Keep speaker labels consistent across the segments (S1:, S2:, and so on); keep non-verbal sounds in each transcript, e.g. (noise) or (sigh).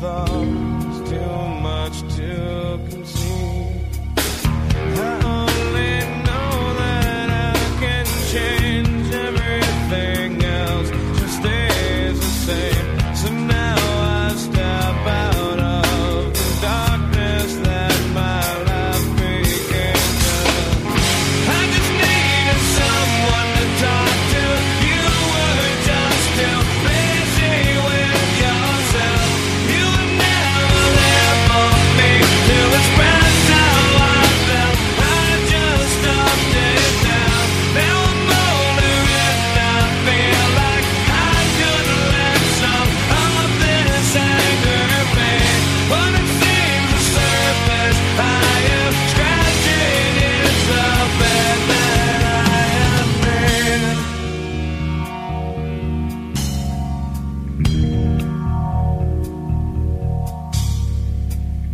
S1: thoughts, too much to conceive. I only know that I can change everything else, just stays the same. Somehow I step out of the darkness that my life began to. I just needed someone to talk to. You were just too busy with yourself. You were never there for me to express how I felt. I just stopped it down. Now I'm older and I feel like I could let some of this anger fade. But it seems the surface I am scratching is the bed that I have made.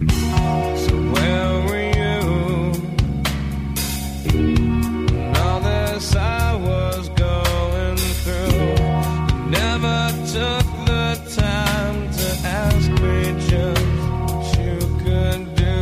S1: So where were you? And all this I was going through. You never took the time to ask me just what you could do.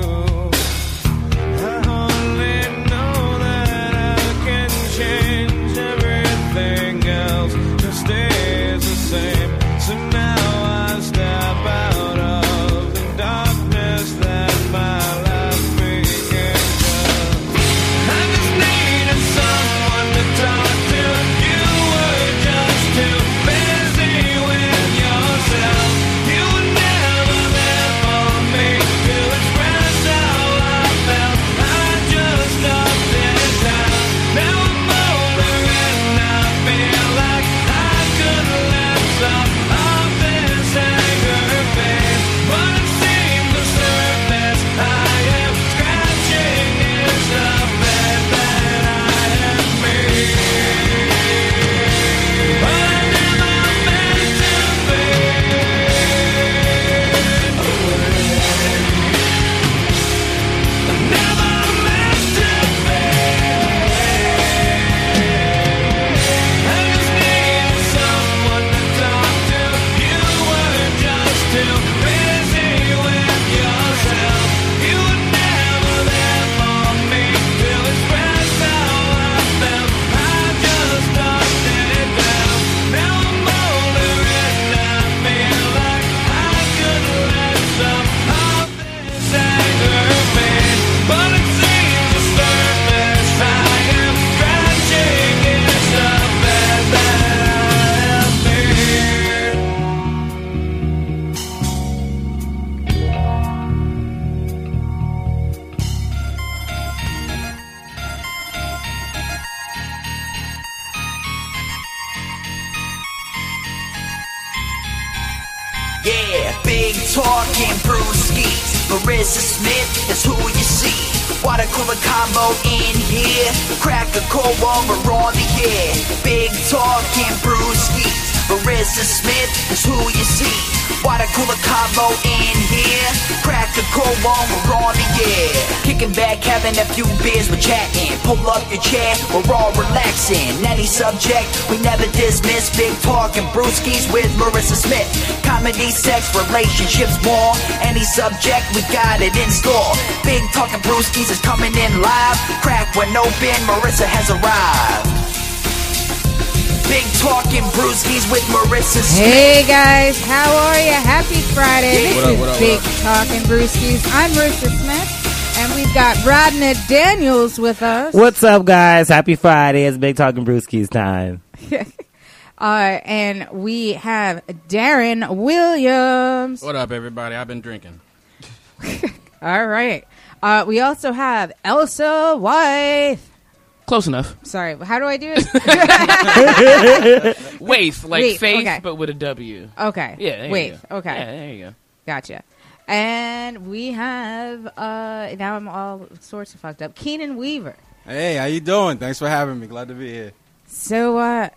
S1: I only know that I can change everything else. Just stays the same. So now I step out of the darkness that my life began to. I just needed someone to talk to. You were just too busy with yourself. You were never there for me to express how I felt. I just stopped it down. Now I'm older and I feel like I could let some of this anger fade. But it seems the surface I am scratching is the bed that I have made. But I never meant to be. Never meant to be. I just needed someone to talk to. You were just too busy with yourself. You were never there for me to express how I felt. I just lost it down. Now I'm older and I feel like I could let some of this anger fade. But it seems the surface I am scratching is the bed that I have made.
S2: Yeah, big talking brewski. Marissa Smith is who you see. Water cooler combo in here. Crack a cold one, we're on the air. Big talking brewski. Marissa Smith is who you see. Water cooler combo in here. Crack a cold one, we're on the air. Kicking back, having a few beers, we're chatting. Pull up your chair, we're all relaxing. Any subject, we never dismiss. Big talking brewskis with Marissa Smith. Comedy, sex, relationships, more. Any subject, we got it in store. Big talking brewskis is coming in live. Crack when open, Marissa has arrived. Big talking brewskis with Marissa Smith.
S3: Hey guys, how are you? Happy Friday. This
S4: What up,
S3: is
S4: what up,
S3: Big
S4: what
S3: Talking Brewskis. I'm Marissa Smith, and we've got Rodney Daniels with us.
S4: What's up, guys? Happy Friday. It's Big Talking Brewski's time.
S3: Uh, and we have Darren Williams.
S5: What up, everybody? I've been drinking.
S3: All right. Uh, we also have Elsa Wythe.
S6: Close enough.
S3: Sorry, how do I do it? (laughs)
S6: Waif, like
S3: Waif,
S6: faith,
S3: okay.
S6: but with a W.
S3: Okay.
S6: Yeah. There
S3: Wait.
S6: You go.
S3: Okay.
S6: Yeah, there you go.
S3: Gotcha. And we have uh now I'm all sorts of fucked up. Keenan Weaver.
S7: Hey, how you doing? Thanks for having me. Glad to be here.
S3: So uh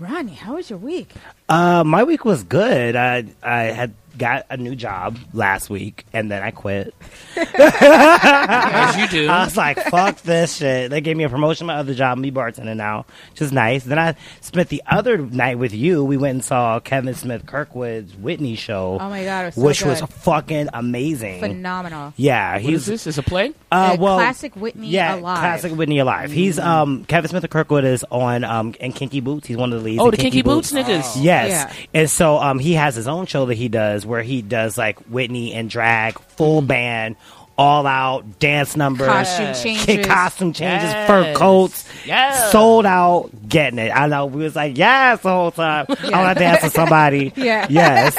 S3: Ronnie, how was your week?
S4: Uh, my week was good. I I had got a new job last week, and then I (laughs) quit.
S6: As
S3: (laughs)
S6: you do.
S4: I was like, "Fuck this shit." They gave me a promotion, my other job, me bartending now, which is nice. Then I spent the other night with you. We went and saw Kevin Smith Kirkwood's Whitney show.
S3: Oh my God, it was so
S4: which was
S3: good.
S4: fucking amazing.
S3: Phenomenal.
S4: yeah,
S6: what is
S4: he's
S6: this? Is a play?
S4: uh,
S3: A
S4: well,
S3: classic Whitney
S4: yeah,
S3: alive. Mm-hmm.
S4: classic Whitney alive. He's um Kevin Smith Kirkwood is on um in Kinky Boots. He's one of the leads.
S6: oh,
S4: in
S6: the Kinky Boots
S3: Oh,
S6: niggas.
S4: Yes. And so um, he has his own show that he does where he does like Whitney and drag, full
S3: Mm-hmm.
S4: band, all out dance numbers,
S3: Costume
S4: Yes.
S3: changes.
S4: costume changes,
S6: Yes.
S4: fur coats,
S6: Yes.
S4: sold out, getting it. I know we was like yes the
S3: (laughs)
S4: whole time. I want to dance with somebody.
S3: Yeah. (laughs)
S4: Yes.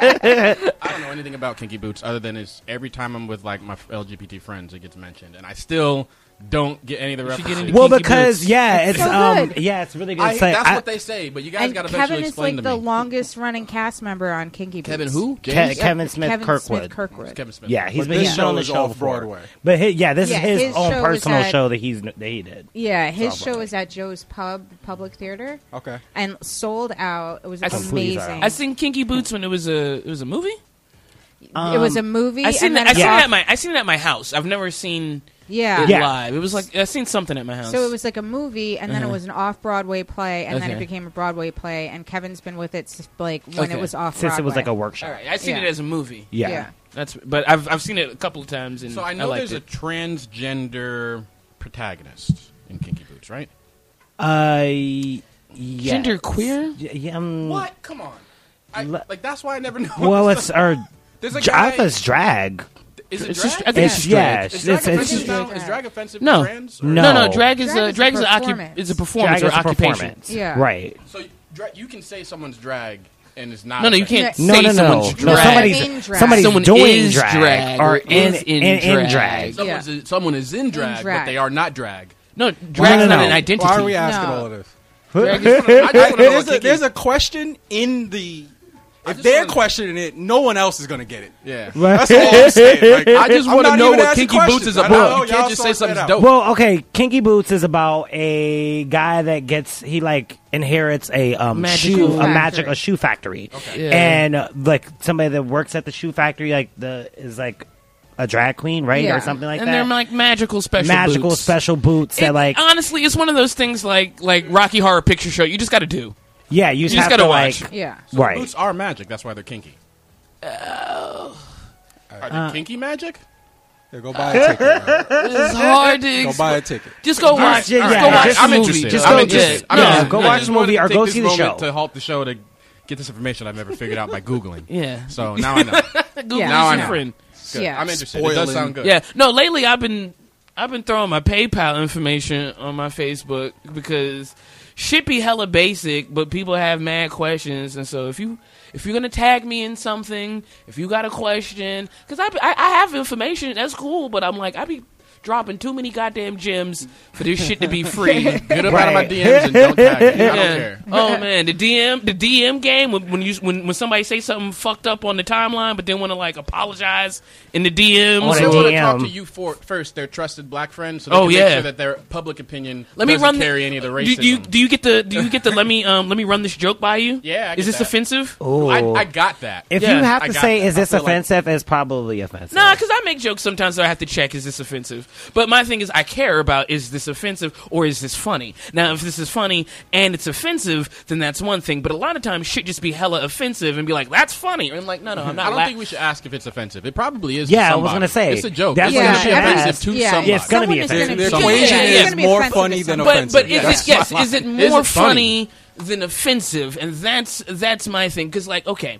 S5: I don't know anything about kinky boots other than it's every time I'm with like my LGBT friends, it gets mentioned, and I still don't get any of the
S6: You should
S5: references.
S6: get into
S4: well,
S6: Kinky
S4: because
S6: Boots.
S4: yeah, it's
S3: so
S4: um
S3: good.
S4: yeah, it's really good.
S5: I,
S4: It's like,
S5: that's
S4: I-
S5: what they say, but you guys
S3: And
S5: got to
S3: Kevin
S5: eventually
S3: is
S5: explain
S3: like
S5: to
S3: the
S5: me.
S3: longest running cast member on Kinky Boots.
S6: Kevin who?
S4: Ke-
S5: James?
S4: Kevin Smith
S3: Kevin
S4: Kirkwood.
S3: Smith Kirkwood.
S5: Kevin Smith.
S4: yeah, he's
S7: But
S4: been
S7: this
S4: he's been
S7: show
S4: on the
S7: is
S4: show
S7: off
S4: before.
S7: Broadway.
S4: But his, yeah, this
S3: Yeah,
S4: is his,
S3: his
S4: own
S3: show was
S4: personal
S3: at-
S4: show that he's that he did.
S3: Yeah, his
S7: Sounds
S3: show
S7: like
S3: is at Joe's Pub, Public Theater,
S7: Okay.
S3: and sold out. It was
S6: I see.
S3: amazing.
S6: I seen Kinky Boots when it was a it was a movie.
S3: it
S4: Um,
S3: was a movie.
S6: I seen
S3: and then
S6: that. I
S3: it
S6: seen
S4: Yeah.
S6: that at my I seen it at my house. I've never seen
S3: Yeah.
S6: it
S4: Yeah.
S6: live. It was like I seen something at my house.
S3: So it was like a movie, and then
S4: Uh-huh.
S3: it was an off Broadway play, and then it
S6: Okay.
S3: became a Broadway play. And Kevin's been with it since, like when it
S6: Okay.
S3: was off.
S4: Since it was like a
S3: Broadway.
S4: workshop.
S6: All right, I seen
S3: Yeah.
S6: it as a movie.
S4: Yeah.
S6: That's but I've I've seen it a couple of times and
S5: So I know
S6: liked
S5: there's a
S6: it.
S5: transgender protagonist in kinky boots, right?
S4: Uh, yes.
S6: gender queer.
S4: Y- yeah, um,
S5: What? Come on. I,
S4: Le-
S5: like that's why I never know.
S4: Well, it's or
S5: there's a
S4: I
S5: guy.
S4: thought it's drag.
S5: is it
S6: It's
S5: drag?
S6: just- I think
S4: It's
S6: it's
S4: yeah,
S6: drag.
S4: it's
S5: is drag
S4: it's, it's,
S5: offensive now?
S3: drag.
S5: Is drag offensive
S6: No.
S5: to trans? Or-
S4: No.
S6: no, no. Drag is
S3: Drag
S6: a
S3: is a
S6: drag is, a,
S3: performance.
S6: occu- is a performance
S4: drag is
S6: or
S4: a
S6: occupation.
S4: performance.
S3: Yeah.
S4: right.
S5: So dra- you can say someone's drag and it's not.
S6: No, no, you
S5: offensive.
S6: can't
S3: No,
S4: No,
S6: say
S4: no, no,
S6: someone's
S4: no.
S6: drag.
S4: Somebody's
S3: In drag.
S4: somebody's
S6: Someone
S4: doing
S6: is
S4: drag
S6: drag
S4: or
S6: or
S4: in
S6: is in
S4: in, in
S6: drag.
S4: drag.
S3: Yeah.
S5: Someone's someone is in drag,
S3: drag.
S5: but they are not drag.
S6: No, drag's
S4: no,
S6: not
S4: no.
S6: an identity.
S7: Why are we asking
S3: No.
S7: all of this?
S5: I just wanna- I just wanna know what
S7: There's
S4: (laughs)
S7: a,
S5: kinky-
S7: there's a question in the. If
S5: just
S7: they're
S5: wanna-
S7: questioning it, no one else is going to get it.
S5: yeah.
S7: That's all I'm (laughs) saying. Like,
S5: I just
S7: I'm
S5: want to
S7: not
S5: know
S7: even
S5: what
S7: asking
S5: Kinky Boots
S7: questions.
S5: is
S7: I know,
S5: about. You
S7: y'all
S5: can't just say
S7: sorted
S5: something's
S7: it out.
S5: dope.
S4: (laughs) Well, okay, Kinky Boots is about a guy that gets he like inherits a um
S6: Magical
S4: shoe a
S3: factory.
S4: magic a shoe factory.
S6: Yeah.
S4: And uh, like somebody that works at the shoe factory like the is like a drag queen, right?
S3: Yeah.
S4: Or something like
S6: and
S4: that.
S6: they're like magical special
S4: magical
S6: boots.
S4: special boots that
S6: It- uh,
S4: like
S6: honestly, it's one of those things like like Rocky Horror Picture Show. You just got to do.
S4: yeah, you just,
S6: just
S4: have to
S6: gotta watch.
S4: like
S3: Yeah.
S5: So the
S4: right.
S5: Boots are magic. That's why they're kinky. are they kinky magic?
S7: Yeah, go buy a ticket. man.
S6: It's hard to
S7: Go
S6: ex-
S7: buy a ticket.
S6: just go watch.
S4: yeah,
S6: Uh, just
S4: yeah.
S6: go watch
S4: Just-
S6: the
S5: I'm
S6: movie.
S5: interested.
S6: Just
S5: I'm
S6: go
S5: interested.
S6: get- Yeah.
S4: go
S5: I
S4: watch
S5: just
S4: the movie
S5: wanted to
S4: or
S5: take
S4: go
S5: this
S4: see the
S5: moment
S4: show.
S5: To halt the show to get this information I've never figured out by googling.
S6: Yeah.
S5: So now I know.
S6: Google's
S3: Now
S5: I
S6: your
S5: know.
S6: friend.
S5: Good.
S3: Yeah.
S5: I'm interested. It
S7: Spoiling.
S5: does sound good.
S6: Yeah. No, lately I've been I've been throwing my PayPal information on my Facebook because shit be hella basic, but people have mad questions, and so if you if you're gonna tag me in something, if you got a question, because I, I I have information that's cool, but I'm like I be dropping too many goddamn gems for this shit to be free.
S5: Get up out of my
S4: Right.
S5: DMs and don't tag me. I
S6: Yeah.
S5: don't care.
S6: Oh man, the DM, the DM game when, when you when, when somebody say something fucked up on the timeline, but then want to like apologize in the DMs.
S4: On a
S5: They
S6: or-
S5: want to talk
S4: DM.
S5: to you for, first, their trusted black friend, so they
S6: Oh,
S5: can
S6: yeah.
S5: make sure that their public opinion
S6: Let me
S5: doesn't
S6: run the-
S5: carry any of the
S6: Do,
S5: racism.
S6: do you do you get the do you get the let me um let me run this joke by you?
S5: Yeah, I get
S6: is this
S5: that.
S6: offensive? No,
S4: Ooh.
S5: I, I got that.
S4: if
S6: Yeah,
S4: you have
S5: I
S4: to
S5: got
S4: say
S5: that.
S4: is
S5: I
S4: this
S5: feel like-
S4: offensive, it's probably offensive.
S6: Nah, because I make jokes sometimes that I have to check is this offensive. But my thing is, I care about is this offensive or is this funny. Now, if this is funny and it's offensive, then that's one thing. But a lot of times, shit just be hella offensive and be like, "That's funny," and I'm like,
S5: (laughs)
S6: "No, no, I'm not."
S5: I don't
S6: la-
S5: think we should ask if it's offensive. It probably is.
S4: Yeah,
S5: to
S4: I was
S5: somebody.
S4: gonna say,
S5: it's a joke.
S4: that's
S5: That's
S4: what you
S5: it's
S4: should
S5: offensive
S4: ask.
S5: to
S3: Yeah.
S5: somebody.
S4: Yeah, it's gonna be
S3: Someone is
S4: offensive.
S7: The
S3: be-
S7: equation
S3: yeah, it's
S7: is
S3: gonna be
S7: more
S3: offensive to
S7: funny than
S3: someone.
S6: but
S7: offensive.
S6: but is
S7: Yes.
S6: it yes is it more
S5: it
S6: funny?
S5: funny?
S6: than offensive and that's that's my thing because like okay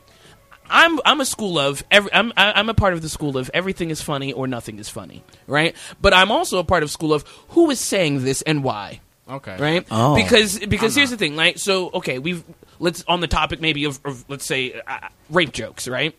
S6: i'm i'm a school of every i'm I- i'm a part of the school of everything is funny or nothing is funny right but i'm also a part of school of who is saying this and why
S5: Okay.
S6: right
S4: Oh.
S6: because because here's the thing right so okay we've let's on the topic maybe of, of let's say uh, rape jokes right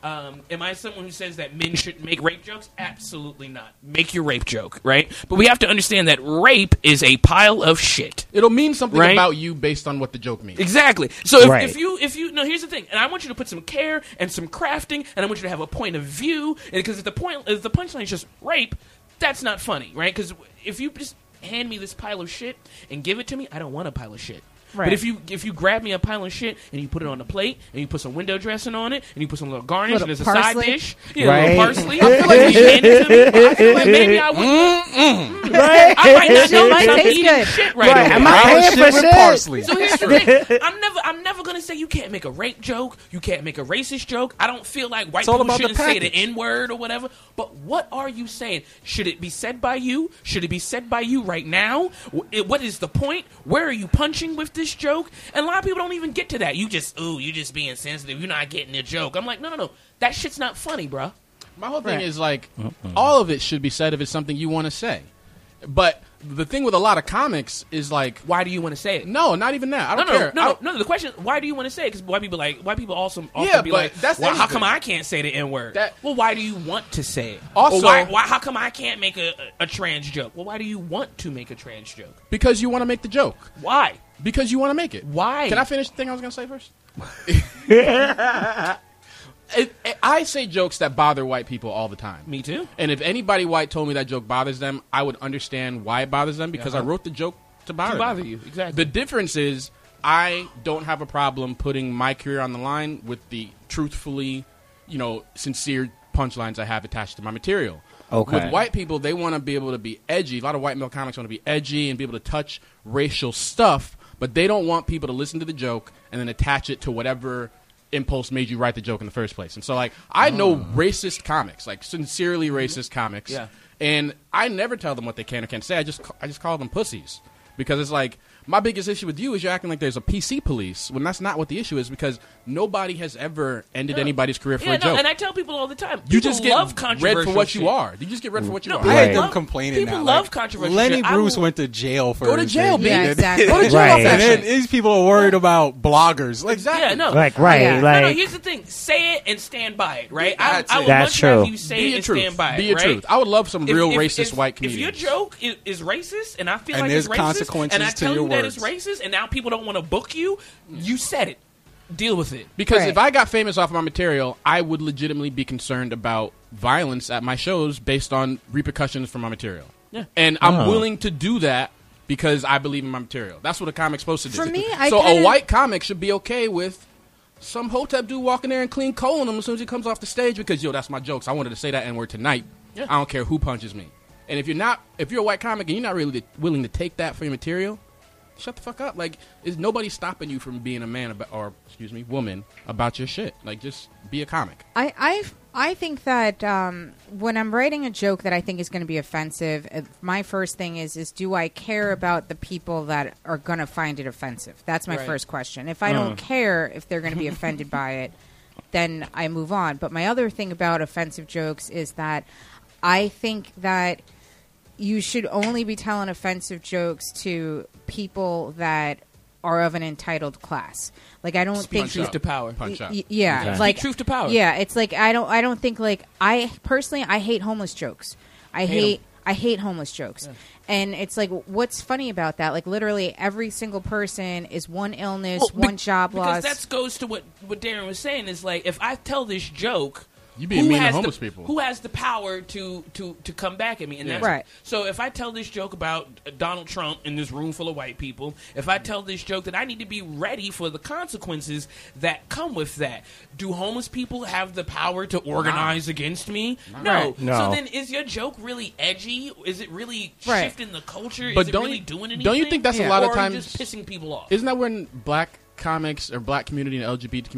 S6: um, am I someone who says that men should make rape jokes? Absolutely not. Make your rape joke, right? But we have to understand that rape is a pile of shit.
S5: It'll mean something
S6: Right?
S5: about you based on what the joke means.
S6: Exactly. So if,
S4: Right.
S6: if you if you no, here's the thing, and I want you to put some care and some crafting, and I want you to have a point of view, and because if the point if the punchline is just rape, that's not funny, right? Because if you just hand me this pile of shit and give it to me, I don't want a pile of shit.
S3: Right.
S6: But if you if you grab me a pile of shit and you put it on a plate and you put some window dressing on it and you put some little garnish
S3: Little
S6: and there's a side
S3: parsley.
S6: dish, yeah, a little
S4: Right.
S6: parsley. I feel like you hand it to me. I feel like maybe I would.
S4: Right?
S6: I might not know
S3: might
S6: if I'm
S3: taste
S6: eating
S3: good.
S6: shit right,
S4: Right.
S6: away.
S4: Am I
S7: Brown
S4: paying
S7: shit
S4: for
S7: with
S4: shit?
S7: parsley.
S6: So here's
S7: (laughs)
S6: the thing. I'm never, I'm never gonna say you can't make a rape joke. You can't make a racist joke. I don't feel like white
S7: It's all
S6: people
S7: about the
S6: shouldn't say the
S7: package.
S6: N word or whatever. But what are you saying? Should it be said by you? Should it be said by you right now? Wh- it- What is the point? Where are you punching with this joke? And a lot of people don't even get to that. You just, ooh, you just being sensitive. You're not getting the joke. I'm like, no, no, no. That shit's not funny, bruh.
S5: My whole thing is like all of it should be said if it's something you want to say. But the thing with a lot of comics is like
S6: Why do you want to say it?
S5: no, not even that. I
S6: No,
S5: don't
S6: no,
S5: care.
S6: no,
S5: I-
S6: no, no. The question: is, Why do you want to say? Because white people like white people also often
S5: Yeah,
S6: be
S5: but
S6: like,
S5: that's
S6: well, how
S5: everything.
S6: come I can't say the n word?
S5: That-
S6: Well, why do you want to say it?
S5: Also-
S6: Or why, why? How come I can't make a, a trans joke? Well, why do you want to make a trans joke?
S5: because you want to make the joke.
S6: Why?
S5: Because you want to make it.
S6: Why?
S5: Can I finish the thing I was going to say first? (laughs) It- it- I say jokes that bother white people all the time.
S6: Me too.
S5: And if anybody white told me that joke bothers them, I would understand why it bothers them because I wrote the joke to bother
S6: To bother
S5: them.
S6: you, exactly.
S5: The difference is I don't have a problem putting my career on the line with the truthfully, you know, sincere punchlines I have attached to my material.
S4: Okay.
S5: With white people, they want to be able to be edgy. A lot of white male comics want to be edgy and be able to touch racial stuff, but they don't want people to listen to the joke and then attach it to whatever impulse made you write the joke in the first place. And so, like, I know racist comics, like sincerely racist comics,
S6: Yeah.
S5: and I never tell them what they can or can't say. I just, I just call them pussies because it's like my biggest issue with you is you're acting like there's a PC police when that's not what the issue is because nobody has ever ended anybody's career for
S6: Yeah,
S5: a joke.
S6: no, and I tell people all the time.
S5: you
S6: people
S5: just get
S6: love
S5: read
S6: controversial
S5: for what you
S6: shit.
S5: are. You just get read for what you
S6: No,
S5: are.
S7: I hate
S4: Right.
S7: them complaining
S6: People
S7: now.
S6: love
S7: like,
S6: controversial
S7: Lenny
S6: shit. I
S7: Bruce
S6: will-
S7: went to jail for
S5: Go to
S7: his
S5: jail,
S7: shit.
S5: bitch.
S3: Yeah, exactly.
S5: Go to jail
S4: Right.
S5: off that
S7: And then
S5: shit.
S7: these people are worried about bloggers. Like,
S5: Exactly.
S6: Yeah, no.
S4: Like, right.
S3: Yeah. No,
S6: No,
S4: Like,
S6: no, here's the thing. Say it and stand by it, right? I,
S7: That's
S6: I
S7: it.
S6: would
S4: That's
S6: much rather
S4: true.
S6: you say
S5: be
S6: it
S5: your
S6: and
S5: truth.
S6: stand by it.
S5: be your
S6: right?
S5: truth. I would love some
S6: If-
S5: real
S6: if-
S5: racist
S6: if,
S5: white
S6: If
S5: comedians.
S6: your joke is, is racist and I feel
S7: And
S6: like
S7: there's
S6: it's racist,
S7: consequences
S6: and I
S7: to
S6: tell
S7: your
S6: you that
S7: words.
S6: it's racist, and now people don't want to book you, you said it. Deal with it.
S5: Because
S3: Right.
S5: if I got famous off of my material, I would legitimately be concerned about violence at my shows based on repercussions from my material.
S6: Yeah.
S5: And I'm
S4: Oh.
S5: willing to do that because I believe in my material. That's what a comic's supposed to do.
S3: For me, I
S5: so a
S3: kinda-
S5: white comic should be okay with some hotep dude walking there and clean coal on him as soon as he comes off the stage because yo, that's my jokes. I wanted to say that N word tonight.
S6: Yeah.
S5: I don't care who punches me. And if you're not, if you're a white comic and you're not really willing to take that for your material, shut the fuck up. Like, is nobody stopping you from being a man about, or excuse me, woman about your shit? Like, just be a comic.
S3: I I I think that um, when I'm writing a joke that I think is going to be offensive, uh, my first thing is is do I care about the people that are going to find it offensive? That's my
S6: Right.
S3: first question. If I don't care if they're going to be offended by it, then I move on. But my other thing about offensive jokes is that I think that you should only be telling offensive jokes to people that are of an entitled class. Like I don't think
S5: Punch
S6: truth
S5: out.
S6: to power.
S5: Punch out.
S3: Y- yeah,
S5: Okay.
S3: like
S6: truth to power.
S3: Yeah, it's like I don't I don't think like I personally I hate homeless jokes. I hate,
S6: 'em.
S3: I hate homeless jokes. And it's like what's funny about that? Like literally every single person is one illness,
S6: Well, be-
S3: one job
S6: because
S3: loss.
S6: that goes to what what Darren was saying is like if I tell this joke,
S5: You being
S6: who
S5: mean to
S6: has
S5: homeless
S6: the,
S5: people.
S6: Who has the power to to to come back at me? And
S5: Yeah.
S6: that's
S3: Right.
S6: So if I tell this joke about uh, Donald Trump in this room full of white people, if I tell this joke that I need to be ready for the consequences that come with that, do homeless people have the power to organize against me? No.
S4: No.
S6: So then, is your joke really edgy? Is it really
S3: Right.
S6: shifting the culture?
S5: But
S6: is it
S5: don't
S6: really
S5: you-
S6: doing anything?
S5: don't you think that's a
S6: Or
S5: lot of
S6: are you just
S5: times-
S6: pissing people off?
S5: Isn't that when black comics or black community and LGBT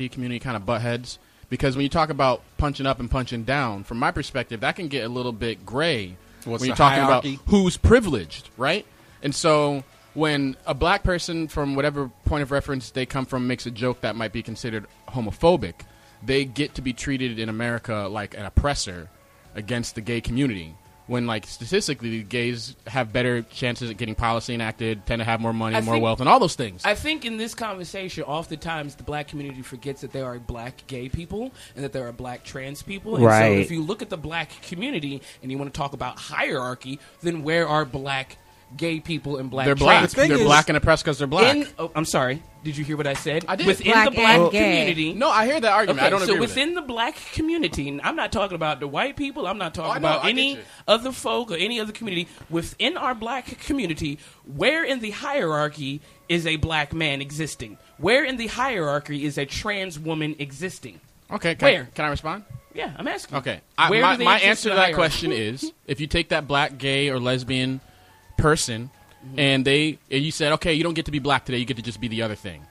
S5: commu- community kind of butt heads? Because when you talk about punching up and punching down, from my perspective, that can get a little bit gray
S7: What's
S5: when you're
S7: the
S5: talking
S7: hierarchy?
S5: about who's privileged, right? And so when a black person from whatever point of reference they come from makes a joke that might be considered homophobic, they get to be treated in America like an oppressor against the gay community. When like statistically, the gays have better chances at getting policy enacted, tend to have more money,
S6: I
S5: more
S6: think-
S5: wealth, and all those things.
S6: I think in this conversation, oftentimes the black community forgets that there are black gay people and that there are black trans people. And
S4: Right.
S6: so if you look at the black community and you want to talk about hierarchy, then where are black gay people and black
S5: They're
S6: trans
S5: black.
S7: The thing
S5: They're
S7: is-
S5: black and oppressed because they're black.
S6: in, oh, I'm sorry. Did you hear what I said?
S5: I did.
S6: Within
S3: Black
S6: the black
S3: and gay.
S6: community.
S5: No, I hear that argument.
S6: Okay,
S5: I don't
S6: so
S5: agree with
S6: within the black community, and I'm not talking about the white people. I'm not talking
S5: Oh, I know, I
S6: about
S5: get
S6: any
S5: you.
S6: other folk or any other community. Within our black community, where in the hierarchy is a black man existing? Where in the hierarchy is a trans woman existing?
S5: it. Okay, can I-
S6: Where?
S5: can I respond?
S6: Yeah, I'm asking.
S5: Okay. I,
S6: Where
S5: my
S6: do they
S5: my
S6: exist
S5: answer
S6: in
S5: to
S6: the
S5: that
S6: hierarchy?
S5: question is if you take that black, gay, or lesbian person
S6: Mm-hmm.
S5: and they and you said, okay, you don't get to be black today, you get to just be the other thing.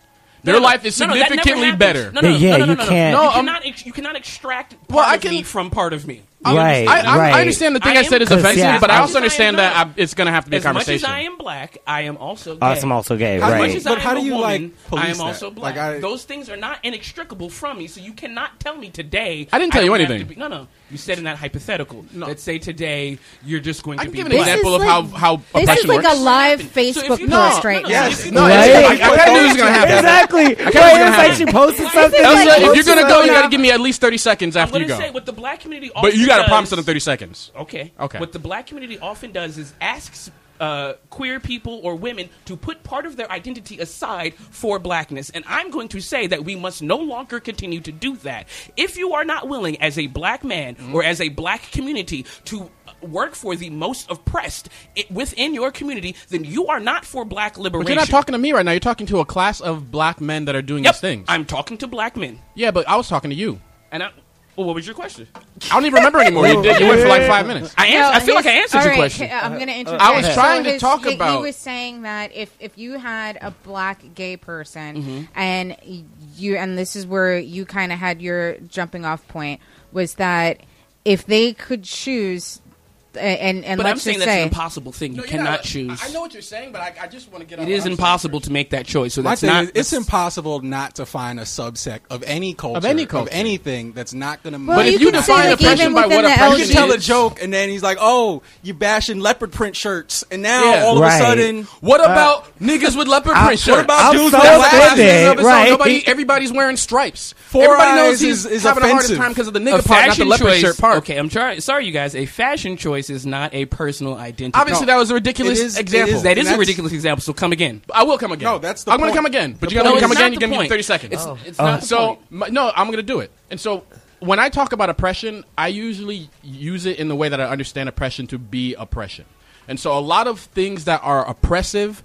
S5: Their
S6: No, no,
S5: life is
S6: no, no, that never
S5: significantly
S6: happens.
S5: better.
S6: No, no, no,
S4: Yeah,
S6: no, no,
S4: you
S6: no, no.
S4: can't- No,
S6: You
S5: I'm-
S6: cannot, ex- you cannot extract part
S5: Well, I
S6: of me
S5: can-
S6: from part of me.
S4: right,
S5: I, I,
S4: right.
S5: I understand the thing
S6: I
S5: I,
S6: am-
S5: said is
S4: 'Cause,
S5: offensive,
S4: yeah,
S5: but I
S4: as
S5: also
S6: much as I
S5: understand
S6: am
S5: that
S6: not-
S5: I, it's going to have to be
S6: As
S5: a
S6: much as
S5: conversation.
S6: I am black, I am also gay.
S4: Us, I'm also gay,
S6: As
S4: right?
S6: much as
S7: But
S6: I
S7: how
S6: am
S7: do
S6: a
S7: you, like,
S6: woman, I
S7: police
S6: am
S7: that?
S6: also black.
S7: Like, I-
S6: Those things are not inextricable from me, so you cannot tell me today.
S5: I didn't tell you
S6: don't have
S5: anything.
S6: to Be, no, no. You said in that hypothetical.
S5: No.
S6: Let's say today you're just going
S5: I
S6: to
S5: can
S6: be
S5: give an
S6: black.
S5: example
S3: is
S5: of
S3: like-
S5: how, how
S3: This is
S5: oppression
S3: like
S5: works.
S3: a live
S6: So if
S3: Facebook
S6: you-
S3: post
S5: No,
S3: right
S6: no, no,
S3: now.
S6: if you-
S5: No,
S4: Right?
S5: it's- I, I knew it was going to happen.
S4: exactly. Right, it was like she posted something.
S5: Elsa,
S3: Like,
S5: if you're
S4: posted
S5: gonna go, you
S4: something.
S5: gotta give me at least thirty seconds
S6: I'm
S5: after
S6: going
S5: you
S6: to
S5: go.
S6: say what the black community.
S5: but you
S6: got
S5: gotta
S6: to
S5: promise it in thirty seconds.
S6: Okay.
S5: Okay.
S6: What the black community often does is asks uh, queer people or women to put part of their identity aside for blackness. And I'm going to say that we must no longer continue to do that. If you are not willing, as a black man or as a black community, to work for the most oppressed i within your community, then you are not for black liberation.
S5: But you're not talking to me right now. You're talking to a class of black men that are doing
S6: yep,
S5: these things.
S6: I'm talking to black men.
S5: yeah, but I was talking to you.
S6: And I, well, what was your question?
S5: I don't even remember anymore. you did. You went for like five minutes.
S6: I,
S3: No,
S6: ans- I
S3: and
S6: feel like I
S3: his-
S6: answered
S3: all
S5: your
S3: right,
S5: question.
S3: ca- I'm going to interrupt.
S5: Uh, I was trying to
S3: his-
S5: talk
S3: he-
S5: about-
S3: He was saying that if if you had a black gay person
S6: Mm-hmm.
S3: and you and this is where you kind of had your jumping off point was that if they could choose a- and and
S6: but I'm
S3: let's
S6: saying
S3: just
S6: that's an
S3: say
S6: impossible thing. You cannot choose.
S5: I know what you're saying, but I, I just want to get.
S6: It is impossible to make that choice. So
S7: My
S6: that's
S7: thing
S6: not.
S7: is, it's
S6: that's-
S7: impossible not to find a subsect of any culture,
S5: any culture.
S7: anything that's not going to.
S3: Well,
S5: But if you
S3: could say,
S5: define
S3: like,
S5: oppression
S3: even
S5: by what
S3: within the
S5: oppression
S7: you
S5: is-
S7: can tell a
S3: LGBT
S7: joke, and then he's like, "Oh, you bashing leopard print shirts," and now
S5: Yeah.
S7: all of
S4: Right.
S7: a sudden,
S5: What about niggas with leopard print shirts?
S7: What about
S4: I'm
S7: dudes
S4: so
S7: with
S5: That's
S7: glasses?
S5: the last thing of
S4: offended,
S5: his own.
S4: right?
S5: Nobody, everybody's wearing stripes.
S7: Four
S5: Everybody knows
S7: eyes
S5: he's
S7: is- is
S5: having a
S7: offensive.
S5: hard time because of the
S6: a
S5: nigga part, not the
S6: fashion
S5: leopard
S6: choice-
S5: shirt part.
S6: Okay, I'm try- sorry, you guys. A fashion choice is not a personal identity.
S5: Obviously, that was a ridiculous
S7: It is- it
S5: example.
S7: is-
S6: that is a
S7: that's-
S6: ridiculous example. So come again.
S5: I will come again.
S7: No, that's the
S5: I'm gonna
S7: point.
S5: come again, but
S6: The
S5: you gotta
S6: point-
S5: come
S6: it's
S5: again.
S6: not
S5: You
S6: the
S5: gotta give me
S6: point.
S5: 30 seconds.
S6: It's- Oh. it's not the
S5: so
S6: point.
S5: my, no, I'm gonna do it. And so when I talk about oppression, I usually use it in the way that I understand oppression to be oppression. And so a lot of things that are oppressive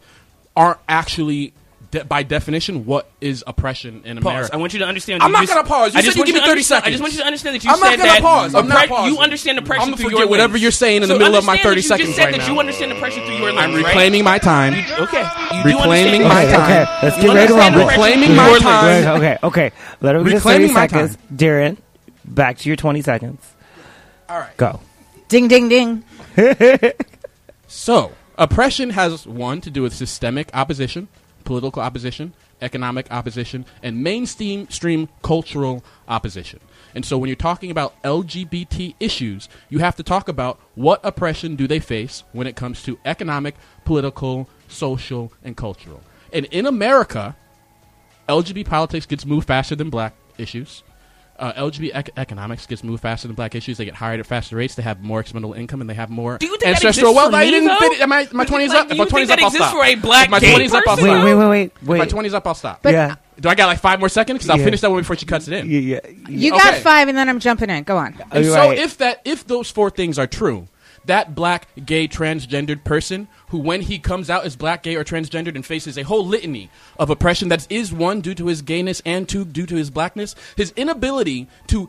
S5: aren't actually. De- by definition, what is oppression in
S6: Pause.
S5: America?
S6: I want you to understand.
S5: I'm
S6: that
S5: not
S6: you just-
S5: gonna pause. You
S6: I
S5: said
S6: just
S5: you
S6: want
S5: give me
S6: to
S5: 30
S6: understand- I just
S5: seconds.
S6: want you to understand that you
S5: I'm not
S6: said
S5: gonna
S6: that.
S5: pause. I'm not
S6: oppre-
S5: pausing.
S6: You understand oppression
S5: I'ma
S6: through
S5: forget
S6: your
S5: whatever
S6: lens.
S5: you're saying in the
S6: So
S5: middle of my
S6: understand that
S5: 30 seconds
S6: You just said
S5: right
S6: that you
S5: now.
S6: understand oppression through your lens.
S5: I'm
S6: right?
S5: reclaiming my time.
S6: Okay. You do
S5: Reclaiming my
S6: understand oppression.
S4: Okay,
S5: time.
S4: okay, let's
S6: You
S4: get ready to
S6: understand oppression
S4: rumble.
S5: Reclaiming
S6: through
S5: my
S6: your lens.
S4: Wait,
S5: time.
S4: wait, okay, okay. Let her get thirty
S5: Reclaiming my
S4: seconds. Darren, back to your twenty seconds. All
S5: right.
S4: go.
S3: ding ding ding.
S5: So, oppression has one to do with systemic opposition, political opposition, economic opposition, and mainstream stream cultural opposition. And so, when you're talking about LGBT issues, you have to talk about what oppression do they face when it comes to economic, political, social, and cultural. And in America, LGBT politics gets moved faster than black issues. Uh, LGBT ec- economics gets moved faster than black issues. They get hired at faster rates. They have more expendable income, and they have more
S6: Do you think that
S5: ancestral
S6: exists
S5: wealth.
S6: for
S5: I
S6: me,
S5: didn't
S6: though?
S5: fit it. My my
S6: Would you-
S5: twenties
S6: like,
S5: up. If
S6: do
S5: my
S6: you think
S5: twenties
S6: that
S5: up, I'll
S6: exists
S5: stop.
S6: for a black
S5: If my
S6: gay
S5: twenties up, I'll
S6: person,
S4: Wait,
S5: stop.
S4: wait, wait, wait,
S5: If my
S4: wait.
S5: twenties up, I'll stop.
S3: But
S4: yeah,
S5: Do I got like five more seconds? Because I'll
S4: Yeah.
S5: finish that one before she cuts it in.
S4: yeah, yeah.
S3: You got
S5: Okay.
S3: five, and then I'm jumping in. Go on.
S5: And
S4: You're
S5: so
S4: right.
S5: if that if those four things are true, that black, gay, transgendered person who when he comes out is black, gay, or transgendered and faces a whole litany of oppression that is one due to his gayness and two due to his blackness, his inability to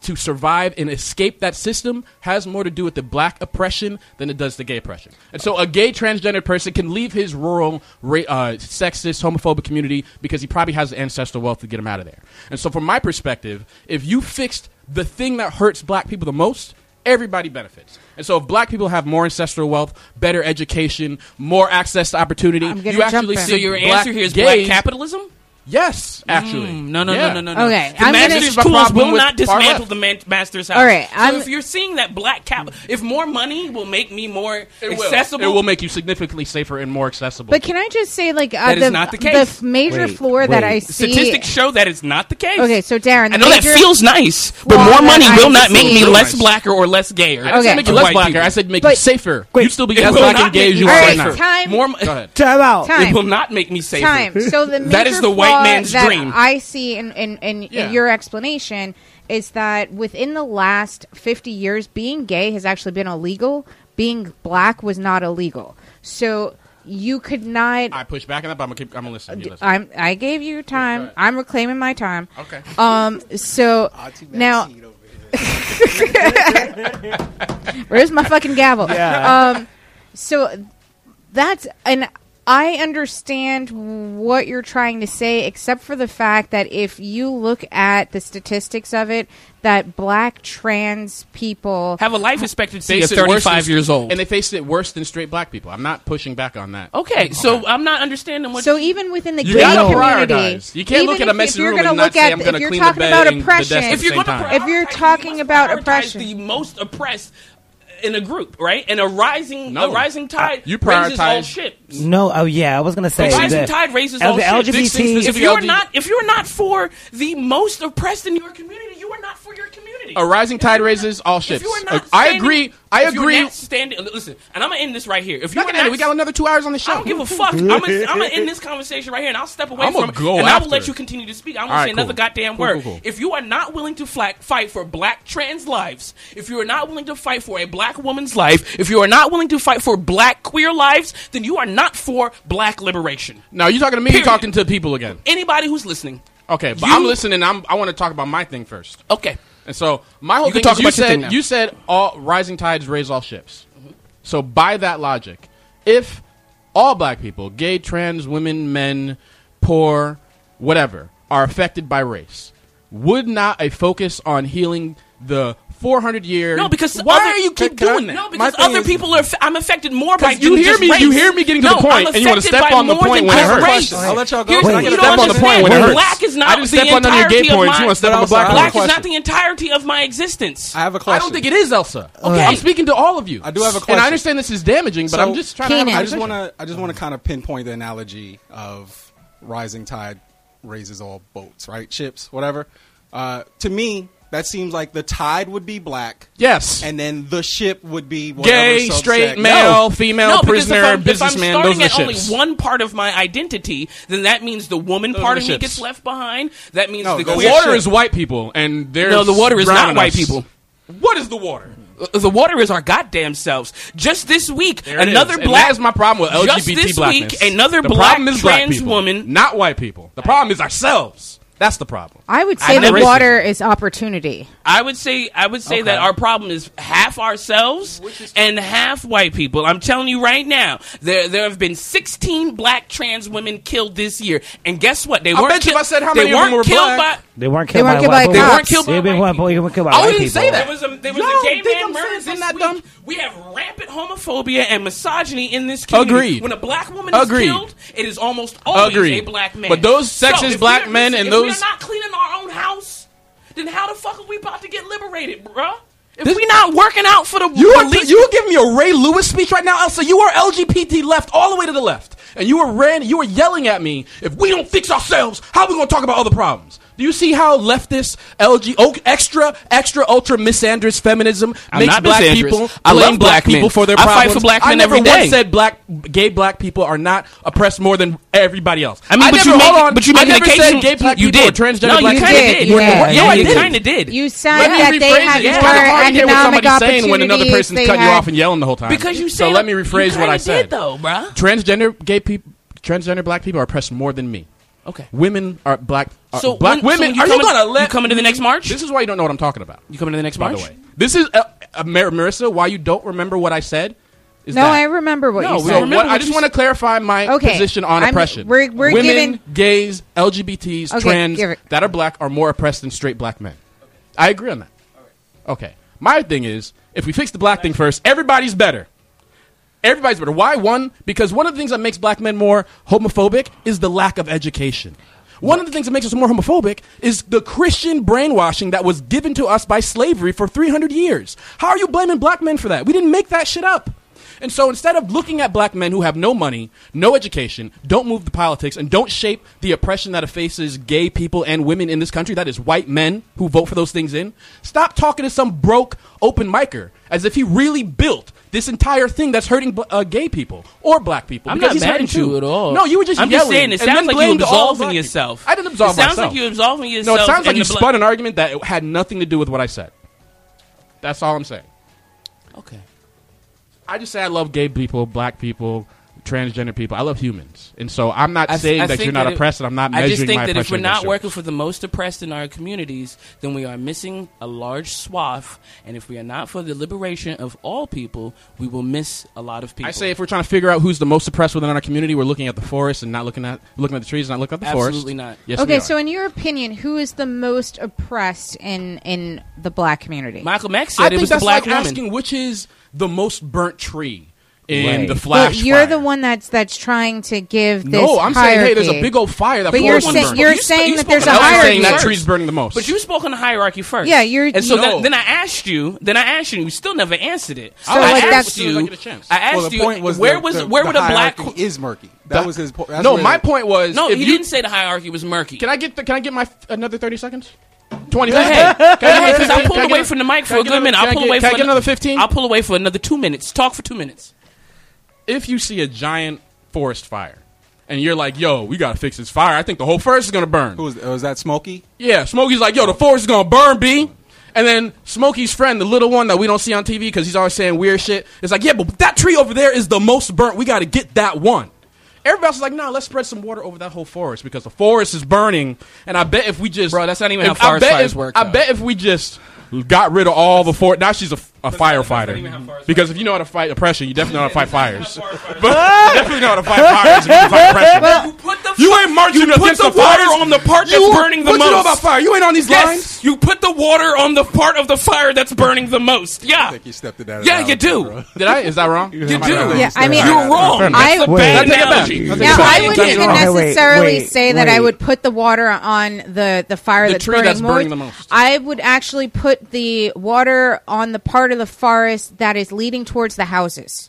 S5: to survive and escape that system has more to do with the black oppression than it does the gay oppression. And so a gay transgendered person can leave his rural, ra- uh, sexist, homophobic community because he probably has the ancestral wealth to get him out of there. And so from my perspective, if you fixed the thing that hurts black people the most, everybody benefits. And so if black people have more ancestral wealth, better education, more access to opportunity,
S3: I'm gonna
S5: you actually
S3: jump in.
S5: see
S6: So your
S5: black
S6: answer here is
S5: gays-
S6: black capitalism.
S5: Yes, actually.
S6: Mm, no, no,
S5: Yeah. Oh.
S6: no, no, no, no.
S3: Okay,
S6: The
S3: I'm gonna-
S6: master's
S5: Have a
S6: tools
S5: problem
S6: will
S5: with
S6: not
S5: far
S6: dismantle
S5: left.
S6: the man- master's house.
S3: All right,
S6: so
S3: I'm-
S6: if you're seeing that black cap, if more money will make me more
S5: It will.
S6: accessible,
S5: It will make you significantly safer and more accessible.
S3: But can I just say, like, uh,
S6: That is
S3: the,
S6: not the
S3: f-
S6: case.
S3: f- major
S4: Wait,
S3: floor that I
S4: wait.
S3: see.
S6: statistics show that it's not the case.
S3: Okay, so Darren, the
S6: I know that
S3: major-
S6: feels nice, but
S3: Well,
S6: more money
S3: I
S6: will not
S3: see.
S6: make me
S5: Feels
S6: less
S5: nice.
S6: blacker or less gayer.
S5: I didn't
S3: Okay.
S5: say make you
S6: To
S5: less
S6: white
S5: blacker.
S6: people.
S5: I said make you
S3: But-
S5: safer.
S4: Wait.
S5: you still be
S6: It
S5: as
S6: will
S5: black
S6: not
S5: and gay
S6: make
S5: as
S6: me
S5: you
S3: All
S5: are
S3: right,
S5: right now.
S3: time.
S6: More mo-
S5: Go ahead.
S4: Time out.
S3: Time.
S6: It will not make me safer.
S3: time.
S5: (laughs)
S3: So the major
S6: That is the white
S3: flaw
S6: man's
S3: that
S6: dream.
S3: I see in in, in,
S5: Yeah.
S3: in your explanation is that within the last fifty years, being gay has actually been illegal. Being black was not illegal. So you could not.
S5: I push back on that, but I'm gonna keep. I'm gonna listen. You listen.
S3: I'm, I gave you time.
S5: ahead.
S3: I'm reclaiming my time.
S5: okay.
S3: Um. So now, (laughs) where's my fucking gavel?
S4: Yeah.
S3: Um. So that's and I understand what you're trying to say, except for the fact that if you look at the statistics of it, that black trans people.
S6: Have a life expectancy of
S5: Face it worse
S6: 35
S5: than-
S6: years old.
S5: and they faced it worse than straight black people. I'm not pushing back on that.
S6: okay, so I'm not understanding what.
S3: So even within the
S5: You
S3: gay
S5: gotta
S3: community,
S5: prioritize. You can't
S3: even
S5: look at a
S3: if- if
S5: messy
S3: you're
S5: room
S3: gonna
S5: and not
S3: look
S5: say,
S3: at-
S5: "I'm gonna
S3: if you're
S5: clean the
S3: talking
S5: bed
S3: about
S5: and the desk
S3: oppression,
S5: at the
S6: if you're
S5: same
S6: going to
S5: time."
S3: If you're talking about oppression.
S6: the most oppressed in a group, right? And a rising,
S5: No.
S6: a rising tide
S5: You
S6: raises all
S5: prioritize-
S6: shit.
S4: No, oh yeah, I was gonna say
S6: A rising
S4: that-
S6: tide raises
S4: Of
S6: all
S4: the
S6: shit.
S4: LGBT
S6: if
S5: specifically
S6: you're
S5: LG-
S6: not, if you're not for the most oppressed in your community, you are not for your community.
S5: A rising
S6: If you
S5: tide
S6: are
S5: raises
S6: not-
S5: all
S6: if
S5: ships.
S6: you are not
S5: I
S6: standing-
S5: agree. I
S6: if you are
S5: agree.
S6: not standing, listen, and I'm gonna end this right here. If you
S5: Not
S6: are
S5: gonna end it.
S6: not,
S5: We got another two hours on the show.
S6: I don't give
S5: (laughs)
S6: a fuck. I'm gonna, I'm gonna end this conversation right here, and I'll step away
S5: I'ma
S6: from it,
S5: go
S6: and I will
S5: after
S6: let
S5: it.
S6: you continue to speak. I won't
S5: All right,
S6: say another
S5: cool.
S6: goddamn
S5: Cool,
S6: word.
S5: cool, cool.
S6: If you are not willing to fla- fight for black trans lives, if you are not willing to fight for a black woman's life, if you are not willing to fight for black queer lives, then you are not for black liberation.
S5: Now you talking to me? You
S6: Period.
S5: talking to people again?
S6: Anybody who's listening,
S5: Okay, but
S6: You-
S5: I'm listening. I'm, I want to talk about my thing first.
S6: okay.
S5: And so my whole
S6: You
S5: thing
S6: can talk
S5: is you
S6: about your
S5: said
S6: thing now.
S5: you said all rising tides raise all ships. So by that logic, if all black people, gay, trans, women, men, poor, whatever, are affected by race, would not a focus on healing the 400 year
S6: No, because
S5: why
S6: other-
S5: do you keep
S6: Can I-
S5: doing that?
S6: No,
S5: My
S6: because
S5: thing
S6: other
S5: is-
S6: people are. aff- I'm affected more by
S5: 'Cause you
S6: than
S5: hear
S6: just
S5: me-
S6: race.
S5: you hear me getting to the
S6: No,
S5: point,
S6: I'm
S5: and you wanna
S6: affected
S5: step
S6: by
S5: on the
S6: more
S5: point
S6: than
S5: when it
S6: just
S5: hurts.
S6: race.
S7: I'll let y'all go.
S6: Here's
S7: Wait,
S6: what
S7: I
S6: you
S7: gotta
S6: don't
S7: step on the
S6: understand.
S5: point when it hurts.
S6: Black is not
S5: I didn't
S6: the
S5: step on none of your
S6: entirety
S5: gay
S6: of
S5: points.
S6: my-
S5: You wanna step
S7: on the black
S6: Black
S5: one?
S6: is not the entirety of my existence.
S7: I have a
S5: I
S7: question.
S5: don't think it is Elsa.
S7: Okay.
S5: I'm speaking to all of you.
S7: I do have a
S5: And
S7: question.
S5: I understand this is damaging, but
S7: So-
S5: I'm just trying to have a
S3: Keenan.
S7: I just
S5: conversation.
S7: want to. I just want to kind of pinpoint the analogy of rising tide raises all boats, right? Ships, whatever. Uh, to me, that seems like the tide would be black,
S5: Yes.
S7: and then the ship would be whatever
S5: gay,
S7: subset.
S5: straight,
S7: No.
S5: male, female,
S6: no, because if
S5: prisoner,
S6: I'm, if
S5: businessman.
S6: I'm
S5: Those
S6: starting
S5: are the
S6: at only
S5: ships.
S6: one part of my identity, then that means the woman
S5: Those are
S6: part
S5: the
S6: of me
S5: ships.
S6: gets left behind. That means
S7: No,
S6: the
S7: those
S5: the
S7: We're
S6: queer
S5: water
S7: ship.
S5: is white people, and they're
S6: No, the water is not
S5: drowning
S6: white
S5: us.
S6: people.
S5: What is the water?
S6: The water is our goddamn selves. Just this week,
S5: There it
S6: another
S5: is. And
S6: black.
S5: that is my problem with LGBT
S6: Just this
S5: blackness.
S6: week, another
S5: the
S6: black
S5: problem is
S6: trans
S5: people,
S6: woman-
S5: not white people. The problem is ourselves. That's the problem.
S3: I would say
S5: know
S3: the
S5: racism.
S3: water is opportunity.
S6: I would say I would say that our problem is half ourselves and half white people. I'm telling you right now, there there have been 16 black trans women killed this year, and guess what? They
S5: I
S6: weren't.
S5: bet you if
S6: kill-
S5: I said how
S6: they
S5: many of them
S6: weren't
S5: were
S6: killed
S5: black-
S6: by.
S4: They weren't
S3: They
S4: killed
S3: weren't
S4: by
S3: killed
S4: white
S3: by
S4: people.
S3: cops.
S6: They
S4: They
S6: weren't
S4: weren't
S6: killed by
S4: killed
S6: white
S4: by, by
S5: I
S4: white
S5: wouldn't
S4: people.
S5: say
S6: There
S5: that.
S6: was a there was
S5: Y'all
S6: a gay
S5: think
S6: man
S5: I'm
S6: murdered
S5: serious?
S6: this
S5: I'm not
S6: week.
S5: dumb.
S6: We have rampant homophobia and misogyny in this community.
S5: Agreed.
S6: When a black woman is
S5: Agreed.
S6: killed, it is almost always
S5: Agreed.
S6: a black man.
S5: But those sexist
S6: if we
S5: black
S6: are-
S5: men and
S6: if
S5: those-
S6: we are not cleaning our own house, then how the fuck are we about to get liberated, bruh? If we not working out for the
S5: You are
S6: police,
S5: you are giving me a Ray Lewis speech right now, Elsa. You are LGBT left all the way to the left, and you are ran. You are yelling at me. If we don't fix ourselves, how are we going to talk about other problems? Do you see how leftist LG oh, extra extra ultra misandrous feminism
S6: I'm
S5: makes
S6: not
S5: black
S6: misandrous.
S5: people?
S6: I
S5: blame
S6: love black men.
S5: people for their
S6: I fight
S5: problems.
S6: for black
S5: I
S6: men
S5: never
S6: every
S5: once
S6: day.
S5: said black gay black people are not oppressed more than everybody else.
S6: I mean, but,
S5: never,
S6: you make,
S5: hold on,
S6: but you
S5: I
S6: make an
S5: never said
S6: occasion.
S5: gay black
S6: you
S5: people
S6: did.
S5: or transgender
S6: no,
S5: black
S6: you
S5: people.
S3: kinda
S6: kinda
S3: did.
S6: You
S3: Yeah.
S6: were-
S5: Yeah, I
S6: you
S5: did.
S6: kind of did.
S3: You
S5: Let
S3: said
S5: me
S3: that they
S5: rephrase
S3: had
S5: it. Yeah,
S3: more
S5: it's hard to hear what
S3: economic
S5: somebody's saying
S3: opportunities.
S5: when another person's
S3: they
S5: cutting you
S3: had-
S5: off and yelling the whole time.
S6: because you
S5: so
S6: said-
S5: let me
S6: you
S5: rephrase what
S6: kinda
S5: I said.
S6: did, though, bruh.
S5: Transgender gay people, transgender black people are oppressed more than me.
S6: Okay.
S5: Women are black. Are
S6: So
S5: black
S6: when- so
S5: women.
S6: you
S5: are
S6: coming-
S5: you gonna let
S6: you coming to the next march?
S5: This is why you don't know what I'm talking about.
S6: You coming to the next
S5: By
S6: march?
S5: the way, this is uh, uh, Mar- Marissa. Why you don't remember what I said? Is
S3: No,
S5: that.
S3: I remember what
S5: No,
S3: you
S5: so
S3: said.
S6: remember
S5: what-
S6: what
S5: I just
S6: you
S5: want to
S6: said.
S5: clarify my
S3: Okay.
S5: position on
S3: I'm-
S5: oppression.
S3: we're- we're
S5: Women,
S3: giving-
S5: gays, LGBTs,
S3: Okay,
S5: trans
S3: give it.
S5: that are black are more oppressed than straight black men. I agree on that. Okay. My thing is, if we fix the black thing first, everybody's better. Everybody's better. Why? One, because one of the things that makes black men more homophobic is the lack of education. One of the things that makes us more homophobic is the Christian brainwashing that was given to us by slavery for 300 years. How are you blaming black men for that? We didn't make that shit up. And so instead of looking at black men who have no money, no education, don't move the politics, and don't shape the oppression that faces gay people and women in this country, that is white men who vote for those things in, stop talking to some broke open micer as if he really built this entire thing that's hurting bl- uh, gay people or black people.
S6: I'm
S5: because
S6: not
S5: he's
S6: mad
S5: hurting
S6: at you
S5: too.
S6: at all.
S5: No, you were just
S6: I'm
S5: yelling.
S6: just saying it
S5: and then
S6: sounds like you
S5: blamed all black
S6: absolving
S5: people.
S6: yourself.
S5: I didn't absolve
S6: It sounds
S5: myself.
S6: like you're absolving
S5: No,
S6: yourself.
S5: it sounds
S6: and
S5: like you
S6: the bla-
S5: spun an argument that had nothing to do with what I said. That's all I'm saying.
S6: Okay.
S5: I just say I love gay people, black people, transgender people. I love humans, and so I'm not
S6: I-
S5: saying
S6: I
S5: that
S6: think
S5: you're not
S6: that it-
S5: oppressed, and I'm not
S6: I
S5: measuring
S6: just think
S5: my
S6: that if
S5: oppression
S6: we're not
S5: against
S6: working
S5: yours.
S6: for the most oppressed in our communities, then we are missing a large swath. And if we are not for the liberation of all people, we will miss a lot of people.
S5: I say if we're trying to figure out who's the most oppressed within our community, we're looking at the forest and not looking at looking at the trees, not looking at the forest.
S6: Absolutely not.
S5: Yes, we
S3: okay,
S5: are.
S3: so in your opinion, who is the most oppressed in in the black community?
S6: Michael Max
S5: I
S6: said it
S5: think
S6: was the
S5: that's
S6: black
S5: like
S6: woman.
S5: asking which is the most burnt tree in
S4: Right.
S5: the
S3: Well,
S5: flash.
S3: you're
S5: fire.
S3: the one that's that's trying to give this.
S5: No, I'm saying hey, there's a
S3: hierarchy.
S5: big old fire that.
S3: But you're
S5: forest
S3: saying-
S5: burned.
S3: you're
S6: You sp-
S3: saying
S6: you
S3: that
S6: spoke
S3: there's a
S6: on
S5: I was saying
S3: hierarchy.
S5: that
S6: first.
S5: tree's burning the most.
S6: But you spoke on the hierarchy first.
S3: Yeah, you're-
S6: And so
S3: No.
S6: then, then I asked you. Then I asked you. and You still never answered it. So I
S3: like, that's-
S6: asked
S5: As soon as I
S6: you.
S5: get a chance.
S6: I asked
S7: well, the
S6: you.
S7: point was
S6: where
S7: the-
S6: was
S7: the,
S6: where
S7: the
S6: would a black?
S7: hierarchy is murky. That
S5: That-
S7: was his point.
S5: no, my point was
S6: No,
S5: if
S6: he
S5: you
S6: didn't say the hierarchy was murky.
S5: Can I get the, can I get my f- another thirty seconds? Twenty.
S6: Go ahead. Go ahead, because I
S5: Can
S6: pulled
S5: get
S6: away
S5: a-
S6: from the mic
S5: can
S6: for
S5: I
S6: a
S5: get
S6: good
S5: another-
S6: minute.
S5: can
S6: I'll
S5: I
S6: pull
S5: get-
S6: away
S5: Can
S6: for
S5: I get another fifteen?
S6: I'll pull away for another two minutes. Talk for two minutes.
S5: If you see a giant forest fire, and you're like, "Yo, we gotta fix this fire. I think the whole forest is gonna burn."
S7: Who was, was that Smokey?
S5: Yeah, Smokey's like, yo, the forest is gonna burn, B. And then Smokey's friend, the little one that we don't see on TV because he's always saying weird shit, is like, yeah, but that tree over there is the most burnt. We gotta get that one. Everybody else is like, nah, let's spread some water over that whole forest because the forest is burning. And I bet if we just.
S6: Bro, that's not even
S5: if-
S6: how forest
S5: I bet
S6: fires
S5: if,
S6: work,
S5: I
S6: though.
S5: bet if we just got rid of all the forest. Now she's a, a firefighter. Because if you know how to fight oppression, you definitely know how to fight fires. (laughs) but you definitely know how to fight fires if you can fight oppression.
S6: You put the
S5: You ain't marching
S6: put
S5: against
S6: the
S5: the,
S6: water
S5: fires.
S6: on the part that's
S5: You-
S6: burning the
S5: what
S6: most.
S5: you know about fire? You ain't on these
S6: yes,
S5: lines.
S6: you put the water on the part of the fire that's burning the most.
S7: I
S6: Yeah,
S7: think you stepped it out.
S6: yeah, you do.
S5: Did I? Is that wrong?
S7: You
S5: Am I
S6: do.
S5: wrong?
S3: Yeah, I mean,
S6: You're wrong.
S7: Fair
S3: I-
S6: That's a
S4: Wait.
S6: bad
S5: Take it back.
S6: analogy.
S5: Take it
S3: Now,
S5: Sorry,
S3: I
S5: I'm
S3: wouldn't
S5: getting wrong.
S4: Hey, wait,
S3: necessarily
S4: wait,
S3: say that I
S4: wait.
S3: would put the water on the, the fire
S5: The
S3: that's,
S5: tree
S3: burning,
S5: that's burning the most.
S3: I would actually put the water on the part of the forest that is leading towards the houses.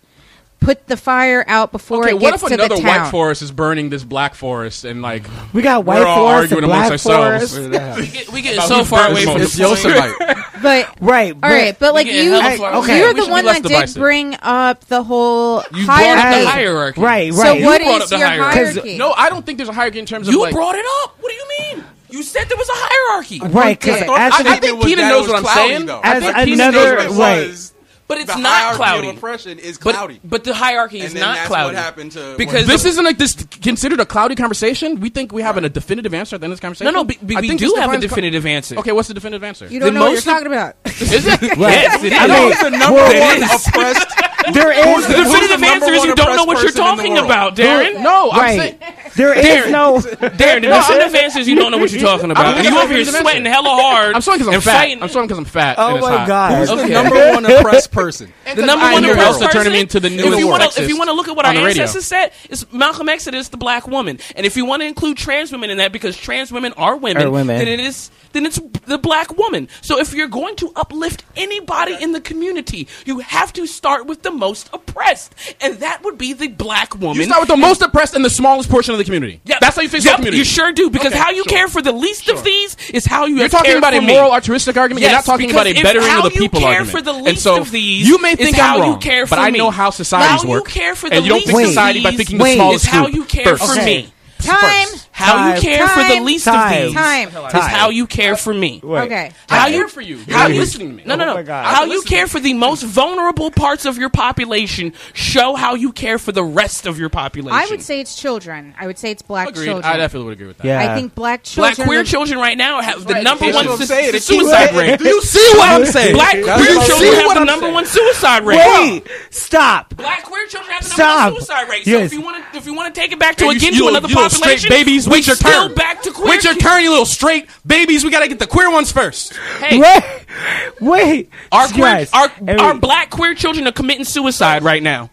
S3: Put the fire out before
S5: Okay,
S3: it
S5: what if
S3: gets to the
S5: another white
S3: town.
S5: forest is burning this black forest and like
S4: We got white
S5: we're all
S4: forest
S5: arguing
S4: and black
S5: amongst ourselves?
S4: forest.
S6: We get, we get so far away from
S7: It's
S6: this.
S7: Yosemite.
S3: But
S4: Right.
S3: all right, but like
S6: get
S3: you,
S6: hella far
S3: you're
S4: away. Okay.
S5: We
S3: the
S5: should be
S3: one
S5: less
S3: that did
S5: divisive.
S3: bring up the whole
S6: You brought up
S3: hierarchy.
S6: the hierarchy.
S4: Right, right.
S3: So what
S6: brought
S3: is
S6: up the
S3: your
S6: hierarchy.
S4: 'Cause-
S3: hierarchy?
S5: No, I don't think there's a hierarchy in terms of
S6: You
S5: like.
S6: brought it up. What do you mean? You said there was a hierarchy.
S4: Right, because
S3: Okay.
S5: I,
S4: actually,
S5: I think
S7: was
S5: Keenan
S7: that
S5: knows
S7: it was
S5: what I'm
S7: cloudy,
S5: saying.
S7: though.
S5: I
S4: As
S5: think Keenan knows
S4: another-
S5: what I'm
S7: It
S5: saying.
S4: Right.
S7: was
S6: But it's
S7: the
S6: not
S7: hierarchy
S6: cloudy.
S7: Of oppression is
S6: But-
S7: cloudy.
S6: But, the hierarchy is
S7: And then
S6: not
S7: that's
S6: cloudy.
S7: what happened to-
S6: because
S5: This
S6: the-
S5: isn't like this considered a cloudy conversation. We think we have a definitive answer at the end of this
S6: no,
S5: conversation.
S6: no. We, we-
S5: I
S6: we
S5: think
S6: do
S5: this
S6: have a
S5: defines-
S6: definitive answer.
S5: Okay, what's the definitive answer?
S3: you don't
S6: the
S3: know what you're
S6: most-
S3: talking
S4: (laughs)
S3: about.
S5: Is it?
S6: Yes, it is.
S4: I mean,
S7: Who's the number
S4: well,
S7: one oppressed?
S4: there is
S6: the definitive
S7: the number
S6: answer is
S7: one
S6: you don't know
S7: oppressed
S6: what you're
S7: person in the
S6: talking
S7: world?
S6: about, Darren.
S5: No, I'm
S4: right.
S5: saying.
S4: There is (laughs) no.
S6: Darren, the definitive answer is you don't know what you're talking
S5: I'm
S6: about. And you
S5: gonna-
S6: over here
S5: I'm gonna-
S6: sweating hella hard.
S5: I'm sweating because I'm
S6: and
S5: fat.
S6: fighting.
S5: I'm sweating because I'm fat. and
S4: Oh
S5: it's
S4: my
S5: hot.
S4: god.
S7: Who's the
S6: Okay.
S7: number
S5: (laughs)
S7: one oppressed person?
S6: the number
S5: I
S6: one
S5: knew it
S6: oppressed
S5: also
S6: person.
S5: turning into the new
S6: if you wanna-
S5: sexist
S6: if you want to look at what
S5: on
S6: our
S5: the radio.
S6: ancestors said, it's Malcolm X said it's the black woman, and if you want to include trans women in that because trans women are women,
S4: Are women.
S6: then it is then it's the black woman. So if you're going to uplift anybody in the community, you have to start with the most oppressed, and that would be the black woman.
S5: You start with the most oppressed and the smallest portion of the community.
S6: Yep.
S5: That's how you fix the
S6: Yep,
S5: community.
S6: You sure do because
S5: Okay,
S6: how you
S5: sure.
S6: care for the least of these is how you.
S5: You're
S6: have
S5: talking
S6: cared
S5: about
S6: for
S5: a
S6: me.
S5: moral altruistic argument.
S6: Yes,
S5: You're not talking
S6: because
S5: about a
S6: it's
S5: bettering
S6: how
S5: of the
S6: you
S5: people
S6: care
S5: argument.
S6: for the
S5: and
S6: least
S5: so
S6: of these
S5: you may
S6: is
S5: think
S6: how
S5: I'm
S6: you
S5: wrong,
S6: care
S5: but
S6: for
S5: I
S6: me.
S5: know how societies
S6: How you
S5: work.
S6: care for the
S5: and you don't
S6: least
S5: fix
S4: of
S5: society by
S6: these
S5: thinking
S4: Wait.
S5: the
S4: is
S5: smallest
S6: is how
S5: group
S6: you care
S5: first.
S6: for
S4: Okay.
S6: me.
S3: Time.
S6: How you
S4: Time,
S6: care for the
S3: time,
S6: least
S4: time,
S6: of these.
S3: time.
S6: Is how you care for me.
S4: Wait.
S3: Okay.
S6: How
S5: I
S6: you
S5: care for you.
S6: How
S5: You're
S6: you
S5: listening to me.
S6: No, no,
S5: Oh
S6: no.
S4: my God.
S6: How
S5: I'm
S6: you
S5: listening.
S6: care for the most vulnerable parts of your population show how you care for the rest of your population.
S3: I would say it's children. I would say it's black
S5: Agreed.
S3: children.
S5: I definitely would agree with that.
S4: Yeah.
S3: I think black
S6: Black
S3: children.
S6: queer children right now have the number
S5: That's
S6: one
S5: what I'm
S6: su-
S5: saying.
S6: su-
S5: It's
S6: suicide
S5: (laughs)
S6: rate.
S5: Do you see what I'm saying?
S6: Black
S7: That's
S6: queer
S7: what I'm
S6: children
S7: saying.
S6: have the number one suicide rate.
S4: Wait. Stop.
S6: Black queer children have the
S4: Stop.
S6: number one suicide rate. So
S4: Yes.
S6: if you want to, if you want to take it back to
S5: you-
S6: again
S5: you
S6: to
S5: little-
S6: another
S5: you little straight
S6: population,
S5: babies,
S6: we
S5: wait your
S6: still
S5: turn.
S6: back to queer.
S5: Wait your
S6: kids.
S5: turn, you little straight babies. We gotta get the queer ones first.
S6: Hey,
S4: Wait. Wait.
S6: our queer,
S4: Guys,
S6: our,
S4: hey,
S6: our black queer children are committing suicide right now.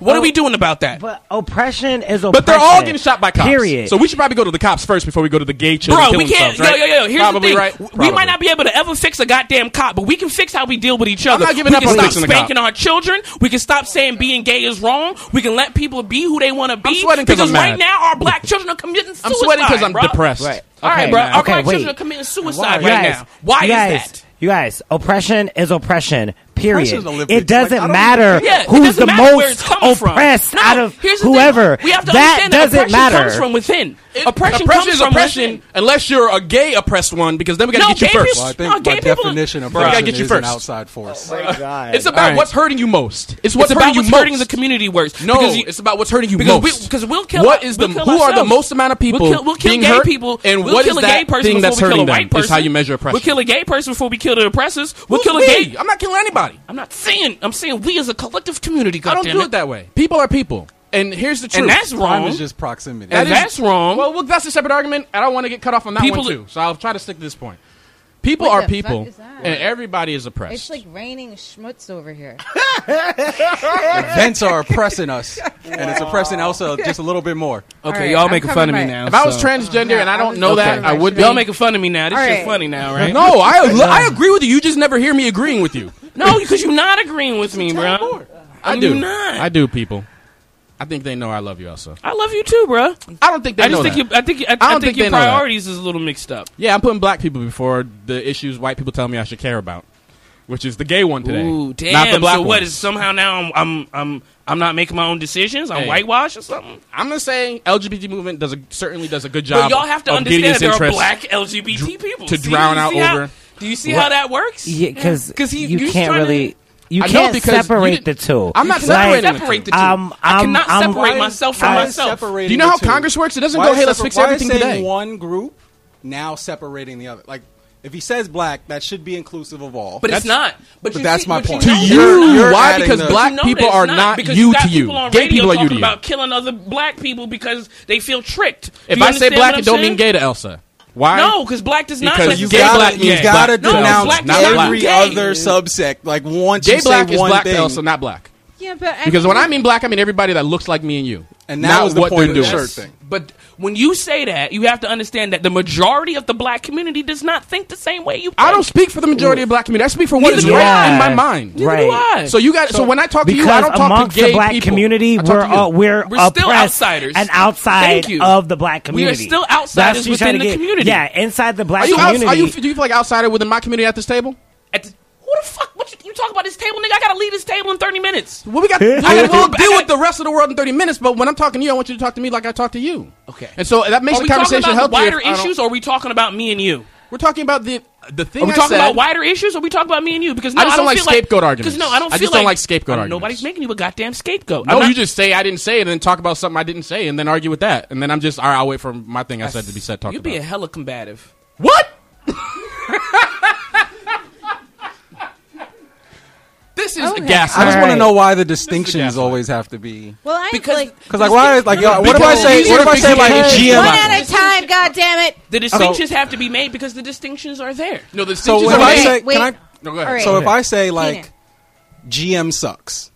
S6: What
S4: Oh,
S6: are we doing about that?
S4: But oppression is oppression.
S5: But they're all getting shot by cops.
S4: Period.
S5: So we should probably go to the cops first before we go to the gay children.
S6: Bro, we
S5: killing
S6: can't.
S5: themselves,
S6: Yo,
S5: right?
S6: yo, yo. Here's
S5: probably
S6: the thing.
S5: Right?
S6: We might not be able to ever fix a goddamn cop, but we can fix how we deal with each other.
S5: not giving
S6: we
S5: up
S6: can
S5: on
S6: stop
S5: fixing the cop.
S6: spanking our children. We can stop saying being gay is wrong. We can let people be who they want to be.
S5: sweating 'cause
S6: because
S5: I'm
S6: right
S5: mad.
S6: now our black children are committing suicide.
S5: (laughs) I'm sweating because I'm
S6: bro.
S5: depressed.
S4: Right.
S6: All right,
S4: Okay,
S6: bro.
S4: man.
S6: Our
S4: Okay,
S6: black
S4: wait.
S6: children are committing suicide
S4: You
S6: right
S4: guys-
S6: now. Why
S4: you
S6: is
S4: guys,
S6: that?
S4: You guys, oppression is oppression. Period.
S7: Oppression is a
S4: It
S7: liberty.
S4: doesn't
S7: Like, I don't
S4: matter
S7: even-
S6: Yeah, it
S4: who's
S6: doesn't
S4: the
S6: matter where it's
S4: most
S6: coming from.
S4: oppressed
S6: No,
S4: out of
S6: here's the thing.
S4: whoever.
S6: We have to
S4: that
S6: understand that
S4: doesn't
S6: oppression
S4: matter.
S6: Comes from within. oppression,
S5: oppression
S6: comes
S5: is
S6: from
S5: oppression
S6: within.
S5: unless you're a gay oppressed one because then we gotta
S6: No,
S5: get you
S6: gay
S5: first.
S6: people-
S7: Well, I
S6: No,
S4: oh,
S7: think
S6: gay
S7: by
S6: people-
S7: definition,
S6: Bro, I
S7: oppression
S5: gotta get you
S7: is an
S5: first. Oh
S7: outside force.
S5: It's about
S6: right.
S5: what's hurting you most. It's
S6: It's
S5: what's
S6: about
S5: hurting
S6: what's
S5: you most.
S6: hurting the community worse.
S5: No,
S6: because you,
S5: it's about what's hurting you
S6: because
S5: most.
S6: we- 'cause we'll kill-
S5: What is the
S6: we'll kill
S5: who are the
S6: ourselves.
S5: most amount of people?
S6: We'll kill, we'll kill
S5: being
S6: gay
S5: hurt,
S6: people,
S5: and
S6: we'll
S5: what
S6: kill
S5: is
S6: a gay
S5: that
S6: person
S5: thing
S6: before
S5: that's
S6: we kill
S5: hurting
S6: a white
S5: them?
S6: person.
S5: Is how you measure oppression.
S6: We'll kill a gay person before we kill the oppressors. We'll
S5: Who's
S6: kill a
S5: we?
S6: gay.
S5: I'm not killing anybody.
S6: I'm not saying. I'm saying we as a collective community.
S5: I don't
S6: goddammit.
S5: do it that way. People are people, and here's the truth.
S6: And that's
S7: Crime
S6: wrong.
S7: is just proximity.
S6: and
S5: That is-
S6: that's wrong.
S5: Well, well, that's a separate argument. and I don't want to get cut off on that
S6: People-
S5: one too. So I'll try to stick to this point. People
S3: What
S5: are
S3: the
S5: people,
S3: fuck is that?
S5: and everybody is oppressed.
S3: It's like raining schmutz over here.
S7: Events are oppressing
S5: (laughs)
S7: us, and it's oppressing Elsa just a little bit more.
S6: okay,
S3: Alright,
S6: y'all
S3: I'm
S6: making fun
S3: coming
S6: of me
S3: back.
S6: now.
S5: if I was
S6: so-
S5: transgender
S3: Yeah,
S5: and I
S3: I
S5: don't
S3: was
S5: know
S3: uh, gonna
S5: that,
S3: say
S5: I would be.
S6: y'all making fun of me now. This shit
S3: Alright.
S6: funny now, right?
S5: No, I
S3: (laughs)
S5: I agree with you. You just never hear me agreeing with you.
S6: no, because you're not agreeing with me, bro.
S5: I
S6: I'm
S5: do.
S6: not.
S5: I do, people. I think they know I love you, Elsa.
S6: I love you too, bro.
S5: I don't think they
S6: I
S5: know
S6: just think
S5: that.
S6: you, I think I, I
S5: don't
S6: think,
S5: think
S6: your
S5: they know that.
S6: priorities is a little mixed up.
S5: Yeah, I'm putting black people before the issues white people tell me I should care about, which is the gay one today.
S6: Ooh, damn!
S5: Not the black
S6: so what
S5: one.
S6: is somehow now I'm I'm I'm, I'm not making my own decisions. I'm
S5: Hey.
S6: whitewashed or something.
S5: I'm gonna say LGBT movement does a, certainly does a good job.
S6: But y'all have to
S5: of getting
S6: understand that
S5: its
S6: there are
S5: interests.
S6: black LGBT people
S5: to
S6: See-
S5: drown
S6: you
S5: out
S6: see how-
S5: over-
S6: Do you see
S4: What?
S6: how that works?
S4: Yeah, because
S6: he-
S4: you
S6: he's
S4: can't
S6: trying to-
S4: really. You
S5: I know
S4: can't
S5: because you
S4: separate the
S5: didn't-
S4: two.
S5: I'm not separating
S4: Like,
S5: them.
S6: separate the two.
S4: Um,
S6: I
S4: I'm-
S6: cannot
S4: I'm-
S6: separate
S4: Why
S6: myself from
S4: I-
S6: myself.
S5: Do you know how Congress works? It doesn't go, hey, let's fix everything
S7: why is
S5: today.
S7: separating one group now separating the other? Like, if he says black, that should be inclusive of all.
S6: But it's not. But,
S7: but
S6: you
S7: that's
S6: see-
S7: my
S6: but
S7: point.
S5: to
S6: know
S5: you,
S6: that-
S7: You're
S5: why?
S7: adding
S5: Because
S7: the-
S5: black
S6: you know
S5: people
S6: that
S5: are
S6: it's
S5: not,
S6: because
S5: you
S6: got
S5: to you.
S6: people on
S5: Gay
S6: radio
S5: people are you
S6: talking
S5: to you.
S6: about killing other black people because they feel tricked. Do
S5: If
S6: you
S5: I say
S6: understand
S5: black,
S6: what
S5: it don't
S6: I'm
S5: mean
S6: saying?
S5: gay to Elsa. Why?
S6: No, because black does not.
S5: Because
S7: you
S5: gay
S7: gotta,
S5: black
S7: you
S5: means
S7: gotta
S5: black. No,
S7: denounce
S6: black
S5: does not
S7: every
S6: mean
S7: other
S6: gay.
S7: subsect. Like once
S5: Gay
S7: you
S5: black
S7: say
S5: is
S7: one
S5: black
S7: thing,
S5: to Elsa, not black.
S3: yeah, but I
S5: Because
S3: think
S5: when I mean black, I mean everybody that looks like me and you.
S7: And that
S5: not
S7: was the
S5: what
S7: point
S5: they're
S7: of the
S5: doing.
S7: shirt thing.
S6: But when you say that, you have to understand that the majority of the black community does not think the same way you.
S5: I
S6: think.
S5: don't speak for the majority of black community. I speak for what
S6: Neither
S5: is
S6: do
S5: right
S6: I.
S5: in my mind.
S6: Neither do
S4: Right.
S6: I.
S5: So you got. So when I talk to you, I
S4: because
S5: don't talk
S4: amongst
S5: to gay
S4: the black
S5: people.
S4: community,
S5: I talk
S4: we're
S5: to you.
S4: uh, we're,
S6: We're still
S4: oppressed
S6: outsiders.
S4: and outside
S6: Thank you.
S4: of the black
S6: We are
S4: community.
S6: still
S4: That's
S6: outsiders
S4: what you're trying
S6: within
S4: to
S6: the
S4: get-
S6: community.
S4: Yeah, inside the black
S5: Are you, outs-
S4: community.
S5: are you, do you feel like outsider within my community at this table?
S6: At the, who the fuck? What you, you talk about this table, nigga? I gotta leave this table in thirty minutes.
S5: Well, we got. I will deal with the rest of the world in thirty minutes, but when I'm talking to you, I want you to talk to me like I talk to you.
S6: Okay.
S5: And so that makes
S6: Are
S5: the
S6: we talking
S5: conversation
S6: about the
S5: healthier.
S6: wider
S5: if I don't-
S6: issues, or are we talking about me and you?
S5: We're talking about the the thing.
S6: Are we
S5: I
S6: talking
S5: said-
S6: about wider issues, or are we talking about me and you? Because no,
S5: I just don't like
S6: feel
S5: scapegoat arguments.
S6: Because no, I don't.
S5: I
S6: Feel
S5: just
S6: like,
S5: don't like scapegoat arguments.
S6: Nobody's making you a goddamn scapegoat.
S5: No,
S6: I'm not-
S5: you just say I didn't say, and then talk about something I didn't say, and then argue with that, and then I'm just all right. I'll wait for my thing I said to be said. Talk
S6: You
S5: about.
S6: being hella combative.
S5: what?
S6: This is
S5: It's
S3: Okay.
S5: gas.
S7: I just want to
S4: Alright.
S7: know why the distinctions
S5: gaslight.
S7: always have to be.
S3: well, I
S6: because
S3: like uh,
S7: Because like why is like uh, what if I say
S5: Because-
S7: what if I say like
S5: because-
S3: one
S7: GM?
S3: at a time. God damn it!
S6: the distinctions have to be made because the distinctions are there.
S5: No, the
S7: So
S5: distinctions
S7: when
S5: are
S7: I
S5: made.
S7: say
S3: Wait.
S7: can I?
S5: No, go ahead.
S3: All right.
S7: So if I say like
S3: Keenan.
S7: GM sucks,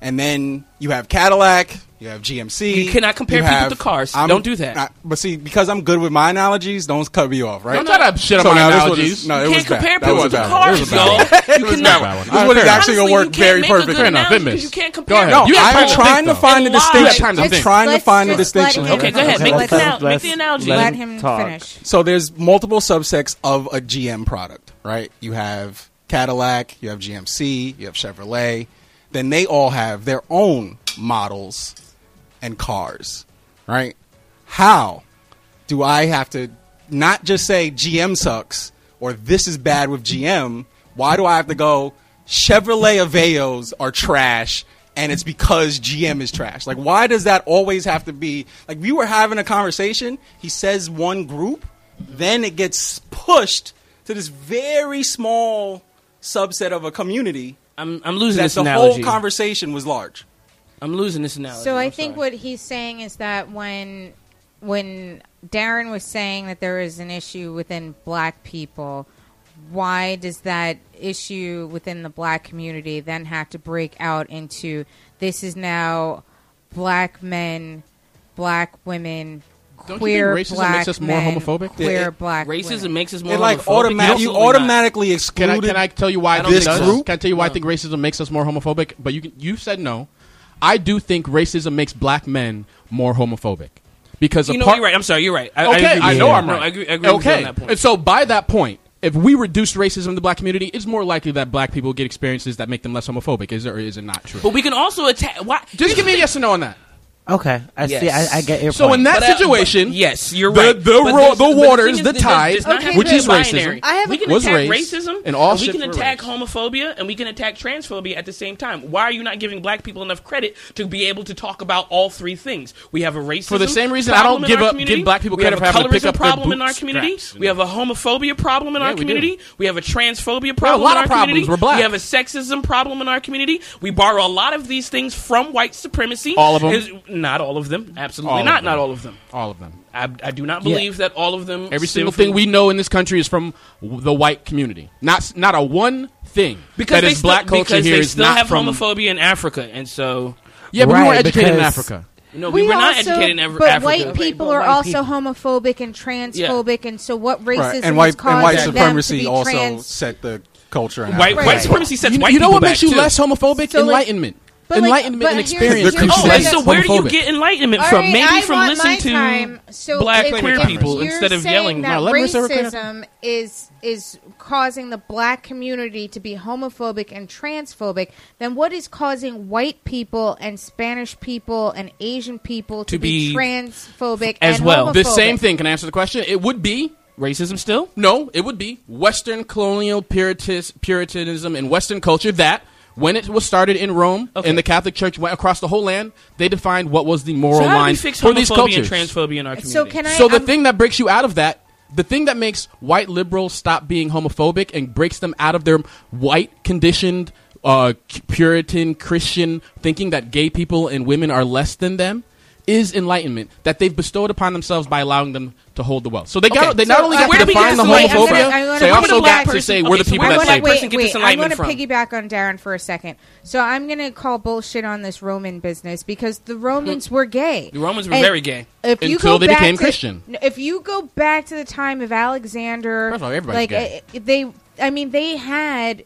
S7: and then you have Cadillac, you have GMC.
S6: You cannot compare
S7: you
S6: people
S7: have-
S6: to cars. Don't do that.
S7: I- but see, because I'm good with my analogies, don't cut me off, right?
S5: I'm not a shit on
S7: So
S5: my
S7: now this one
S5: analogies.
S7: is- no, it
S6: you
S7: was
S6: can't
S7: bad.
S6: compare
S7: That was
S6: people
S7: a
S6: to
S7: bad one. It
S6: cars,
S7: was a
S6: y'all.
S7: bad one.
S6: You
S5: bad
S6: cannot.
S5: one.
S7: This one is
S5: Fair
S7: actually
S6: Honestly,
S7: gonna
S6: you
S7: work
S6: can't
S7: very
S6: make a good
S7: perfectly.
S5: Fair enough, it
S6: analogy
S5: missed.
S6: because You can't
S5: Go
S6: compare.
S5: ahead.
S7: No,
S5: You have
S7: I am
S5: time to
S7: trying
S5: think,
S7: to
S5: though.
S7: find the
S6: And lie.
S7: distinction.
S5: time to
S7: I'm
S5: think.
S7: trying to
S3: Let's
S7: find the
S3: just
S7: distinction.
S3: let him-
S6: Okay, go ahead. Make
S4: Let's-
S6: the analogy.
S4: let's-
S6: Make the analogy.
S3: Let
S6: Let
S3: him finish.
S7: So there's multiple subsects of a GM product, right? You have Cadillac, you have GMC, you have Chevrolet. Then they all have their own models and cars, right? How do I have to not just say GM sucks or this is bad with GM? Why do I have to go Chevrolet Aveos are trash and it's because GM is trash? Like, why does that always have to be like we were having a conversation? He says one group, then it gets pushed to this very small subset of a community
S6: I'm, I'm losing
S7: that
S6: this
S7: the
S6: analogy.
S7: whole conversation was large.
S6: I'm losing this analogy.
S3: So I
S6: I'm
S3: think
S6: sorry.
S3: what he's saying is that when when Darren was saying that there is an issue within black people, why does that issue within the black community then have to break out into this is now black men, black women,
S5: Don't you
S3: queer
S5: think racism
S3: black
S5: makes us more
S3: men,
S5: homophobic?
S3: Queer
S7: Yeah, it-
S3: black
S6: Racism
S3: women.
S6: makes us more
S7: It like
S6: homophobic.
S7: automatic. You
S6: Absolutely not.
S7: automatically
S5: Can I,
S7: excluded.
S5: can I tell you why I
S6: I
S5: think
S6: don't
S5: it
S7: think
S5: does?
S7: so. Group?
S5: Can I tell you why I think racism makes us more homophobic? But you can, you said no. I do think racism makes black men more homophobic because
S6: You know,
S5: apart-
S6: you're right. I'm sorry. You're right. I,
S5: okay,
S6: I,
S5: I,
S6: agree with you.
S5: know I'm
S6: No,
S5: right.
S6: I agree, I agree with you
S5: okay,
S6: on that point.
S5: and so by that point, if we reduce racism in the black community, it's more likely that black people get experiences that make them less homophobic. Is it or is it not true?
S6: but we can also attack. Why?
S5: Just give me a yes or no on that.
S4: Okay, I see.
S6: Yes.
S4: I, I get your
S5: So
S4: point.
S5: in that
S6: But, uh, but-
S5: situation,
S6: yes, you're
S5: the-
S6: right.
S5: The,
S6: But
S5: ro-
S6: there's-
S5: the
S6: but thing
S5: waters,
S6: is
S5: the
S6: that does
S5: tides,
S6: not have to
S5: which
S6: be
S5: is
S6: binary.
S5: racism.
S3: I have a-
S6: we can
S5: was
S6: attack
S5: race,
S6: racism
S5: and all
S6: we
S5: shit
S6: can
S5: were
S6: attack
S5: race.
S6: homophobia and we can attack transphobia at the same time. Why are you not giving black people enough credit to be able to talk about all three things? We have a racism
S5: For the same reason I
S6: problem
S5: don't
S6: in
S5: give
S6: our
S5: up-
S6: community.
S5: give black people
S6: We
S5: credit
S6: have a
S5: for having to
S6: colorism
S5: pick up their
S6: problem in our
S5: bootstraps.
S6: community. We have a homophobia problem in
S5: Yeah,
S6: our
S5: we do.
S6: community. We have a transphobia
S5: have a
S6: problem
S5: lot
S6: in our
S5: of problems.
S6: community.
S5: We're black.
S6: We have a sexism problem in our community. We borrow a lot of these things from white supremacy.
S5: All of 'em?
S6: Is- Not all of them. Absolutely
S5: All of
S6: not.
S5: them.
S6: Not all of them.
S5: all of them.
S6: I, I do not
S4: Yeah.
S6: believe that all of them.
S5: Every
S6: stem
S5: single
S6: from-
S5: thing we know in this country is from w- the white community. Not not a one thing
S6: because
S5: that
S6: they
S5: is
S6: still-
S5: black culture
S6: because
S5: here
S6: they
S5: is
S6: still
S5: not
S6: have
S5: from.
S6: homophobia in Africa, and so
S5: Yeah, but we
S4: Right,
S5: weren't educated in
S4: because-
S5: Africa.
S6: no, we, were not
S3: also-
S6: educated in Af-
S3: but
S6: Africa.
S3: white people
S4: but
S3: are
S4: white
S3: also
S4: people-
S3: homophobic and transphobic, and so what racism
S7: Right, and
S3: is
S7: white
S3: causing
S7: and white
S3: them to
S7: supremacy
S3: be
S7: also
S3: trans-
S7: set the culture. In
S6: White,
S7: Africa.
S6: white
S3: Right.
S6: supremacy sets
S5: you,
S6: white
S5: you know
S6: people
S5: what makes
S6: back,
S5: you
S6: too.
S5: less homophobic?
S3: So, like-
S5: enlightenment.
S3: but, like,
S5: enlightenment
S3: but
S5: and
S3: here's-
S5: experience.
S7: here's
S5: makes
S6: Oh,
S5: you
S6: and
S5: less
S6: so where do you
S5: homophobic.
S6: get enlightenment
S3: All
S6: from?
S3: right,
S6: Maybe
S3: I
S6: from
S3: want
S6: listening
S3: my
S6: to
S3: time. So
S6: black
S3: if
S6: queer
S3: you're-
S6: people
S3: you're
S6: instead of
S3: saying
S6: yelling.
S3: That
S5: No, let me say we're clear.
S3: racism is is causing the black community to be homophobic and transphobic. Then what is causing white people and Spanish people and Asian people to,
S6: To
S3: be,
S6: be
S3: transphobic
S6: as
S3: and
S6: well.
S3: Homophobic?
S5: The same thing. Can I answer the question? It would be
S6: racism still.
S5: no. It would be Western colonial puritis, puritanism and Western culture that. When it was started in Rome
S6: Okay.
S5: and the Catholic Church went across the whole land, they defined what was the moral
S6: So how do
S5: line
S6: we fix
S5: for these
S6: homophobia and
S5: cultures.
S6: transphobia in our community?
S3: So can I?
S5: so the
S3: I'm-
S5: thing that breaks you out of that, the thing that makes white liberals stop being homophobic and breaks them out of their white conditioned uh, c- Puritan Christian thinking that gay people and women are less than them is enlightenment that they've bestowed upon themselves by allowing them to hold the wealth. So they got
S6: Okay,
S5: they
S6: so uh,
S5: not only got
S6: where
S5: to
S6: do we
S5: define the
S6: get this enlightenment
S5: homophobia,
S3: from? I wanna-
S5: they
S3: I wanna
S5: also
S3: go
S5: got
S3: back
S5: to
S6: person-
S5: say
S6: okay,
S5: we're the
S6: so
S5: people
S6: where
S3: I
S5: that
S3: want
S6: does
S5: save.
S3: to
S6: person
S3: wait,
S6: get this
S3: wait. I want
S6: enlightenment
S3: to
S6: from?
S3: piggyback on Darren for a second. So I'm going to call bullshit on this Roman business because the Romans were gay.
S6: The Romans were very gay.
S3: If you
S5: Until
S3: go
S5: they
S3: back
S5: became
S3: to-
S5: Christian.
S3: If you go back to the time of Alexander,
S5: First of all,
S3: like
S5: everybody's gay.
S3: uh, they, I mean, they had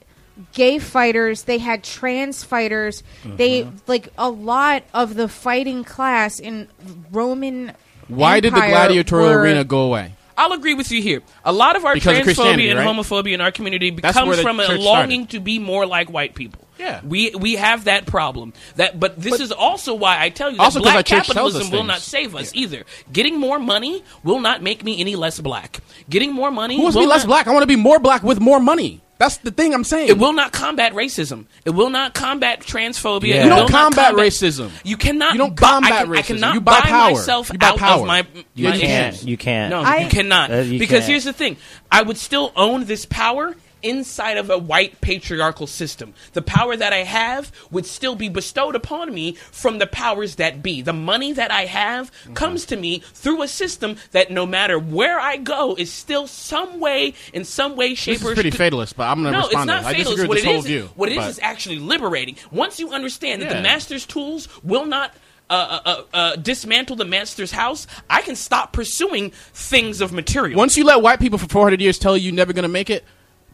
S3: gay fighters, they had trans fighters,
S5: Mm-hmm.
S3: they like a lot of the fighting class in Roman.
S5: Why did the
S3: Empire
S5: gladiatorial
S3: were-
S5: arena go away?
S6: I'll agree with you here. A lot of our
S5: Because of Christianity,
S6: transphobia and
S5: right?
S6: homophobia in our community
S5: That's where
S6: comes
S5: the
S6: from a
S5: church
S6: longing to be more like white people.
S5: Yeah.
S6: we we have that problem. That, but this is also why I tell you that
S5: Also 'cause our
S6: black
S5: church tells us
S6: capitalism will
S5: things.
S6: not save us either. Getting more money will not make me any less black. Getting more money
S5: Who wants to
S6: will
S5: be less
S6: not-
S5: black? I want to be more black with more money. That's the thing I'm saying.
S6: It will not combat racism. It will not combat transphobia.
S5: Yeah.
S6: It
S5: You don't
S6: will not
S5: combat racism.
S6: You cannot.
S5: You don't
S6: buy- I
S5: combat
S6: can- I
S5: racism.
S6: cannot
S5: You buy
S6: buy
S5: power.
S6: myself
S5: You buy
S6: out
S5: power.
S6: of my.
S5: You
S6: my
S5: can't.
S6: issues.
S4: You can't.
S6: No,
S3: I-
S6: you cannot.
S4: Uh, you
S6: because
S4: can't.
S6: here's the thing: I would still own this power inside of a white patriarchal system. The power that I have would still be bestowed upon me from the powers that be. The money that I have
S5: Mm-hmm.
S6: comes to me through a system that, no matter where I go, is still some way, in some way, shape,
S5: This
S6: or
S5: is pretty
S6: sh-
S5: fatalist, but I'm going to
S6: no, it's
S5: respond to
S6: not
S5: this. I disagree
S6: fatal. It's
S5: with
S6: what
S5: this
S6: it
S5: whole
S6: is.
S5: view.
S6: What it is
S5: but-
S6: is actually liberating. Once you understand that
S5: Yeah.
S6: the master's tools will not uh, uh, uh, uh, dismantle the master's house, I can stop pursuing things of material.
S5: Once you let white people for 400 years tell you you're never going to make it,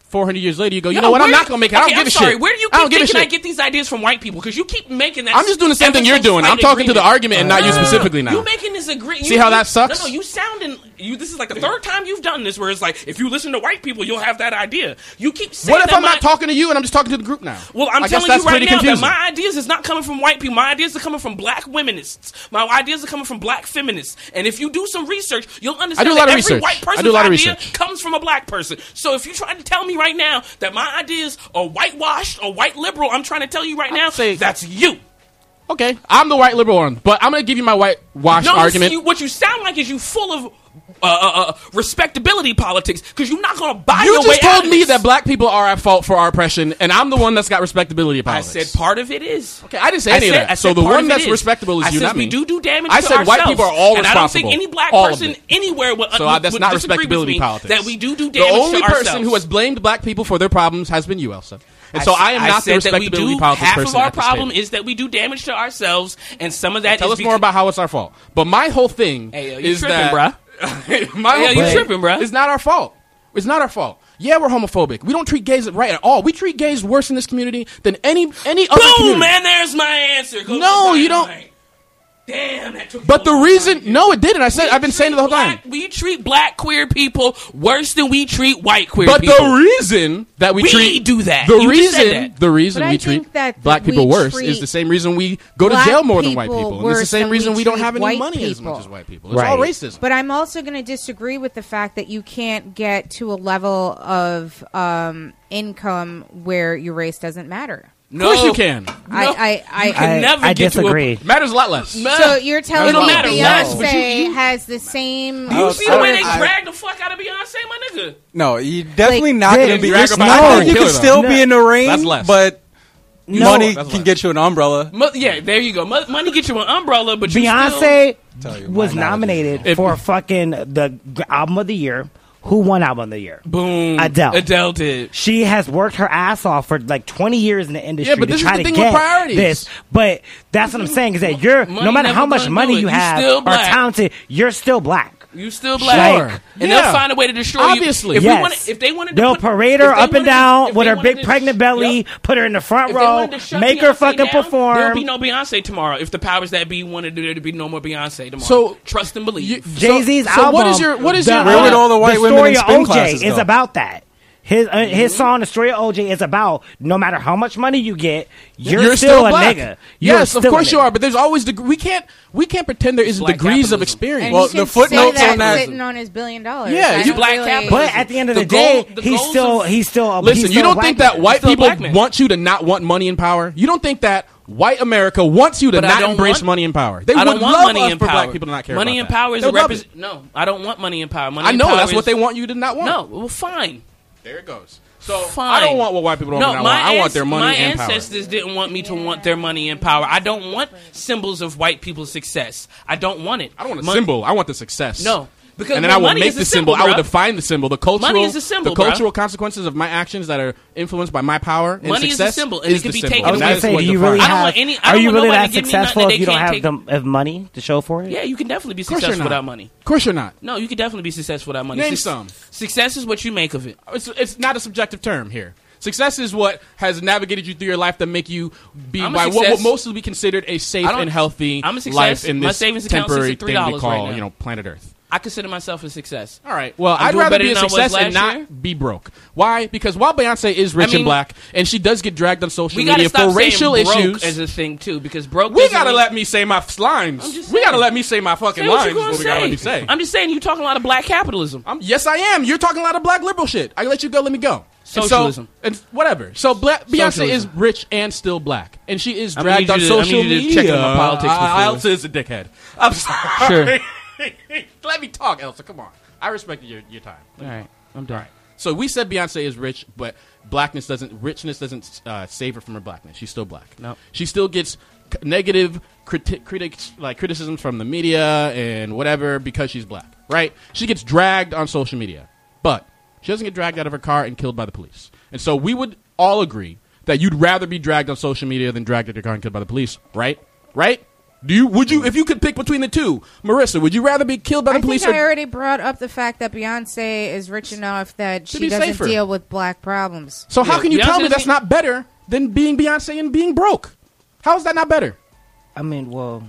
S5: 400 years later you go, you
S6: Yo,
S5: know what? I'm
S6: where
S5: not
S6: do-
S5: going to make it.
S6: Okay,
S5: I don't
S6: I'm
S5: give a
S6: sorry.
S5: shit.
S6: Where do you
S5: I don't
S6: keep
S5: give a
S6: thinking
S5: shit.
S6: I get these ideas from white people? Because you keep making that.
S5: I'm just doing the same thing you're doing. I'm talking to the argument and not you specifically now.
S6: You making this agree?
S5: See
S6: you-
S5: how that sucks?
S6: No, no. You sounding you. This is like the third time you've done this, where it's like if you listen to white people, you'll have that idea. You keep saying
S5: What if
S6: that
S5: I'm not
S6: my-
S5: talking to you and I'm just talking to the group now?
S6: Well, I'm
S5: I guess
S6: telling
S5: that's
S6: you right
S5: pretty
S6: now
S5: confusing.
S6: that my ideas is not coming from white people. My ideas are coming from black womenists. My ideas are coming from black feminists. And if you do some research, you'll understand
S5: I do a lot
S6: that
S5: of
S6: every
S5: research.
S6: white
S5: I do a
S6: person's
S5: lot of
S6: idea
S5: research.
S6: comes from a black person. So if you're trying to tell me right now that my ideas are whitewashed or white liberal, I'm trying to tell you right now
S5: say-
S6: that's you.
S5: okay, I'm the white liberal one, but I'm going to give you my white wash
S6: No, you-
S5: argument.
S6: you- what you sound like is you full of uh, uh, uh, respectability politics because you're not going to buy
S5: You
S6: your way
S5: just
S6: out
S5: told
S6: of
S5: me
S6: this.
S5: that black people are at fault for our oppression, and I'm the one that's got respectability
S6: I
S5: politics.
S6: said part of it is.
S5: Okay, I didn't say any of that. So the
S6: part
S5: one
S6: of it
S5: that's
S6: is.
S5: respectable is
S6: I
S5: you,
S6: said
S5: not
S6: we
S5: me.
S6: do do damage.
S5: I
S6: to
S5: said white
S6: ourselves.
S5: people are all
S6: and I don't think
S5: responsible.
S6: any black
S5: All of
S6: person
S5: it.
S6: anywhere would.
S5: So uh, that's
S6: would
S5: not
S6: disagree with
S5: respectability
S6: me
S5: politics.
S6: That we do do damage.
S5: The only
S6: to
S5: person
S6: ourselves.
S5: who has blamed black people for their problems has been you, Elsa. And
S6: I
S5: so
S6: s-
S5: I am not the
S6: said that we
S5: respectability
S6: do-
S5: politics
S6: half
S5: person.
S6: of our
S5: at this
S6: problem
S5: table.
S6: is that we do damage to ourselves, and some of that is
S5: tell us
S6: beca-
S5: more about how it's our fault. But my whole thing
S6: Hey, yo, you
S5: is
S6: tripping,
S5: that (laughs) bruh. my
S6: Hey, yo,
S5: whole
S6: you
S5: thing
S6: tripping, bruh.
S5: It's not our fault. It's not our fault. Yeah, we're homophobic. We don't treat gays right at all. We treat gays worse in this community than any any other
S6: Boom,
S5: community.
S6: man. There's my answer. Go
S5: No,
S6: to
S5: you don't-
S6: dynamite. Damn, that took.
S5: But
S6: you
S5: the
S6: a long time.
S5: reason, no, it didn't. I said I've been saying it the whole time.
S6: black, We treat black queer people worse than we treat white queer
S5: But
S6: people.
S5: the reason that we,
S6: We
S5: treat
S6: do that.
S5: the
S6: You just said
S5: reason
S6: that.
S5: the reason
S3: But I
S5: we
S3: think
S5: treat
S3: that
S5: black
S3: we
S5: people worse
S3: treat
S5: is the same reason we go to
S3: black
S5: jail more than white
S3: people
S5: people. And it's the
S3: worse
S5: same
S3: than we
S5: reason we don't
S3: treat
S5: have any
S3: white
S5: money as
S3: people.
S5: much as white people. It's
S4: Right.
S5: all racism.
S3: But I'm also going to disagree with the fact that you can't get to a level of um, income where your race doesn't matter.
S5: of course you can.
S3: I, I, I,
S4: I,
S6: never
S4: I
S6: get to a-
S4: disagree.
S5: Matters a lot less.
S3: so you're telling
S6: It'll
S3: me
S6: matter less,
S3: Beyonce
S6: but you- you-
S3: has the same?
S5: Uh,
S6: You see the way they
S7: I-
S6: drag the fuck out of Beyonce, my nigga.
S7: No, you definitely
S3: Like,
S7: not
S4: Dick,
S7: going to be.
S5: drag her by
S7: I
S5: the
S7: think
S5: throat.
S7: you
S5: Kill
S7: can
S5: her, though.
S7: still be in the rain,
S5: That's less.
S7: but money
S5: That's
S7: can
S5: less.
S7: get you an umbrella.
S6: Mo- yeah, there you go. Mo- money get you an umbrella, but you still-
S4: Beyonce
S7: Tell you,
S4: was
S7: my knowledge
S4: nominated
S5: If-
S4: for fucking the g- album of the year. Who won album of the year?
S6: boom.
S4: Adele.
S6: Adele did.
S4: She has worked her ass off for like 20 years in the industry
S5: Yeah, but
S4: to
S5: this is
S4: try
S5: the
S4: to
S5: thing with
S4: get
S5: priorities.
S4: this. But that's what I'm saying is that you're
S6: Money
S4: no matter how
S6: never
S4: much
S6: gonna
S4: money
S6: do it.
S4: you
S6: You
S4: have
S6: still
S4: or
S6: black.
S4: talented, you're still black.
S6: You still black,
S4: Sure.
S6: and
S5: Yeah.
S6: they'll find a way to destroy
S5: Obviously.
S6: you. If
S4: Yes.
S6: we wanna, if they wanted to,
S4: They'll
S6: put, if
S4: parade her
S6: they
S4: up and
S6: wanted to-
S4: down
S6: if
S4: with
S6: they
S4: her
S6: wanted
S4: big
S6: to-
S4: pregnant belly,
S6: Yep.
S4: put her in the front
S6: If they
S4: row,
S6: wanted to shut
S4: make
S6: Beyonce
S4: her fucking
S6: down, There'll be
S4: perform.
S6: no Beyonce tomorrow. If the powers that be wanted there to be no more Beyonce tomorrow,
S5: So-
S6: trust and believe.
S5: You-
S4: Jay Z's
S5: so,
S4: album.
S5: So what is your what is
S4: the-
S5: your uh,
S7: Where would all the white
S4: the
S7: women
S4: story
S7: in
S4: of
S7: spin
S4: OJ
S7: classes
S4: is
S7: go?
S4: about that. His uh, his
S5: Mm-hmm.
S4: song, the story of OJ, is about no matter how much money you get, you're, still, a
S5: black.
S4: nigga. You're
S5: Yes, of
S4: still a
S5: course you
S4: nigga.
S5: are. But there's always deg- we can't we can't pretend there isn't
S6: Black
S5: degrees
S6: capitalism.
S5: of experience.
S3: And
S7: Well,
S3: he
S7: the
S3: can
S7: footnotes
S3: say that
S7: on that-
S3: sitting on his billion dollars.
S5: Yeah,
S3: I
S5: you
S3: don't
S6: black
S3: really-
S6: capitalism.
S4: But at the end of the,
S5: The
S4: day,
S5: goal-
S6: the
S4: he's
S6: goals
S4: still
S6: of-
S4: he's still a he's
S5: Listen, you
S4: still a
S5: don't
S4: black
S5: think
S4: man.
S5: that white
S6: Oh, Still a
S5: people
S6: black man.
S5: want you to not want money and power? You don't think that white America wants you to
S6: But I
S5: not
S6: don't
S5: embrace
S6: want-
S5: money and power? They
S6: I
S5: would
S6: don't want
S5: love
S6: money
S5: us
S6: and
S5: for
S6: power.
S5: black people to not care
S6: money
S5: about
S6: and
S5: that.
S6: power is
S5: They
S6: a
S5: would love
S6: repres-
S5: it.
S6: No, I don't want money and power. Money
S5: I
S6: and
S5: know
S6: power
S5: that's what
S6: is-
S5: they want you to not want.
S6: No, well, fine.
S5: there it goes. So
S6: Fine.
S5: I don't want what white people don't
S6: no,
S5: want.
S6: my
S5: I want their
S6: ans-
S5: money
S6: My
S5: and power.
S6: ancestors didn't want me to want their money and power. I don't want symbols of white people's success. I don't want it.
S5: I don't want a
S6: Mon-
S5: symbol. I want the success.
S6: No, because
S5: and then I
S6: well,
S5: will
S6: money
S5: make
S6: is a
S5: the symbol. I will
S6: bruh.
S5: define the symbol. The cultural
S6: Money is a symbol,
S5: The
S6: bruh.
S5: cultural consequences of my actions that are influenced by my power. And
S6: Money is a
S5: success
S6: symbol, and it can
S5: the
S6: be
S5: symbol.
S6: taken
S4: I
S6: away.
S4: was
S5: That
S4: gonna
S5: is
S4: say,
S5: what
S4: do you
S5: defines-
S4: really
S6: I don't
S4: have?
S6: want any- I
S4: are
S6: don't
S4: you
S6: want
S4: really
S6: nobody
S4: that
S6: to give me
S4: successful
S6: nothing
S4: if you
S6: they
S4: don't
S6: can't
S4: have
S6: take.
S4: them have money to show for it?
S6: Yeah, you can definitely be
S5: Of course
S6: successful
S5: you're not.
S6: without money.
S5: Of course you're not.
S6: No, you can definitely be successful without money.
S5: Name
S6: Suc-
S5: some.
S6: Success is what you make of it.
S5: It's, it's not a subjective term here. Success is what has navigated you through your life that make you be
S6: I'm a
S5: by what
S6: success.
S5: would mostly be considered a safe
S6: I don't-
S5: and healthy
S6: I'm a success.
S5: life in
S6: My
S5: this
S6: savings account
S5: temporary
S6: sits at
S5: thing we
S6: $3
S5: call
S6: right now.
S5: you know planet Earth.
S6: I consider myself a success.
S5: All right. Well,
S6: I'm
S5: i would
S6: doing
S5: rather
S6: better
S5: be a
S6: than I was
S5: success and
S6: last
S5: not
S6: year.
S5: be broke. Why? Because while Beyonce is rich
S6: I mean-
S5: and black, and she does get dragged on social
S6: We gotta
S5: media for
S6: stop
S5: racial
S6: saying broke
S5: issues,
S6: as a thing too, because broke.
S5: we
S6: doesn't
S5: gotta
S6: mean-
S5: let me say my f-
S6: I'm
S5: lines.
S6: just
S5: We gotta
S6: saying.
S5: let me say my fucking
S6: Say what
S5: lines.
S6: you
S5: is what
S6: gonna
S5: we gotta let me
S6: say.
S5: say.
S6: I'm just saying you talking a lot of black capitalism.
S5: I'm- yes, I am. You're talking a lot of black liberal shit. I let you go. Let me go. And so-
S6: Socialism.
S5: and, whatever. So bla- Beyonce
S6: Socialism.
S5: is rich and still black, and she is
S6: I'm
S5: dragged
S6: gonna
S5: on
S6: need you to- I'm
S5: social
S6: gonna need you
S5: media.
S6: to check on my politics
S5: Uh,
S6: before-
S5: Elsa is a dickhead. I'm sorry. (laughs) let me talk, Elsa. Come on. I respect your your time.
S6: All right, I'm done.
S5: So we said Beyonce is rich, but blackness doesn't. Richness doesn't uh, save her from her blackness. She's still black.
S6: No.
S5: she still gets c- negative criti- critics like criticisms from the media and whatever because she's black. Right? She gets dragged on social media, but she doesn't get dragged out of her car and killed by the police. And so we would all agree that you'd rather be dragged on social media than dragged out your car and killed by the police. Right? Right? Do you? Would you? If you could pick between the two, Marissa, would you rather be killed by the
S3: I
S5: police
S3: think I
S5: or
S3: already brought up the fact that Beyonce is rich enough that she
S5: be
S3: doesn't
S5: safer.
S3: deal with black problems.
S5: So how
S6: Yeah,
S5: can you tell
S6: Beyonce
S5: me that's
S6: doesn't-
S5: not better than being Beyonce and being broke? How is that not better?
S4: I mean, well,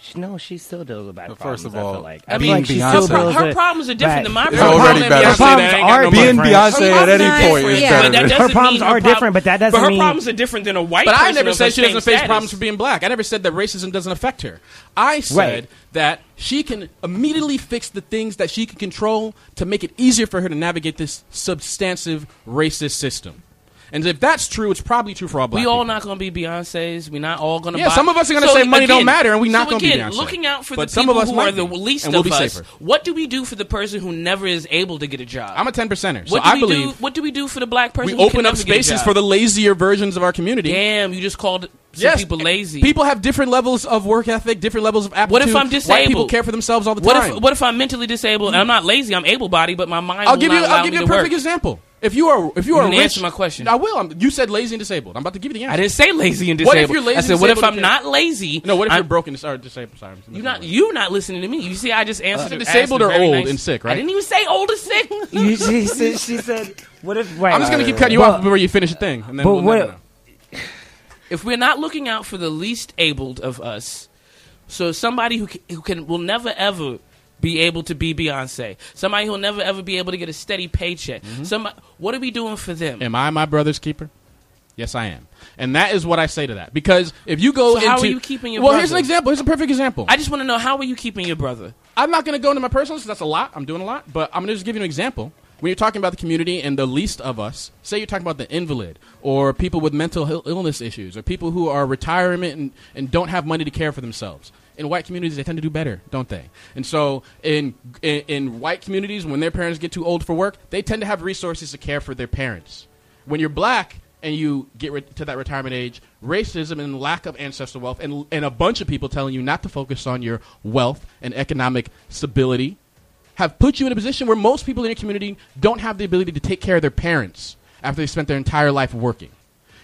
S4: she, no, she still deals with black
S7: But
S4: problems.
S7: first of
S4: I feel
S7: all,
S4: like.
S7: I mean,
S4: she
S7: Beyonce-
S4: still
S7: Her pro-
S4: deals
S6: her
S4: with-
S6: problems are different than my
S4: Her
S7: They're already
S4: problems-
S7: better.
S4: Her
S7: Beyonce,
S4: problems
S5: that ain't got
S4: are
S5: no money.
S7: Being
S4: different.
S7: Beyonce at any
S3: Sometimes,
S7: point is
S3: yeah.
S7: better.
S6: But that
S7: than-
S6: doesn't
S4: Her problems
S6: mean
S4: are
S6: prob-
S4: different, but that doesn't
S6: But her
S4: mean-
S6: problems are different than a white.
S5: But I
S6: person
S5: never
S6: of
S5: said
S6: her
S5: she doesn't
S6: same
S5: face
S6: status.
S5: problems for being black. I never said that racism doesn't affect her. I said
S4: Right.
S5: that she can immediately fix the things that she can control to make it easier for her to navigate this substantive racist system. And if that's true, it's probably true for all black.
S6: We all
S5: people.
S6: not gonna be Beyonces. We not all gonna.
S5: Yeah,
S6: buy-
S5: some of us are gonna say money don't matter, and we
S6: so
S5: not gonna be
S6: again,
S5: Beyonce.
S6: Looking out for
S5: But
S6: the
S5: some
S6: people
S5: of us
S6: who
S5: might
S6: are the
S5: be,
S6: least
S5: and we'll
S6: of
S5: be
S6: us.
S5: safer.
S6: What do we do for the person who never is able to get a job?
S5: I'm a ten percenter, so
S6: what do
S5: I
S6: we
S5: believe
S6: do, what do we do for the black person?
S5: we
S6: who can
S5: open up
S6: never get a
S5: spaces
S6: job?
S5: for the lazier versions of our community.
S6: Damn, you just called some people lazy.
S5: People have different levels of work ethic, different levels of aptitude.
S6: What if I'm
S5: White people
S6: disabled?
S5: care for themselves all the
S6: What
S5: time.
S6: if what if I'm mentally disabled and I'm not lazy? I'm able-bodied, but my mind.
S5: I'll
S6: will
S5: give
S6: not
S5: you.
S6: allow
S5: I'll give
S6: me
S5: you a
S6: to
S5: perfect
S6: work.
S5: example. If you are, if you,
S6: You
S5: are
S6: didn't
S5: rich,
S6: answer my question.
S5: I will. I'm, you said lazy and disabled. I'm about to give you the answer.
S6: I didn't say lazy and
S5: What
S6: disabled.
S5: if you're lazy
S6: I said,
S5: and
S6: what if
S5: disabled
S6: I'm
S5: and
S6: not lazy?
S5: No, what if
S6: I'm,
S5: you're broken or disabled? Sorry,
S6: You not you not listening to me. You see, I just answered.
S5: said
S6: the-
S5: disabled
S6: asked a
S5: or
S6: very
S5: old
S6: nice-
S5: and sick, right?
S6: I didn't even say old and sick.
S4: (laughs) You, she, said, she said, "What if?" Right,
S5: I'm just gonna keep cutting you
S4: Well,
S5: off before you finish the thing, and then
S4: but
S5: we'll never
S4: what-
S5: know.
S6: if we're not looking out for the least abled of us, so somebody who can, who can will never ever be able to be Beyonce, somebody who'll never ever be able to get a steady paycheck. Some what are we doing for them?
S5: Am I my brother's keeper? Yes, I am, and that is what I say to that. Because if you go
S6: So how
S5: into-
S6: are you keeping your
S5: well, here's an
S6: brother?
S5: example. Here's a perfect example.
S6: I just want to know how are you keeping your brother?
S5: I'm not going to go into my personals 'cause that's a lot. I'm doing a lot, but I'm going to just give you an example. When you're talking about the community and the least of us, say you're talking about the invalid or people with mental ill- illness issues or people who are retirement and, and don't have money to care for themselves. In white communities, they tend to do better, don't they? And so, in, in in white communities, when their parents get too old for work, they tend to have resources to care for their parents. When you're black and you get re- to that retirement age, racism and lack of ancestral wealth, and, and a bunch of people telling you not to focus on your wealth and economic stability, have put you in a position where most people in your community don't have the ability to take care of their parents after they spent their entire life working.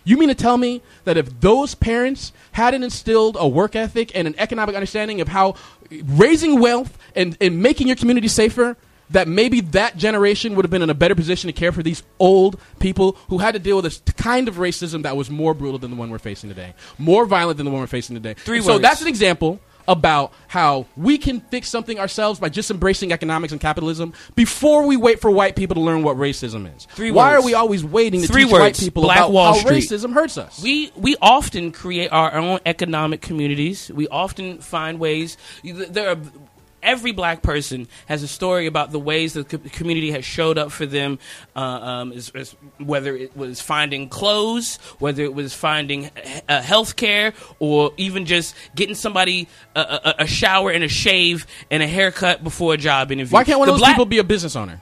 S5: You mean to tell me that if those parents hadn't instilled a work ethic and an economic understanding of how raising wealth and, and making your community safer, that maybe that generation would have been in a better position to care for these old people who had to deal with this kind of racism that was more brutal than the one we're facing today, more violent than the one we're facing today.
S6: Three
S5: so
S6: words.
S5: that's an example about how we can fix something ourselves by just embracing economics and capitalism before we wait for white people to learn what racism is.
S6: Three
S5: Why
S6: words.
S5: are we always waiting to
S6: Three
S5: teach white
S6: words.
S5: people
S6: Black
S5: about
S6: Wall
S5: how
S6: Street.
S5: racism hurts us?
S6: We we often create our own economic communities. We often find ways. There are every black person has a story about the ways that the co- community has showed up for them. Uh, um, is, is- whether it was finding clothes, whether it was finding he- uh, health care, or even just getting somebody a, a, a shower and a shave and a haircut before a job interview.
S5: Why can't one
S6: The
S5: of those
S6: black-
S5: people be a business owner?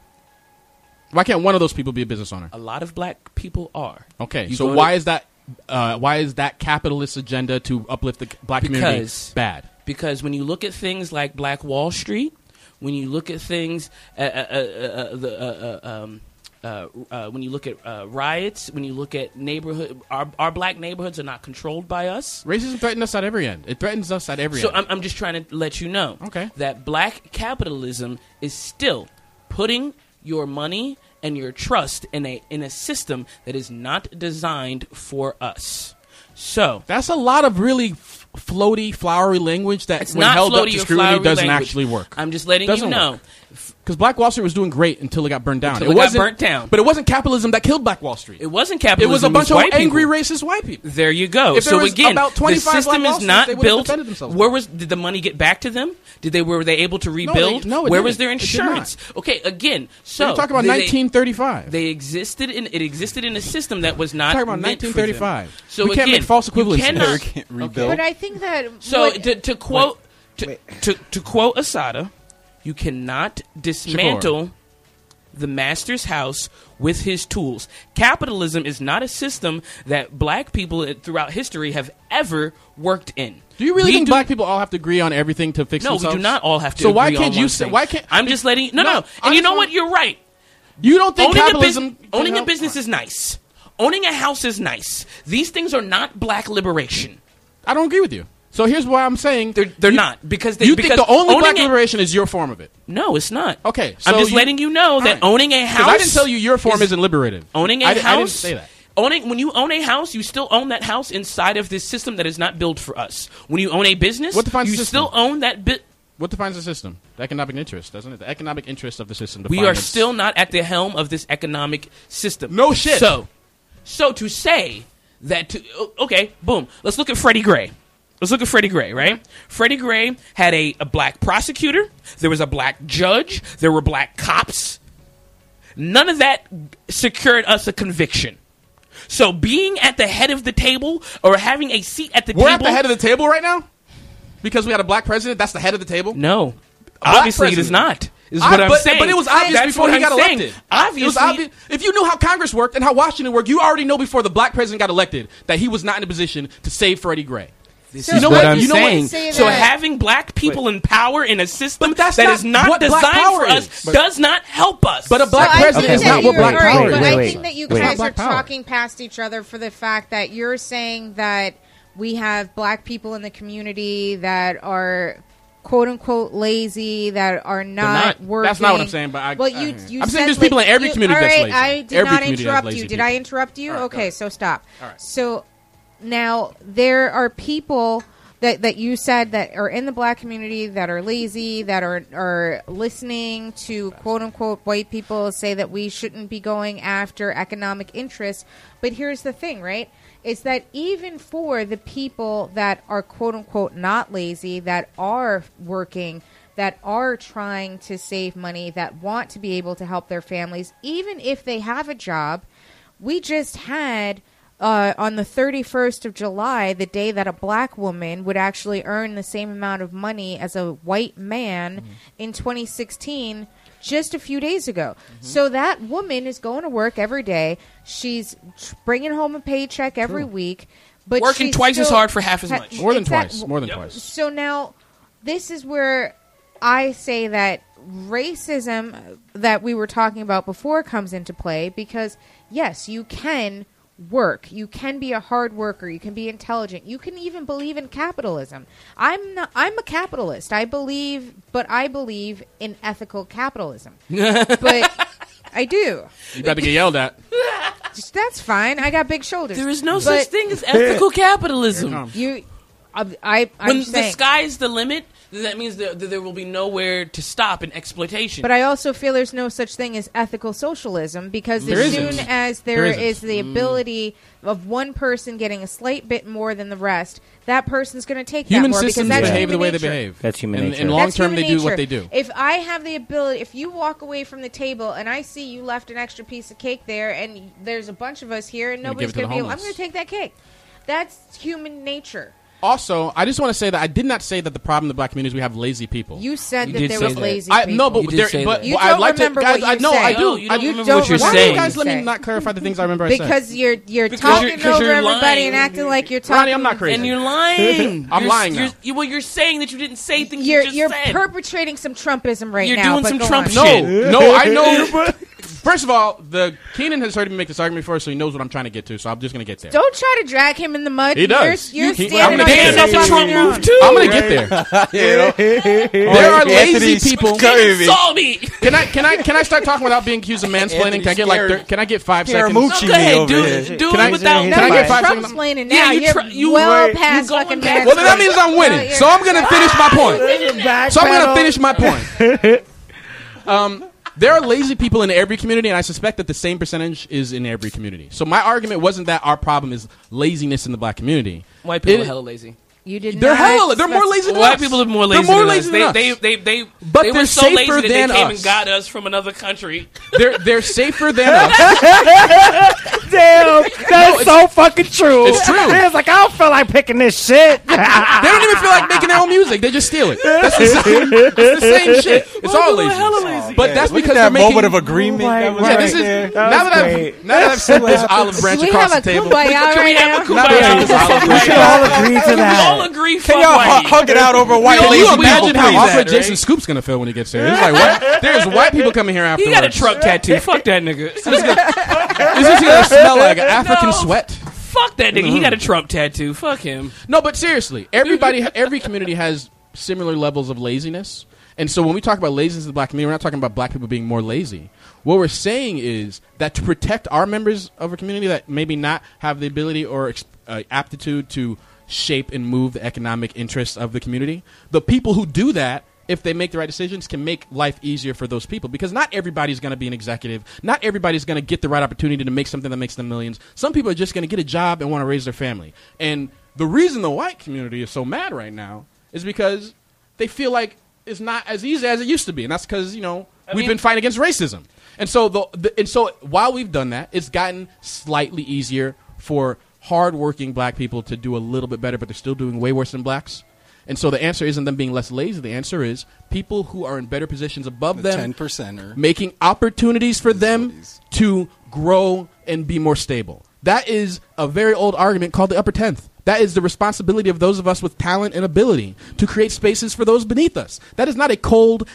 S5: Why can't one of those people be a business owner?
S6: A lot of black people are.
S5: Okay,
S6: You go
S5: so
S6: to-
S5: why is that? Uh, why is that capitalist agenda to uplift the c- black community
S6: Because-
S5: bad?
S6: because when you look at things like Black Wall Street, when you look at things, uh, uh, uh, uh, the, uh, uh, um, uh, uh, when you look at uh, riots, when you look at neighborhood, our, our black neighborhoods are not controlled by us.
S5: Racism threatens us at every end. It threatens us at every
S6: So
S5: end.
S6: I'm, I'm just trying to let you know
S5: Okay.
S6: that black capitalism is still putting your money and your trust in a in a system that is not designed for us. So
S5: That's a lot of really f- floaty, flowery language that,
S6: it's
S5: when
S6: not
S5: held up
S6: floaty
S5: to
S6: or
S5: scrutiny,
S6: flowery
S5: doesn't
S6: language.
S5: actually work.
S6: I'm just letting
S5: Doesn't
S6: you know.
S5: work. Because Black Wall Street was doing great until it got burned down.
S6: Until it got
S5: wasn't
S6: burnt down.
S5: but it wasn't capitalism that killed Black Wall Street.
S6: It wasn't
S5: It
S6: capitalism.
S5: was a bunch of
S6: white
S5: angry,
S6: people.
S5: racist white people.
S6: There you go.
S5: If there
S6: so
S5: was
S6: again,
S5: about
S6: the
S5: 25 black
S6: system is
S5: losses, they
S6: not
S5: would have
S6: built.
S5: defended themselves.
S6: Where was did the money get back to them? Did they were they able to rebuild?
S5: no, it
S6: Where was
S5: didn't.
S6: their
S5: It did not.
S6: insurance? Okay, again. So
S5: You're talking about
S6: they-
S5: 1935.
S6: They existed in it existed in a system that was not
S5: Talking about
S6: meant for them.
S5: 1935.
S6: So
S5: We
S6: again,
S5: can't make false
S6: you
S5: equivalencies.
S7: (laughs)
S6: cannot-
S7: Can't rebuild.
S3: But I think that
S6: so
S3: what-
S6: to, to quote to, to to quote Asada, you cannot dismantle the master's house with his tools. Capitalism is not a system that black people throughout history have ever worked in.
S5: Do you really
S6: We
S5: think
S6: do-
S5: black people all have to agree on everything to fix
S6: No,
S5: themselves?
S6: we do not all have to.
S5: So why
S6: agree on
S5: can't
S6: one
S5: you? Say,
S6: thing.
S5: why can't?
S6: I'm just letting no,
S5: No, I
S6: no. And you
S5: just
S6: know
S5: wanna-
S6: what? You're right.
S5: You don't think
S6: Owning a,
S5: capitalism?
S6: business,
S5: can
S6: owning a
S5: help?
S6: business is nice. Owning a house is nice. These things are not black liberation.
S5: I don't agree with you. So here's why I'm saying
S6: They're, they're
S5: you-
S6: not because they
S5: you
S6: because
S5: think the only
S6: owning
S5: black
S6: a-
S5: liberation is your form of it?
S6: No, it's not.
S5: Okay, so
S6: I'm just
S5: you-
S6: letting you know that
S5: Alright.
S6: owning a
S5: 'Cause
S6: house.
S5: I didn't tell you your form is, not liberated.
S6: Owning a
S5: I di-
S6: house.
S5: I didn't say that.
S6: Owning when you own a house, you still own that house inside of this system that is not built for us. When you own a business,
S5: What defines
S6: you
S5: the system?
S6: still own that bit.
S5: What defines the system? The economic interest, doesn't it? The economic interest of the system.
S6: We
S5: defines
S6: are
S5: its-
S6: still not at the helm of this economic system.
S5: No shit.
S6: (laughs) So, so to say that to, o- okay, boom. Let's look at Freddie Gray. Let's look at Freddie Gray, right? Freddie Gray had a, a black prosecutor. There was a black judge. There were black cops. None of that secured us a conviction. So being at the head of the table or having a seat at the
S5: We're at
S6: table.
S5: the head of the table right now because we had a black president. That's the head of the table.
S6: no, obviously it is
S5: president.
S6: not. Is
S5: I-
S6: what I'm
S5: but,
S6: saying.
S5: but it was obvious
S6: That's
S5: before
S6: what
S5: he
S6: I'm
S5: got
S6: saying.
S5: elected.
S6: Obviously,
S5: It was obvi- if you knew how Congress worked and how Washington worked, you already know before the black president got elected that he was not in a position to save Freddie Gray.
S3: So
S6: you know what,
S3: would
S6: I'm
S5: you know what-
S6: saying.
S3: say
S6: so
S3: that-
S6: having black people in power in a system
S5: But that's
S6: that
S5: not
S6: is not
S5: what black
S6: designed
S5: power
S6: for us
S5: is. But-
S6: does not help us.
S5: But a black
S3: I
S5: president
S3: think
S5: is
S3: that
S5: not what
S3: you're
S5: black
S3: right,
S5: power
S3: But
S4: Wait,
S5: is.
S3: I
S4: wait,
S3: think that you
S4: wait.
S3: guys
S4: Black
S3: are
S4: power.
S3: talking past each other for the fact that you're saying that we have black people in the community that are quote unquote lazy that are not,
S5: not.
S3: working.
S5: That's not what I'm saying, but I-
S3: well,
S5: I
S3: you, you
S5: hear you. I'm saying
S3: said
S5: there's people
S3: la-
S5: in every
S3: you-
S5: community
S3: all
S5: that's
S3: right,
S5: lazy.
S3: I did
S5: Every
S3: not
S5: community has
S3: interrupt you.
S5: lazy
S3: Did
S5: people.
S3: I interrupt you?
S5: All right, go
S3: okay,
S5: ahead.
S3: so stop.
S5: All right.
S3: So now there are people that, that you said that are in the black community that are lazy, that are are listening to quote unquote white people say that we shouldn't be going after economic interests. But here's the thing, right? Is that even for the people that are quote unquote not lazy, that are working, that are trying to save money, that want to be able to help their families, even if they have a job, we just had uh, on the 31st of July, the day that a black woman would actually earn the same amount of money as a white man
S6: Mm-hmm.
S3: in 2016, just a few days ago.
S6: Mm-hmm.
S3: So that woman is going to work every day. She's tr- bringing home a paycheck every week. But
S6: Working
S3: she's
S6: twice as
S3: still-
S6: hard for half as
S3: ha-
S6: much.
S5: More than
S3: exact-
S5: twice. More than twice.
S3: so now, this is where I say that racism that we were talking about before comes into play because, yes, you can work. You can be a hard worker. You can be intelligent. You can even believe in capitalism. I'm not, I'm a capitalist. I believe, but I believe in ethical
S5: (laughs)
S3: capitalism. but I do.
S5: You about to get yelled at.
S3: Just- That's fine. I got big shoulders.
S6: there is no
S3: But
S6: such thing as ethical capitalism.
S3: You, I, I I'm
S6: When the
S3: saying-
S6: sky is the limit, then that means that that there will be nowhere to stop in exploitation.
S3: But I also feel there's no such thing as ethical socialism because
S5: There
S3: as
S5: isn't.
S3: soon as there
S5: There
S3: is
S5: isn't. Mm.
S3: the ability of one person getting a slight bit more than the rest, that person's going to take
S5: Human
S3: that more
S5: systems
S3: because that's
S5: behave
S3: human
S5: the way
S3: nature.
S5: they behave.
S4: That's human
S5: And-
S4: nature.
S5: And
S4: That's
S5: long
S3: That's
S5: term, they
S3: human
S5: do what
S3: nature.
S5: they do.
S3: If I have the ability, if you walk away from the table and I see you left an extra piece of cake there, and there's a bunch of us here, and
S5: gonna
S3: nobody's
S5: give it to
S3: going to
S5: the
S3: be able, I'm
S5: homeless.
S3: going to take that cake. That's human nature.
S5: Also, I just want to say that I did not say that the problem in the black community is we have lazy people.
S3: You said
S6: You
S3: that
S6: did
S3: there
S6: say
S3: was
S6: that.
S3: lazy
S5: I
S3: people.
S5: no, but
S6: You did
S5: there,
S6: say
S5: but
S6: that.
S3: You
S5: well, I'd
S3: don't
S5: like to
S3: remember
S5: guys.
S3: what
S5: I
S3: Oh, you
S5: no, I
S3: said.
S5: do.
S6: No, you
S5: I-
S6: don't remember
S3: don't
S6: what you're
S5: Why do
S6: saying.
S5: you guys let me
S3: Say.
S5: not clarify the things I remember? I said?
S3: because you're you're
S6: Because you're-
S3: talking
S6: 'cause
S3: over
S6: you're
S3: everybody
S6: lying.
S3: and acting like you're talking.
S5: Ronnie, I'm not crazy.
S6: and you're lying.
S5: (laughs) I'm
S6: You're-
S5: lying now.
S6: You're, you, well, you're saying that you didn't say things you
S3: You're
S6: just
S3: you're
S6: said.
S3: perpetrating some Trumpism right
S6: You're
S3: now.
S6: doing
S3: but
S6: some
S3: go
S6: Trump
S3: on.
S6: shit.
S5: No, no, I (laughs) know. First of all, the Keenan has heard me make this argument before, so he knows what I'm trying to get to. So I'm just going to get there.
S3: Don't try to drag him in the mud.
S5: He does.
S3: You're, you're
S5: He-
S3: standing
S5: I'm
S3: on
S5: gonna
S3: yourself
S5: get
S3: on
S5: there.
S3: your own.
S5: (laughs) I'm going to get there. there are lazy people.
S6: You saw me.
S5: Can I? Can I? Can I start talking without being accused of mansplaining? Can I get like?
S7: scared.
S5: thir- Can I get five seconds?
S7: Scaramucci
S6: No,
S7: Gucci
S6: go ahead,
S7: over
S6: do
S7: here.
S6: it. Do
S5: Can
S6: it
S5: I-
S6: without.
S5: can
S3: No,
S5: I
S3: you're
S5: get five
S3: Trump's
S5: seconds?
S3: explaining
S6: Yeah,
S3: now.
S6: you
S3: You're
S6: tr- you
S3: well
S6: were-
S3: past
S6: you're going
S3: fucking
S6: back.
S3: minutes.
S5: Well, then that means I'm winning.
S3: you're-
S5: So I'm going to finish my point. So I'm going to finish my point. (laughs) Um, there are lazy people in every community, and I suspect that the same percentage is in every community. So my argument wasn't that our problem is laziness in the black community.
S6: White people
S5: It-
S6: are hella lazy.
S3: You did
S5: They're
S3: not
S5: hella. They're more
S3: specify-
S5: lazy than
S6: White
S5: us.
S6: people are more lazy.
S5: They're more
S6: than
S5: lazy
S6: us.
S5: than
S6: they,
S5: us.
S6: They, they, they,
S5: But
S6: they
S5: they're
S6: were so
S5: safer
S6: lazy that they
S5: than
S6: came
S5: us.
S6: and got us from another country.
S5: (laughs) They're they're safer than uh, us.
S4: Damn, that's so fucking true.
S5: it's true.
S4: It's like I don't feel like picking this shit. (laughs)
S5: They don't even feel like making their own music. They just steal it. That's the same, it's the same shit. It's all
S6: people are
S5: lazy.
S6: hella lazy.
S5: But that's
S7: Look
S5: because
S7: at that
S5: they're making.
S7: moment of agreement.
S4: Right,
S7: that was
S5: yeah,
S4: right
S5: this is
S4: there.
S5: now
S4: That was
S5: that I've
S4: great.
S5: now that I've sent this olive branch
S3: Do we
S5: across
S3: have a
S5: the table.
S3: kumbaya
S6: Can
S3: right
S6: we have a
S3: now?
S5: Not
S6: kumbaya?
S5: really.
S6: (laughs) This is
S5: We
S6: kumbaya.
S4: should all agree to
S6: We all
S4: that.
S6: agree. Fuck
S7: Can y'all
S6: white.
S7: hu- hug it out over white
S5: Can
S7: lazy
S5: you
S7: people,
S5: imagine how
S7: please?
S5: awkward Jason Scoop's gonna feel when he gets there? (laughs) He's like, what? There's white people coming here afterwards.
S6: He got a truck tattoo. Fuck that
S5: (laughs)
S6: nigga.
S5: Is this gonna smell like (laughs) African
S6: No.
S5: sweat?
S6: Fuck that nigga. He got a
S5: Mm-hmm.
S6: Trump tattoo. Fuck him.
S5: No, but seriously, everybody, every community has similar levels of laziness. And so when we talk about laziness in the black community, we're not talking about black people being more lazy. What we're saying is that to protect our members of a community that maybe not have the ability or ex- uh, aptitude to shape and move the economic interests of the community, the people who do that, if they make the right decisions, can make life easier for those people. Because not everybody's going to be an executive. Not everybody's going to get the right opportunity to make something that makes them millions. Some people are just going to get a job and want to raise their family. And the reason the white community is so mad right now is because they feel like it's not as easy as it used to be, and that's because you know we've
S6: mean-
S5: been fighting against racism. And so the, the and so while we've done that, it's gotten slightly easier for hardworking black people to do a little bit better, but they're still doing way worse than blacks. And so the answer isn't them being less lazy. The answer is people who are in better positions above
S7: The
S5: them,
S7: 10% -er.
S5: making opportunities for them
S7: Facilities.
S5: to grow and be more stable. That is a very old argument called the upper tenth. That is the responsibility of those of us with talent and ability to create spaces for those beneath us. That is not a cold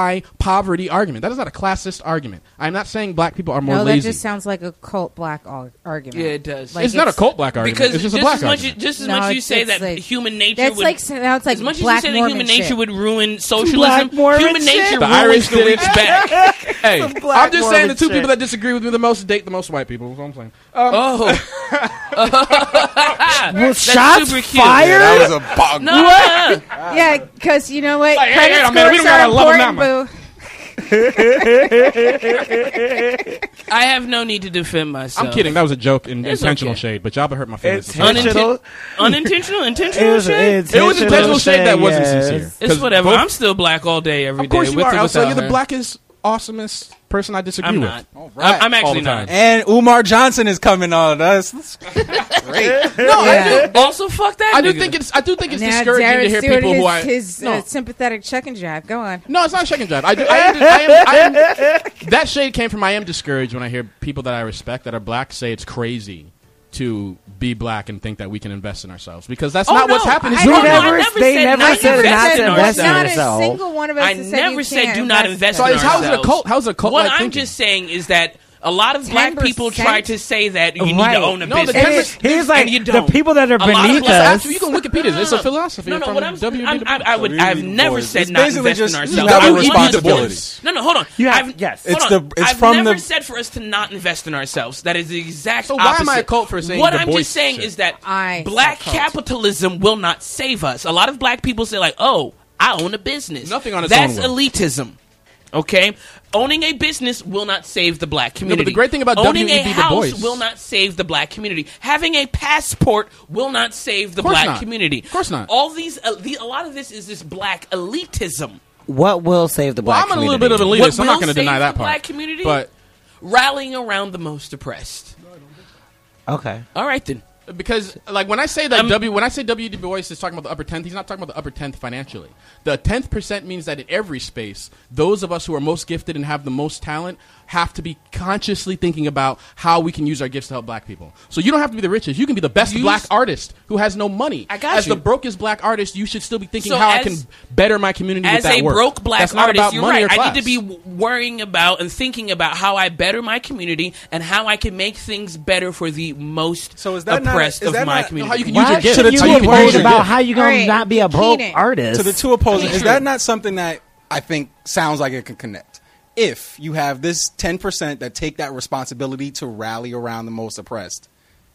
S5: anti-poverty argument. That is not a classist argument. I'm not saying black people are more
S3: no,
S5: lazy.
S3: that just sounds like a cult black ar- argument.
S6: Yeah, it does.
S3: Like,
S5: it's not a cult black argument.
S6: because
S5: it's just, a
S6: just,
S5: black
S6: as much,
S5: argument.
S6: just as
S3: No,
S6: much you
S3: it's-
S6: say
S3: it's
S6: that
S3: like-
S6: human nature
S3: That's
S6: would
S3: like now it's like
S6: as much
S3: black
S6: as you say that
S3: Mormon
S6: human
S3: shit.
S6: nature would ruin socialism,
S4: Mormon
S6: human
S4: shit?
S6: nature
S5: The
S6: ruins
S5: Irish
S6: the
S5: did it.
S6: reach
S5: (laughs)
S6: back.
S5: hey, I'm
S4: black
S5: just saying the
S4: Mormon
S5: two people
S4: shit.
S5: that disagree with me the most date the most white people. That's what I'm saying.
S6: oh,
S4: Well,
S6: That's
S4: shots
S6: super cute.
S7: Yeah,
S4: fired.
S7: that was a bog.
S6: no,
S3: Yeah, because you know what?
S5: Like, hey,
S3: Credit
S5: hey, man, we
S3: scores
S5: don't
S3: are
S5: gotta love 'em
S3: important, boo.
S6: I have no need to defend myself.
S5: I'm kidding. That was a joke and
S6: It's
S5: intentional
S6: okay.
S5: shade, but y'all hurt my feelings.
S4: It's
S5: It's
S4: him.
S6: Uninten-
S5: (laughs)
S6: unintentional, intentional shit.
S5: It was intentional shade that wasn't sincere.
S6: It's
S5: 'Cause
S6: whatever.
S5: both-
S6: I'm still black all day every day.
S5: Of course you
S6: with
S5: are.
S6: or
S5: Elsa,
S6: without
S5: you're the
S6: her.
S5: blackest, awesomest person I disagree
S6: I'm
S5: with.
S6: not.
S7: All right.
S6: I'm, I'm
S5: All
S6: actually
S5: the time.
S6: not.
S7: and Umar Johnson is coming on us. That's great.
S5: No, I do.
S6: Also, fuck that.
S5: I do
S6: nigga.
S5: think it's. I do think it's
S3: Now
S5: discouraging
S3: Jared
S5: to hear
S3: Stewart,
S5: people
S3: his,
S5: who I.
S3: his
S5: no.
S3: uh, sympathetic check and jive. Go on.
S5: No, it's not a second drive. I do. I am, I am, I am, that shade came from. I am discouraged when I hear people that I respect that are black say it's crazy to be black and think that we can invest in ourselves because that's
S6: Oh,
S5: not
S6: no.
S5: what's happened.
S6: I
S5: It's
S4: They
S5: not
S6: don't know.
S5: black.
S6: I
S4: never- they never said
S6: invest
S4: not to
S6: in
S4: invest in
S6: ourselves.
S3: Not a
S4: yourself.
S3: single one of us
S6: I
S3: has
S6: never
S3: you
S6: said
S3: can't
S6: do not invest
S5: So
S6: in
S5: it's, how's it a
S6: ourselves.
S5: cult? How's it a cult?
S6: What
S5: like
S6: I'm
S5: thinking?
S6: just saying is that a lot of black
S3: 10%?
S6: people try to say that you need
S4: Right.
S6: to own a
S5: No, the
S6: business.
S4: And
S5: Remember-
S4: it, here's
S6: and
S4: like
S6: you
S4: the
S6: don't.
S4: people that are
S6: lot of
S4: beneath
S6: black
S4: us.
S5: That's- you can Wikipedia. it. It's a philosophy.
S6: No, no.
S5: from
S6: What I'm,
S5: W.
S6: I'm, I, I would, I've never
S7: It's
S6: said not
S7: basically
S6: invest
S7: just
S6: in ourselves.
S7: level
S6: I would-
S7: responsibility.
S6: No, no. Hold on.
S4: You have-
S6: I've,
S4: yes.
S6: hold
S7: It's
S6: on.
S7: the- it's
S6: I've
S7: from
S6: never
S7: the-
S6: said for us to not invest in ourselves. That is the exact.
S5: So why am I
S6: opposite.
S5: a cult for saying
S6: What
S5: the
S6: I'm
S5: Boys
S6: just saying
S5: shit?
S6: is that
S3: I-
S6: black
S3: It's a cult.
S6: capitalism will not save us. A lot of black people say like, "Oh, I own a business."
S5: Nothing on its
S6: That's
S5: own will.
S6: elitism. Okay, owning a business will not save the black community.
S5: the great thing about
S6: owning a
S5: W.E.B. Du Bois-
S6: house will not save the black community. Having a passport will not save the
S5: course
S6: black
S5: not.
S6: community.
S5: Of course not.
S6: All these, uh, the, a lot of this is this black elitism.
S8: What will save the
S5: Well,
S8: black
S5: I'm a little bit
S8: community?
S5: of a
S6: What
S5: elitist. I'm not
S6: will
S5: going to
S6: save
S5: deny that
S6: the
S5: part.
S6: black community?
S5: but
S6: Rallying around the most oppressed.
S8: Okay.
S6: All right then.
S5: Because like when I say that
S6: Um,
S5: W when I say W D Bois is talking about the upper tenth, he's not talking about the upper tenth financially. The tenth percent means that in every space, those of us who are most gifted and have the most talent have to be consciously thinking about how we can use our gifts to help black people. So you don't have to be the richest. You can be the best
S6: Use-
S5: black artist who has no money.
S6: I got
S5: as
S6: you.
S5: the brokest black artist, you should still be thinking
S6: So
S5: how I
S6: as-
S5: can better my community with
S6: As
S5: that
S6: a
S5: work.
S6: broke black
S5: That's not
S6: artist,
S5: about
S6: you're
S5: money
S6: right.
S5: or
S6: I need to
S5: class.
S6: be w- worrying about and thinking about how I better my community and how I can make things better for the most
S7: So is that not-
S6: oppressed
S7: is
S6: of
S7: that
S6: my
S7: not-
S6: community.
S5: how you can use
S4: Why
S5: your gifts.
S4: should you
S7: How you
S4: be
S7: can use
S4: worried
S7: your
S4: about
S7: gift.
S4: how you gonna
S3: All right,
S4: not be a broke
S3: Keenan.
S4: artist?
S7: to the two opposing is
S6: True.
S7: that not something that i think sounds like it can connect if you have this 10% that take that responsibility to rally around the most oppressed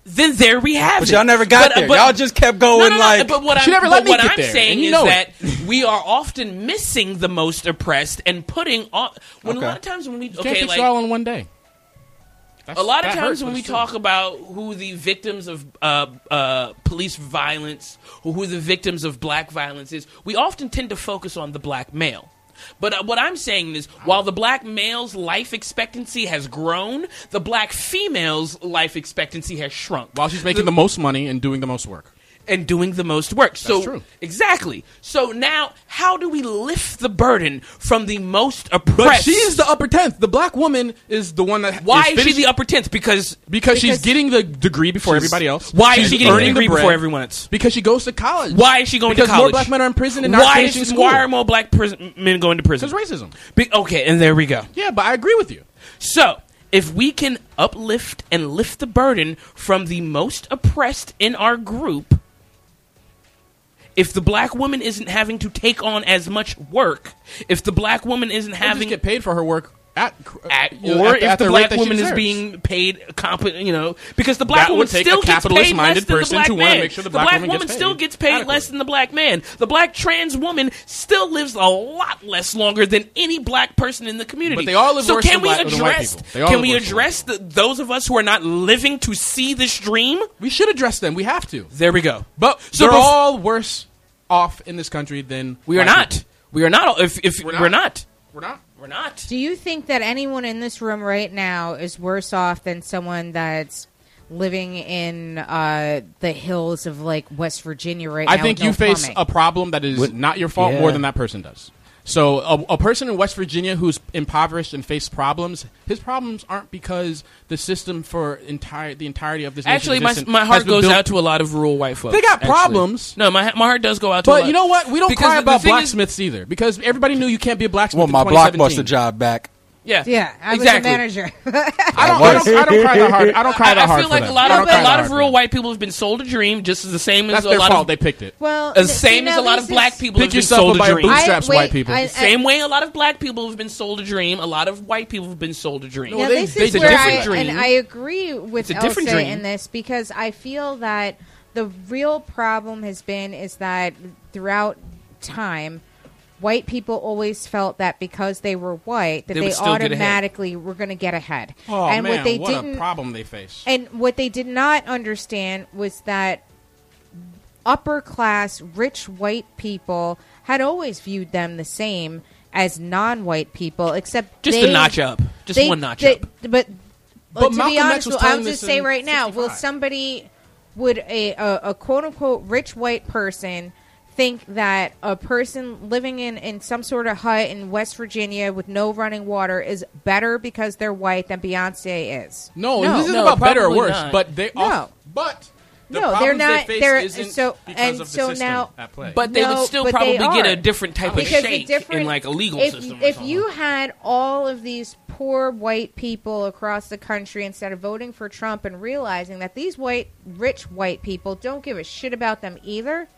S6: then there we have
S7: but
S6: it.
S7: y'all never got
S6: But- uh,
S7: there
S6: but-
S7: y'all just kept going
S6: No, no, no,
S7: like
S6: but what
S5: She
S6: I'm,
S5: never let
S6: but
S5: me
S6: what
S5: get
S6: I'm
S5: there,
S6: saying
S5: and you
S6: is
S5: know
S6: that
S5: it. (laughs)
S6: we are often missing the most oppressed and putting on. When
S7: Okay.
S6: a lot of times when we
S5: You can't
S6: okay,
S5: fix
S6: like
S5: it all in one day.
S6: a lot of
S5: That hurts,
S6: times when
S5: but
S6: we
S5: it's true.
S6: talk about who the victims of uh, uh, police violence or who the victims of black violence is, we often tend to focus on the black male. But uh, what I'm saying is, while the black male's life expectancy has grown, the black female's life expectancy has shrunk.
S5: while she's making the most money and doing the most work.
S6: and doing the most work. so
S5: true.
S6: exactly. So now, how do we lift the burden from the most
S5: But
S6: oppressed?
S5: she's the upper tenth. The black woman is the one that
S6: why is she
S5: finishing-
S6: the upper tenth? Because
S5: because, she's
S3: Because-
S5: getting the degree before everybody else.
S6: why is
S5: She's
S6: she getting a
S5: earning the
S6: degree
S5: bread.
S6: before everyone else?
S5: Because she goes to college.
S6: Why is she going
S5: because
S6: to college?
S5: more black men are in prison and not
S6: why
S5: finishing
S6: is,
S5: school.
S6: Why are more black pris- men going to prison?
S5: Because racism.
S6: Be- okay, and there we go.
S5: Yeah, but I agree with you.
S6: So, if we can uplift and lift the burden from the most oppressed in our group, if the black woman isn't having to take on as much work, if the black woman isn't
S5: Women
S6: having
S5: just get paid for her work at, uh,
S6: at,
S5: you know,
S6: or
S5: at the-
S6: if
S5: at
S6: the,
S5: rate
S6: black
S5: that she
S6: woman is
S5: deserves.
S6: being paid competent, you know, because the black
S5: That would
S6: woman
S5: take
S6: still
S5: a
S6: gets paid less
S5: capitalist-minded
S6: than the
S5: person
S6: black
S5: to wanna
S6: man.
S5: make sure the black woman gets paid
S6: still gets paid less
S5: adequately.
S6: than the black man. The black trans woman still lives a lot less longer than any black person in the community.
S5: But they all live
S6: so
S5: worse
S6: can
S5: than
S6: we
S5: black- than white
S6: address?
S5: people. They all
S6: Can
S5: live
S6: we
S5: worse than
S6: address the, those of us who are not living to see this dream?
S5: We should address them. We have to.
S6: There we go.
S5: But
S6: So
S5: they're
S6: bef-
S5: all worse off in this country than
S6: We
S5: white
S6: are not.
S5: people.
S6: We are not. all- If if we're
S5: We're
S6: not.
S5: not. We're not.
S6: We're not.
S3: Do you think that anyone in this room right now is worse off than someone that's living in uh, the hills of like West Virginia right
S5: I
S3: now?
S5: think
S3: with no
S5: you face
S3: plumbing?
S5: a problem that is
S8: What-
S5: not your fault
S8: Yeah.
S5: more than that person does. So a, a person in West Virginia who's impoverished and faced problems, his problems aren't because the system for entire the entirety of this. nation's
S6: Actually, my,
S5: existence
S6: my
S5: has
S6: heart
S5: been
S6: goes
S5: built-
S6: out to a lot of rural white folks.
S5: They got
S6: actually.
S5: problems.
S6: No, my my heart does go out to. a
S5: But
S6: lot.
S5: you know what? We don't
S6: Because
S5: cry
S6: the- the
S5: about
S6: thing is-
S5: blacksmiths either because everybody knew you can't be a blacksmith.
S7: want my
S5: in 2017.
S7: blockbuster job back.
S6: Yeah,
S3: Yeah, I
S6: exactly.
S3: was a manager. (laughs)
S5: I don't, I don't, I don't cry that hard. I don't cry
S6: I,
S5: that
S6: I
S5: hard.
S6: feel
S5: for
S6: like
S5: them.
S6: a lot
S5: I
S6: of
S5: don't cry
S6: a
S5: that
S6: lot
S5: hard
S6: of
S5: for
S6: rural
S5: them.
S6: white people have been sold a dream, just as the same
S5: That's
S6: as a
S5: their
S6: lot
S5: fault.
S6: of
S5: They picked it.
S3: well,
S6: as
S3: th-
S6: same
S3: you
S6: as
S3: know,
S6: a lot of
S3: this
S6: black
S3: is-
S6: people
S5: Pick
S6: have been
S5: yourself
S6: sold
S5: up
S6: a
S5: by your
S6: dream.
S3: boot-
S5: bootstraps,
S3: I- wait,
S5: white people.
S3: I-
S6: Same way a lot of black people have been sold a dream. A lot of white people have been sold a dream.
S3: Now,
S5: they-
S3: this
S5: they
S3: is
S5: did
S3: where
S5: different
S3: I,
S6: dream.
S3: and I agree with
S6: It's a different
S3: Elsa
S6: dream.
S3: in this because I feel that the real problem has been is that throughout time, white people always felt that because they were white that
S6: They
S3: they,
S6: would still get ahead.
S3: automatically were going to get ahead.
S5: Oh
S3: and
S5: man,
S3: what they
S5: what
S3: didn't
S5: a problem they face.
S3: and what they did not understand was that upper class, rich white people had always viewed them the same as non-white people, except
S6: Just
S3: they,
S6: a notch up. Just
S3: they-
S6: one notch
S3: they-
S6: up.
S3: But, but to
S5: Malcolm
S3: be
S5: X
S3: honest,
S5: was
S3: well,
S5: telling
S3: I'll
S5: this
S3: just say
S5: in
S3: right now, will
S5: 55.
S3: somebody would a, a, a quote unquote rich white person think that a person living in, in some sort of hut in West Virginia with no running water is better because they're white than Beyonce is?
S5: No,
S6: No,
S5: this isn't
S6: no,
S5: about better or
S6: probably
S5: worse,
S6: not.
S5: but they
S3: No.
S5: are. But
S3: No,
S5: the
S3: they're
S5: problems they
S3: not-
S5: face
S3: they're-
S5: isn't
S3: so-
S5: because
S3: and
S5: of the
S3: so
S5: system
S3: now-
S5: at play.
S6: But they
S3: No,
S6: would still
S3: but
S6: probably
S3: they
S6: get a
S3: are.
S6: different type of
S3: because the
S6: shake
S3: difference-
S6: in like a legal
S3: if,
S6: system. or
S3: If
S6: something.
S3: you had all of these poor white people across the country instead of voting for Trump and realizing that these white, rich white people don't give a shit about them either,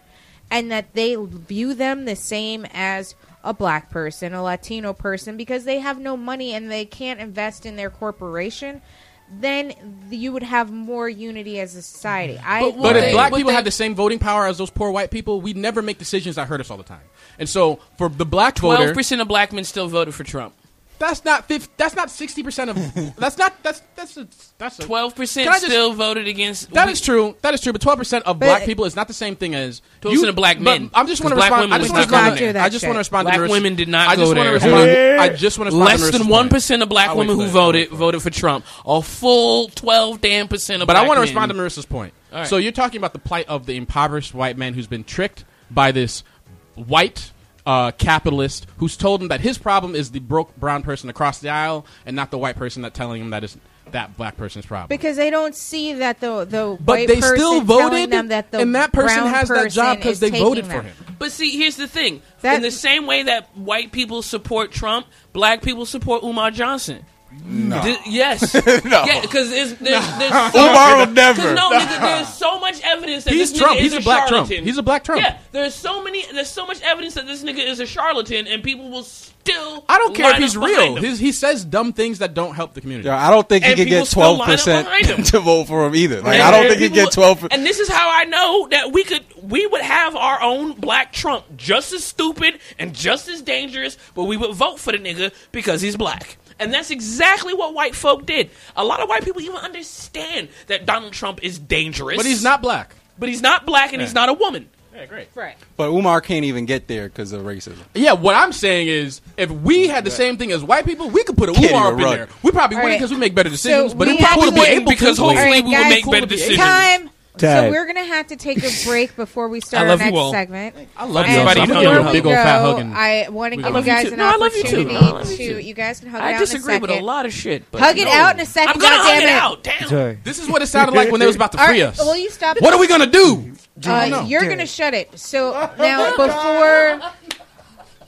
S3: and that they view them the same as a black person, a Latino person, because they have no money and they can't invest in their corporation. Then you would have more unity as a society. I
S6: But
S5: But
S6: Well,
S5: if
S6: they-
S5: black
S6: but
S5: people
S6: they-
S5: had the same voting power as those poor white people, we'd never make decisions that hurt us all the time. And so, for the black voter,
S6: twelve percent of black men still voted for Trump.
S5: that's not 50, that's not sixty
S6: (laughs)
S5: percent of that's not that's that's a, that's a,
S6: Twelve percent
S5: Can I just-
S6: still voted against.
S5: That is true. That is true. But twelve percent of
S3: But-
S5: black people is not the same thing as
S6: 12% of black
S5: but
S6: men.
S5: I'm just want to
S6: 'Cause black
S5: respond.
S6: women
S5: I just
S6: was
S5: want to
S6: not
S5: respond.
S6: gonna
S3: do
S5: to-
S3: that
S5: I just want
S3: shit.
S5: to respond.
S6: Black
S5: to Nerissa's-
S6: women did not
S5: I just
S6: go
S5: wanna
S6: there.
S5: Respond,
S6: (laughs)
S5: I just want to respond.
S6: Less
S5: to
S6: than
S5: Nerissa's
S6: one
S5: point.
S6: percent of black
S5: I'll wait
S6: women
S5: for
S6: who
S5: that. I'll wait
S6: voted
S5: for that.
S6: voted for Trump. A full twelve damn percent of.
S5: But I
S6: black
S5: want to
S6: men.
S5: respond to Marissa's point.
S6: All right.
S5: So you're talking about the plight of the impoverished white man who's been tricked by this white uh, capitalist who's told him that his problem is the broke brown person across the aisle and not the white person that telling him that is that black person's problem.
S3: Because they don't see that the the
S5: but
S3: white
S5: they
S3: person telling
S5: still voted,
S3: them that the
S5: and that person
S3: brown
S5: has that job
S3: person
S5: because
S3: is
S5: they
S3: taking
S5: voted
S3: them.
S5: for him.
S6: But see, here's the thing.
S3: That-
S6: In the same way that white people support Trump, black people support Umar Johnson. No.
S5: (laughs)
S6: yes. Yeah, because there's, there's, there's so,
S7: Umar will
S6: Because
S7: never.
S6: no, nigga, there's so much evidence that
S5: He's
S6: this
S5: Trump.
S6: nigga
S5: He's
S6: is
S5: a black Trump.
S6: charlatan.
S5: He's a black Trump.
S6: Yeah, there's so many. There's so much evidence that this nigga is a charlatan, and people will still.
S5: I don't care if
S6: line
S5: he's
S6: up behind
S5: real.
S6: him.
S5: He's, he says dumb things that don't help the community.
S7: Yeah, I don't think he
S6: And
S7: could
S6: people
S7: get
S6: still
S7: twelve
S6: line up
S7: percent (laughs)
S6: behind him.
S7: to vote for him either. Like I don't think he
S6: And
S7: could get twelve.
S6: And this is how I know that we could we would have our own black Trump, just as stupid and just as dangerous, but we would vote for the nigga because he's black. And that's exactly what white folk did. A lot of white people even understand that Donald Trump is dangerous,
S5: But he's not black.
S6: But he's not black, and he's not a woman.
S5: Yeah, great.
S7: But Umar can't even get there because of racism.
S5: Yeah, what I'm saying is, if we had the same thing as white people, we could put a
S7: Kidding,
S5: Umar up in
S7: right.
S5: there. We probably
S3: All
S5: wouldn't
S3: right.
S5: because we make better decisions,
S3: So
S5: but
S3: we
S5: we probably
S3: actually-
S5: would be able
S6: because
S5: to.
S6: hopefully
S3: All right,
S6: we
S3: guys,
S6: will make
S5: cool
S6: better
S5: to be
S6: decisions.
S3: Time. So
S4: Time.
S3: we're gonna have to take a break before we start
S6: I love
S3: our
S6: you
S3: next
S6: all.
S3: segment.
S5: I love
S3: And
S5: everybody.
S6: I'm
S3: before
S6: gonna give you a
S3: we
S5: big old fat
S3: go,
S5: hug and-
S3: I want to
S5: We
S3: give you
S5: love you
S6: too.
S3: guys an
S6: No, I love you too.
S3: opportunity
S6: No, I love you
S3: to.
S6: too.
S3: You guys can hug it
S6: I
S3: out
S6: disagree
S3: in a
S6: with a
S3: second.
S6: lot of shit. But
S3: Hug it
S6: no.
S3: out in a second.
S6: I'm gonna hug
S3: goddamn
S6: it out. Damn.
S8: Sorry.
S5: This is what it sounded like when they was about to
S3: All
S5: free
S3: right,
S5: us.
S3: will you stop?
S5: What are we gonna do?
S3: Uh, you're going to shut it. So now, before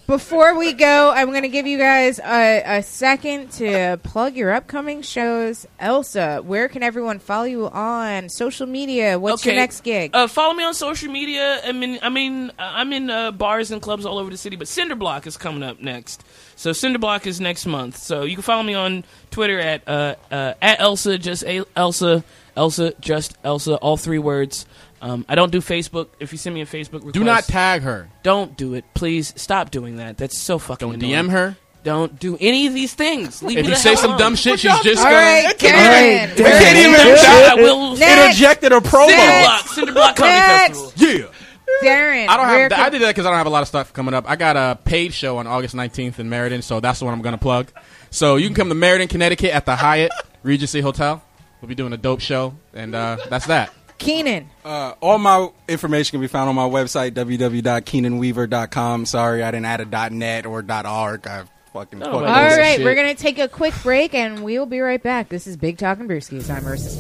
S3: before we go, I'm going to give you guys a, a second to plug your upcoming shows. Elsa, where can everyone follow you on social media? What's your next gig?
S6: Uh, follow me on social media. I mean, I mean, uh, I'm in uh, bars and clubs all over the city. But Cinderblock is coming up next. So Cinderblock is next month. So you can follow me on Twitter at uh, uh, at Elsa just a- Elsa Elsa just Elsa all three words. Um, I don't do Facebook. If you send me a Facebook request,
S5: Do not tag her.
S6: don't do it. Please stop doing that. That's so fucking.
S5: Don't
S6: annoying.
S5: DM her.
S6: Don't do any of these things. Leave
S5: If
S6: me
S5: you
S6: the
S5: say
S6: hell
S5: some
S6: alone.
S5: dumb shit, she's just
S3: All
S5: gonna.
S3: right, Karen.
S4: All
S7: We
S4: right,
S7: can't even
S6: I will.
S3: Next.
S7: interjected a promo.
S6: Cinderblock, Cinderblock Comedy
S3: Next.
S6: Festival.
S5: Yeah.
S3: Darren,
S5: I don't
S3: where
S5: have. That.
S3: could-
S5: I did that because I don't have a lot of stuff coming up. I got a paid show on August 19th in Meriden, so that's the one I'm going to plug. So you can come to Meriden, Connecticut, at the Hyatt Regency Hotel. We'll be doing a dope show, and uh, that's that.
S3: Keenan.
S7: Uh, all my information can be found on my website www.keenanweaver.com. Sorry, I didn't add a .net or .org. I fucking
S6: No,
S7: fucked
S6: but-
S3: All
S6: Holy
S3: right,
S6: shit.
S3: we're gonna take a quick break and we will be right back. This is Big Talk and Brewskis. I'm Marissa.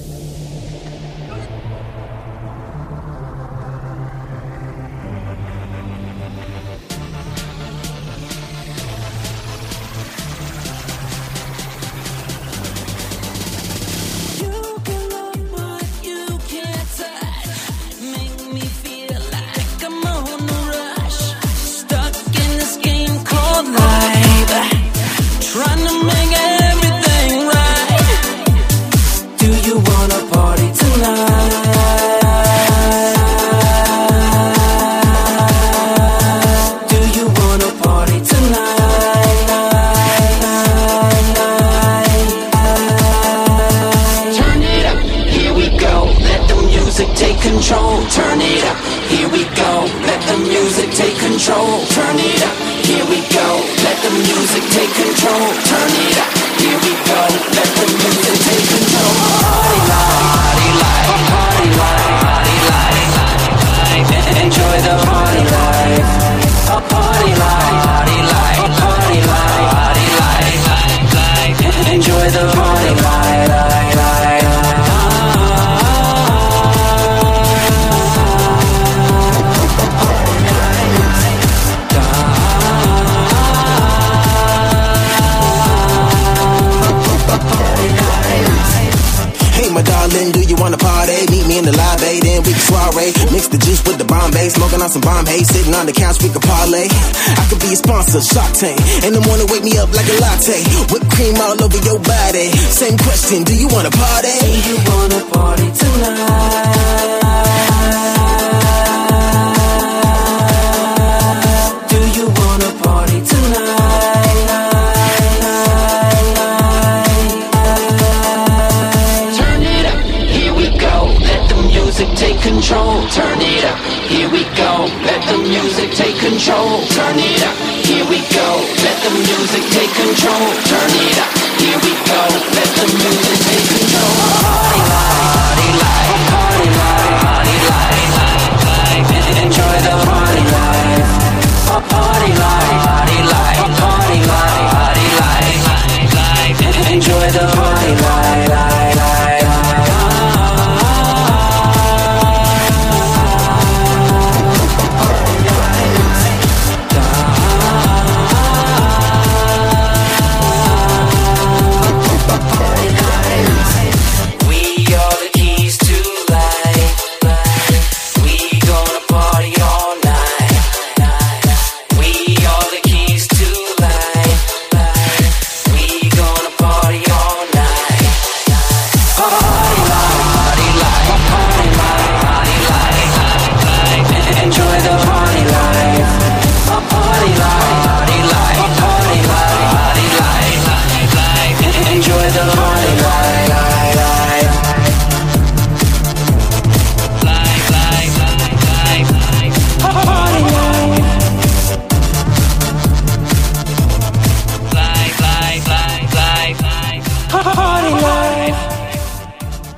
S9: Trying to make everything right. Do you wanna party tonight? Do you wanna party tonight? Turn it up, here we go. Let the music take control. Turn it up, here we go. Let the music take control. Turn it up, here we go. Let the music take control. Turn it up, here we go. Let the music take control. Party life, party life, party life, party life. Enjoy the party life. A party life, party life, party life, party life. Enjoy the party life.
S10: Hey, my darling, do you wanna party? Meet me in the lobby, then we can soiree. Mix the juice with the Bombay, smoking on some Bombay, sitting on the couch, we can parlay. I could be a sponsor, Shark Tank. In the morning, wake me up like a latte. Whipped cream all over your body. Same question, do you wanna party?
S9: Do you wanna party tonight? Do you wanna party tonight? Turn it up, here we go. Let the music take control. Turn it up, here we go. Let the music take control. Turn it up, here we go. Let the music take control. Turn it up, here we go. Let the music take control. Party life, party life, party life, party life, life, life. Enjoy the party life. A party life, party life, party life, party life, life, life. Enjoy the party life, life, life, life. We are the keys to life. We gonna party all night. We are the keys to life. We gonna party all night. Party life, party life, party life, party life, life. Enjoy the party life. Party life, party life, party life, party life, life, life. Enjoy the party life, life, life. Life, life, life, life, life. Party life. Life, life, life, life, life. Party life.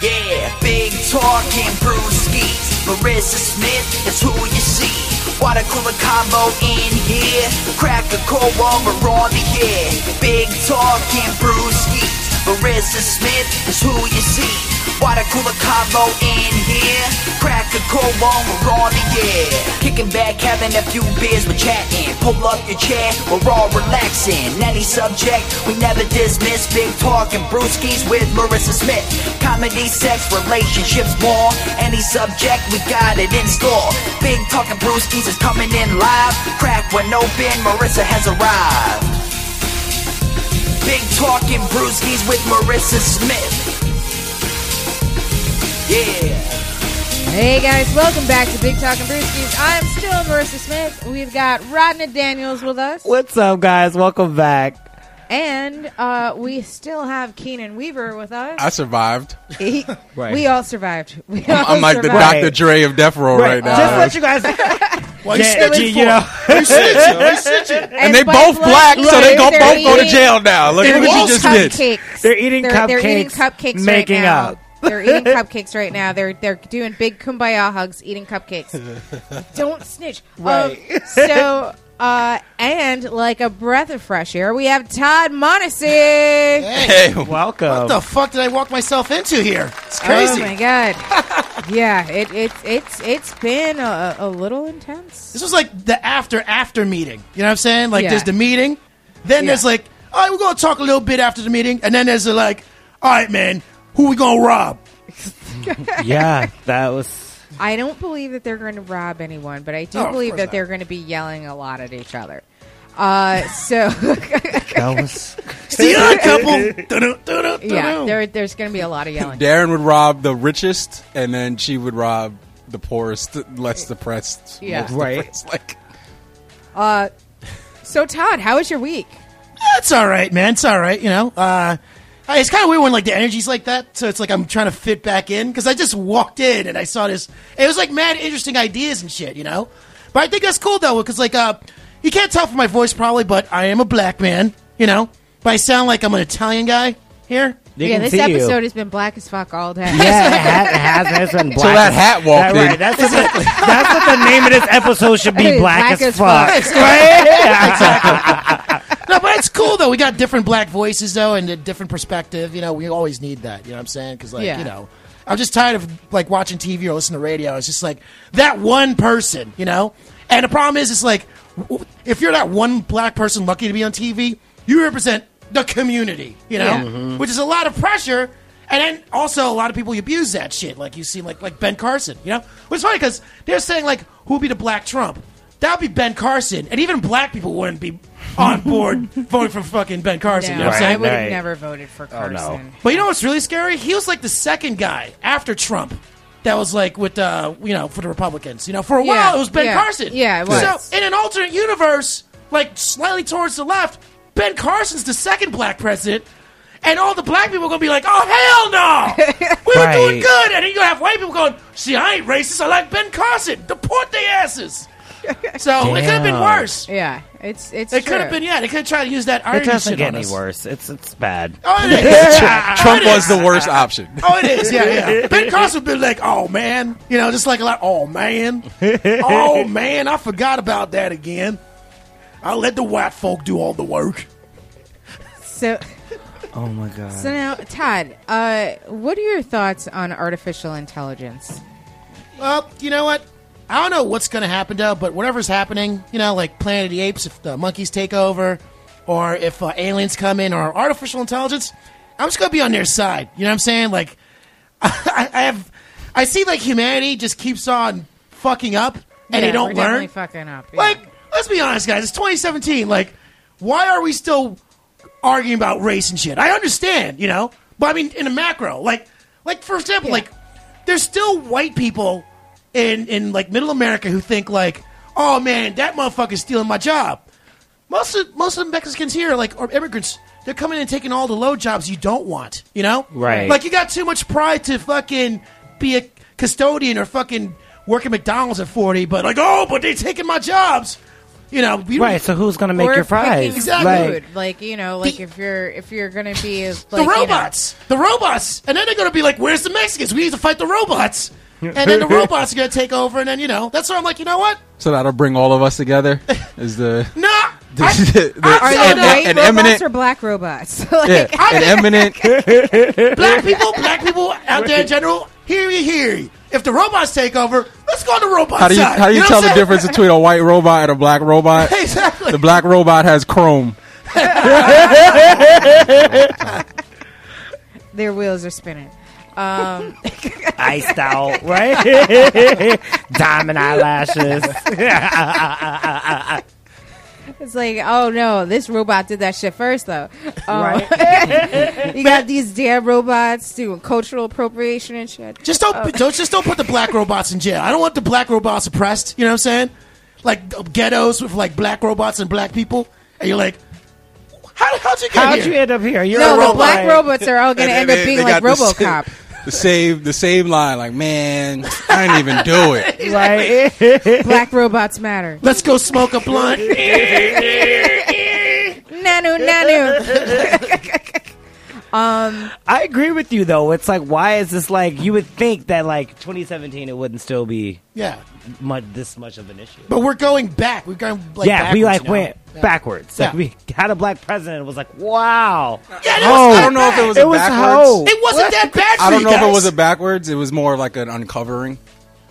S2: Yeah, big talking brewskis. Marissa Smith is who you see. Water cooler combo in here. Crack a cold one, we're on the air. Big talking brewskis. Marissa Smith is who you see. Water cooler combo in here. Crack a cold one, we're on the air. Kicking back, having a few beers, we're chatting. Pull up your chair, we're all relaxing. Any subject, we never dismiss. Big talking brewskis with Marissa Smith. Comedy, sex, relationships, more. Any subject, we got it in store. Big talking brewskis is coming in live. Crack one open, Marissa has arrived. Big talking brewskis with Marissa Smith. Yeah.
S3: Hey guys, welcome back to Big Talk and Brewskis. I'm still Marissa Smith. We've got Rodney Daniels with us.
S4: What's up, guys? Welcome back.
S3: And uh, we still have Keenan Weaver with us.
S7: I survived.
S3: He-
S7: Right.
S3: We all survived. We all
S7: I'm, I'm like the
S3: survived.
S7: Dr. Dre of Death Row right, now.
S4: Just let you guys.
S7: Why
S4: you Yeah, snitching you for? know. (laughs) You snitching, you snitching.
S7: And, they both black, so they gonna both go to jail now. Look
S3: they're
S7: at what you
S3: eating
S7: just did.
S3: cupcakes.
S4: They're eating
S3: They're eating
S4: cupcakes,
S3: cupcakes
S4: making
S3: right now.
S4: up.
S3: they're eating cupcakes right now. They're they're doing big kumbaya hugs, eating cupcakes. Don't snitch.
S4: Right.
S3: Um, so, uh, and like a breath of fresh air, we have Todd Monacy.
S11: Hey,
S4: welcome.
S11: What the fuck did I walk myself into here? It's
S3: Oh
S11: crazy.
S3: my god. yeah, it, it it's it's been a, a little intense.
S11: This was like the after after meeting. You know what I'm saying? Like
S3: Yeah.
S11: there's the meeting, then
S3: Yeah.
S11: there's like, all right, we're gonna talk a little bit after the meeting, and then there's the like, all right, man, who we gonna rob?
S4: yeah, that was.
S3: I don't believe that they're going to rob anyone, but I do
S11: Oh, of
S3: believe
S11: course
S3: that
S11: not.
S3: they're going to be yelling a lot at each other. Uh, so
S4: That was.
S3: (laughs)
S11: See you later, couple. (laughs) Dun-dun, dun-dun,
S3: yeah,
S11: dun-dun.
S3: there, there's going to be a lot of
S7: (laughs)
S3: yelling.
S7: Darren would rob the richest, and then she would rob the poorest, less depressed.
S3: Yeah.
S7: most
S4: Right.
S7: depressed. (laughs) Like,
S3: Uh, so Todd, how was your week?
S11: That's all right, man. It's all right. You know, uh, I- it's kind of weird when like the energy's like that. So it's like I'm trying to fit back in because I just walked in and I saw this. It was like mad interesting ideas and shit, you know. But I think that's cool though because like uh, you can't tell from my voice probably, but I am a black man, you know. But I sound like I'm an Italian guy here.
S4: They
S3: yeah,
S4: can
S3: this
S4: see
S3: episode
S4: You.
S3: has been black as fuck all day. (laughs)
S4: Yeah, (laughs) it ha- it has. It's been black.
S7: so that
S4: as-
S7: hat walked
S4: that,
S7: in.
S4: right, (laughs) that's, what the, that's what the name of this episode should be.
S3: Hey,
S4: Black,
S3: black
S4: as,
S3: as
S4: fuck.
S3: fuck.
S11: No, but it's cool though. We got different black voices though and a different perspective. You know, we always need that. You know what I'm saying? Because like
S3: Yeah.
S11: you know, I'm just tired of like watching TV or listening to radio. It's just like that one person. You know, and the problem is, it's like w- if you're that one black person lucky to be on TV, you represent the community. You know,
S3: Yeah.
S11: which is a lot of pressure. And then also a lot of people abuse that shit. Like you see, like like Ben Carson. You know, which is funny because they're saying like who'd be the black Trump. That would be Ben Carson, and even black people wouldn't be on
S4: (laughs)
S11: board voting for fucking Ben Carson.
S3: No,
S11: You know what I'm
S3: I
S11: saying?
S3: would have
S4: Right.
S3: never voted for Carson.
S11: But you know what's really scary? He was like the second guy after Trump that was like with uh you know for the Republicans. You know, for a
S3: Yeah,
S11: while it was Ben
S3: yeah.
S11: Carson.
S3: Yeah, it was.
S11: So in an alternate universe, like slightly towards the left, Ben Carson's the second black president. And all the black people are gonna be like, "Oh
S3: (laughs)
S11: hell no, we were doing
S4: Right.
S11: good." And then you're gonna have white people going, "See, I ain't racist. I like Ben Carson. Deport their asses." So it could have been
S4: Damn.
S11: worse.
S3: Yeah, it's it's
S11: It could have
S3: true.
S11: been yeah. They could have tried to use that irony
S4: It doesn't
S11: shit
S4: get
S11: on
S4: any
S11: us.
S4: worse. It's it's bad.
S11: Oh,
S4: (laughs)
S11: it is.
S7: Trump
S11: Oh, it
S7: was
S11: is.
S7: the worst option.
S11: Oh, it is. Yeah,
S3: (laughs)
S11: yeah. Ben Carson been like, oh man, you know, just like a lot. Oh man,
S3: (laughs)
S11: oh man, I forgot about that again. I let the white folk do all the work.
S3: So
S8: Oh my god.
S3: so now Todd, uh, what are your thoughts on artificial intelligence?
S11: Well, you know what? I don't know what's going to happen though, but whatever's happening, you know, like Planet of the Apes, if the monkeys take over, or if uh, aliens come in, or artificial intelligence, I'm just going to be on their side. You know what I'm saying? Like, (laughs) I, I have, I see like humanity just keeps on fucking up, and
S3: Yeah,
S11: they don't
S3: we're
S11: learn.
S3: definitely fucking up. yeah.
S11: Like, let's be honest, guys. It's 2017. Like, why are we still arguing about race and shit? I understand, you know, but I mean, in the macro, like, like for example,
S3: Yeah.
S11: like, there's still white people in in like Middle America who think like, oh man, that motherfucker's stealing my job. Most of most of the Mexicans here, like, or immigrants. They're coming and taking all the low jobs you don't want, you know?
S4: Right.
S11: Like, you got too much pride to fucking be a custodian or fucking work at McDonald's at 40, but like, oh, but they're taking my jobs. You know, we don't-
S4: Right. So who's gonna make
S3: Or
S4: your
S3: picking
S4: fries?
S11: Exactly.
S3: food,
S4: Like,
S3: like you know, like
S11: The-
S3: if you're if you're gonna be like,
S11: the robots, the robots, and then they're going to be like, "Where's the Mexicans? We need to fight the robots." And then the robots are going to take over, and then you know, that's where I'm like, you know what?
S7: So that'll bring all of us together. Is
S11: (laughs)
S7: the
S11: Nah,
S7: the,
S11: I-
S7: the-
S3: You know, are
S7: an,
S3: they white
S7: an
S3: robots
S7: eminent,
S3: or black robots? (laughs) like,
S7: yeah, an
S11: (laughs)
S7: eminent
S11: black people, black people out there in general, hear you, hear you. If the robots take over, let's go on the robot
S7: How do you
S11: side.
S7: how do you,
S11: know
S7: tell
S11: what
S7: the
S11: I'm saying?
S7: difference between a white robot and a black robot?
S11: (laughs) Exactly.
S7: The black robot has chrome.
S3: their wheels are spinning. Um,
S4: (laughs) iced (laughs) out. Right. (laughs) Diamond eyelashes.
S3: it's like, oh no, this robot did that shit first, though. Um, (laughs) you got these damn robots doing cultural appropriation and shit.
S11: Just don't,
S4: Oh.
S11: don't just don't put the black robots in jail. I don't want the black robots oppressed. You know what I'm saying? Like uh, ghettos with like black robots and black people, and you're like, How, how'd you get
S4: How'd
S11: here?
S4: you end up here? You're
S3: no,
S4: a
S3: the
S4: robot.
S3: black robots are all going to end
S7: And then
S3: up
S7: they-
S3: being
S7: they
S3: like
S7: got the
S3: RoboCop.
S7: The same, the same line. Like, man, I didn't even do
S4: (laughs)
S7: it.
S4: Right.
S3: (laughs) black robots matter.
S11: Let's go smoke a blunt. (laughs)
S3: Nanu, nanu.
S4: Um, I agree with you though. It's like, why is this like? You would think that like 2017, it wouldn't still be
S11: Yeah.
S4: much, this much of an issue.
S11: But we're going back. We're going like
S4: yeah, we like
S11: backwards, you know?
S4: went
S11: Yeah.
S4: backwards. Like
S11: Yeah.
S4: we had a black president. It was like, wow.
S11: Yeah,
S7: that was- I don't know if it was a backwards-
S4: hoe.
S11: It wasn't that bad. For
S7: I don't know
S11: you
S7: if it was
S11: guys.
S7: a backwards. It was more like an uncovering.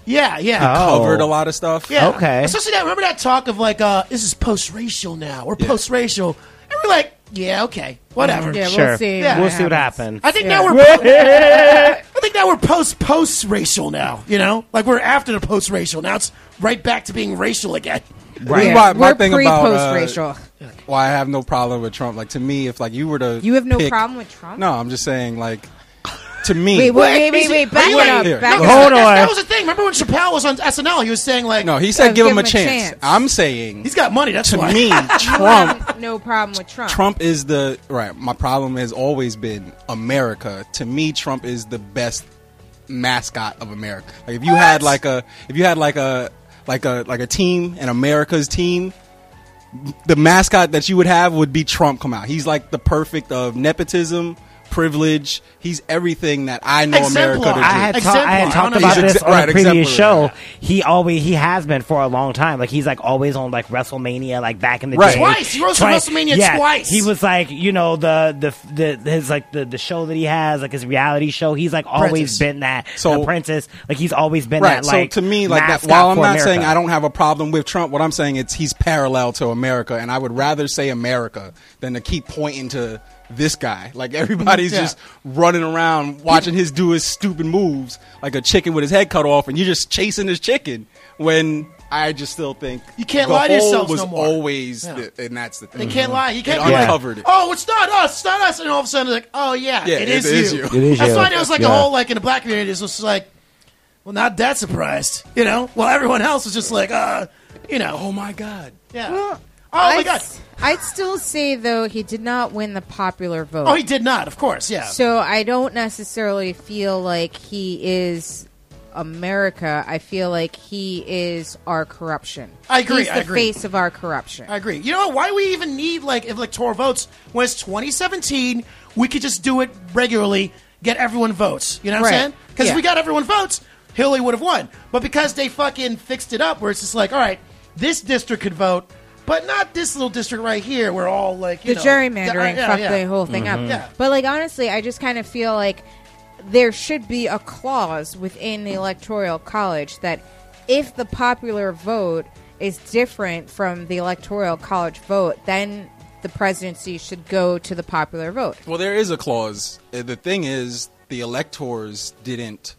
S11: Yeah, yeah.
S7: Oh. Covered a lot of stuff.
S11: Yeah.
S7: Okay.
S11: Especially that. Remember that talk of like, uh, this is post-racial now. We're post-racial, and we're like, yeah, okay, whatever.
S4: Yeah, we'll Sure. see
S11: Yeah.
S4: We'll see what happens.
S11: I think
S4: Yeah.
S11: now we're. Po- I think now we're post-post-racial now. You know, like we're after the post-racial. Now it's right back to being racial again.
S7: This is
S11: Yeah.
S7: why- my thing about, uh,
S3: pre-post-racial.
S7: why I have no problem with Trump. Like to me, if like you were to,
S3: You have no
S7: pick-
S3: problem with Trump?
S7: No, I'm just saying like to me.
S3: Wait, wait, wait, wait, wait, back it up,
S7: Here,
S3: back
S7: look.
S3: it up.
S11: That- That was the thing. Remember when Chappelle was on SNL? He was saying like,
S7: No, he said give, him a chance. I'm saying
S11: He's got money. That's
S7: to
S11: why.
S7: me
S3: You
S7: Trump.
S3: have no problem with Trump.
S7: Trump is the right. My problem has always been America. To me, Trump is the best mascot of America. Like if you had like a if you had like a like a like a team and America's team, the mascot that you would have would be Trump. Come out. He's like the perfect of nepotism. Privilege. He's everything that I know America to do.
S4: I had, ta- I had talked about
S7: He's
S4: this
S7: exa-
S4: on
S7: right,
S4: the previous
S7: exemplary.
S4: show. He always he has been for a long time. Like he's like always on like WrestleMania, like back in the
S7: Right.
S4: day.
S11: Twice. He rose to WrestleMania
S4: yeah.
S11: twice.
S4: He was like you know the the the his like the the show that he has like his reality show. He's like always
S7: Apprentice.
S4: been that
S7: So-
S4: apprentice. Like he's always been
S7: right.
S4: that. Like
S7: so to me, like that.
S4: mascot
S7: While I'm
S4: for
S7: not
S4: America.
S7: saying I don't have a problem with Trump, what I'm saying is he's parallel to America, and I would rather say America than to keep pointing to this guy. (laughs) Like everybody's
S11: Yeah.
S7: just running around watching his do his stupid moves, like a chicken with his head cut off, and you're just chasing his chicken. When I just still think
S11: You can't
S7: the
S11: lie to
S7: whole
S11: yourselves
S7: was
S11: no more.
S7: always,
S11: Yeah.
S7: the, and that's the thing.
S11: They can't lie. You can't
S7: It
S11: be like,
S7: uncovered it.
S11: Oh, it's not us. It's not us. And all of a sudden, they're like, oh yeah,
S7: Yeah,
S11: it
S7: it
S11: is,
S7: is
S11: you.
S7: you. It is
S11: That's
S7: you.
S11: why there was like a
S7: Yeah.
S11: whole like in the black community. It was just like, well, not that surprised, you know. Well, everyone else was just like, uh, you know, oh
S7: my god,
S11: yeah,
S3: Well,
S11: oh my
S3: I'd
S11: god.
S3: s- I'd still say though he did not win the popular vote.
S11: Oh, he did not. Of course, yeah.
S3: So I don't necessarily feel like he is America. I feel like he is our corruption.
S11: I agree,
S3: He's
S11: I
S3: the
S11: agree.
S3: face of our corruption.
S11: I agree. You know what? Why we even need like electoral votes when it's 2017? We could just do it regularly, get everyone votes. You know what
S3: Right.
S11: I'm saying? Because
S3: Yeah.
S11: if we got everyone votes, Hillary would have won. But because they fucking fixed it up, where it's just like, all right, this district could vote, but not this little district right here. We're all like you
S3: the
S11: know,
S3: gerrymandering
S11: yeah,
S3: fucked
S11: yeah.
S3: the whole thing up.
S11: Mhm. Yeah.
S3: But like honestly, I just kind of feel like there should be a clause within the electoral college that if the popular vote is different from the electoral college vote, then the presidency should go to the popular vote.
S7: Well, there is a clause. Uh, The thing is, the electors didn't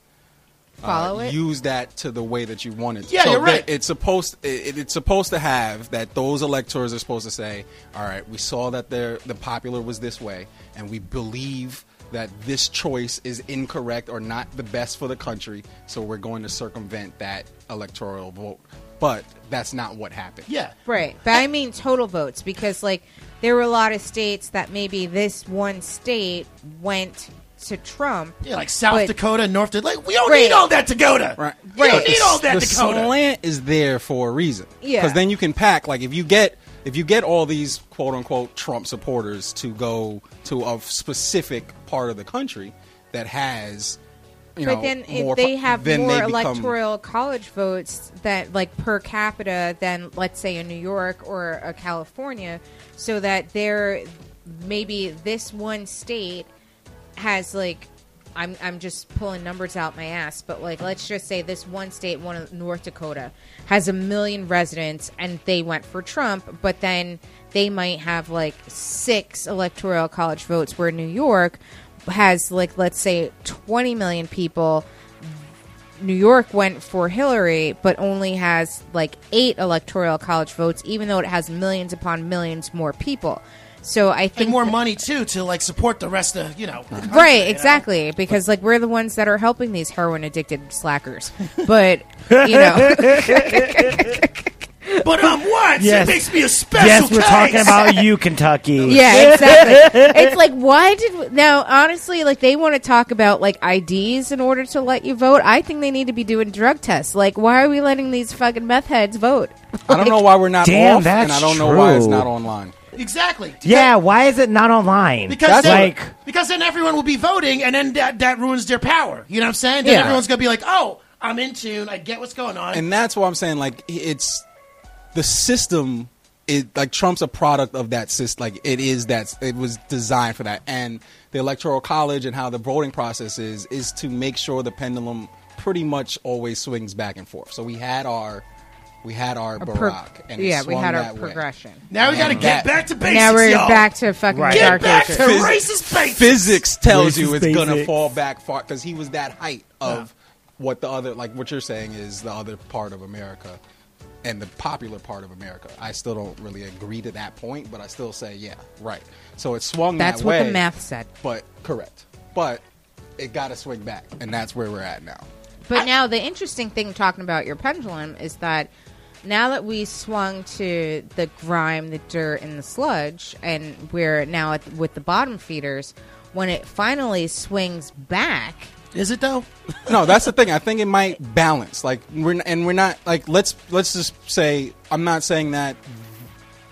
S7: uh,
S3: Follow it?
S7: use that to the way that you wanted. to.
S11: Yeah,
S7: so
S11: you're right.
S7: that- It's supposed it, it's supposed to have that those electors are supposed to say, "All right, we saw that there the popular was this way, and we believe." That this choice is incorrect or not the best for the country, so we're going to circumvent that electoral vote. But that's not what happened.
S11: Yeah.
S3: Right. But I mean total votes because like there were a lot of states that maybe this one state went to Trump.
S11: Yeah, like South
S3: but-
S11: Dakota and North Dakota. Like, we don't
S3: Right.
S11: need all that Dakota.
S7: Right.
S11: We don't
S7: But
S11: need
S7: the-
S11: all that
S7: the
S11: Dakota.
S7: slant is there for a reason.
S11: Yeah.
S7: Because then you can pack. Like if you get if you get all these quote unquote Trump supporters to go to a specific part of the country that has, you
S3: but
S7: know,
S3: then
S7: more
S3: if they
S7: po-
S3: have
S7: then
S3: more
S7: they become-
S3: electoral college votes that like per capita than let's say a New York or a California, so that they're maybe this one state has like I'm I'm just pulling numbers out my ass, but like let's just say this one state, one of North Dakota, has a million residents and they went for Trump, but then they might have like six electoral college votes where New York has like let's say 20 million people New York went for Hillary, but only has like eight electoral college votes, even though it has millions upon millions more people. So I think
S11: And more
S3: that-
S11: money too to like support the rest of you know. the country, you
S3: right
S11: know?
S3: exactly because like we're the ones that are helping
S7: (laughs)
S3: these heroin addicted slackers but you know
S11: But um, what?
S4: Yes.
S11: It makes me a special
S4: Yes, we're
S11: case.
S7: (laughs)
S4: talking about you, Kentucky.
S3: Yeah, exactly. it's like why did we- now honestly like they want to talk about like IDs in order to let you vote. I think they need to be doing drug tests. Like why are we letting these fucking meth heads vote?
S7: I don't know why we're not
S4: Damn,
S7: off,
S4: that's
S7: and I don't know why it's
S4: true.
S7: not online.
S11: Exactly.
S4: Yeah, why is it not online?
S11: Because then,
S4: like,
S11: because then everyone will be voting, and then that, that ruins their power. You know what I'm saying? Then
S7: Yeah.
S11: everyone's gonna be like, "Oh, I'm in tune. I get what's going on."
S7: And that's why I'm saying like it's the system. It like Trump's a product of that system. Like it is that it was designed for that, and the electoral college and how the voting process is is to make sure the pendulum pretty much always swings back and forth. So we had our we had our
S3: per-
S7: Barack, and it
S3: yeah, we
S7: swung
S3: had our
S7: that way.
S3: progression.
S11: Now we
S7: And
S11: gotta
S7: that-
S11: get back to basics.
S3: now we're
S11: y'all.
S3: back to fucking
S7: Right.
S3: dark
S11: Get back
S3: ages.
S11: to racist basics.
S7: physics tells
S11: Racist
S7: you it's gonna
S11: basics.
S7: fall back far because he was that height of what the other like what you're saying is the other part of America and the popular part of America. I still don't really agree to that point, but I still say yeah, right. So it swung
S3: That's
S7: that
S3: what
S7: way.
S3: the math said.
S7: but correct. But it got to swing back, and that's where we're at now.
S3: But now the interesting thing talking about your pendulum is that now that we swung to the grime, the dirt, and the sludge, and we're now at, with the bottom feeders, when it finally swings back,
S11: is it though?
S7: no, that's the thing. I think it might balance. Like we're n- and we're not like let's let's just say I'm not saying that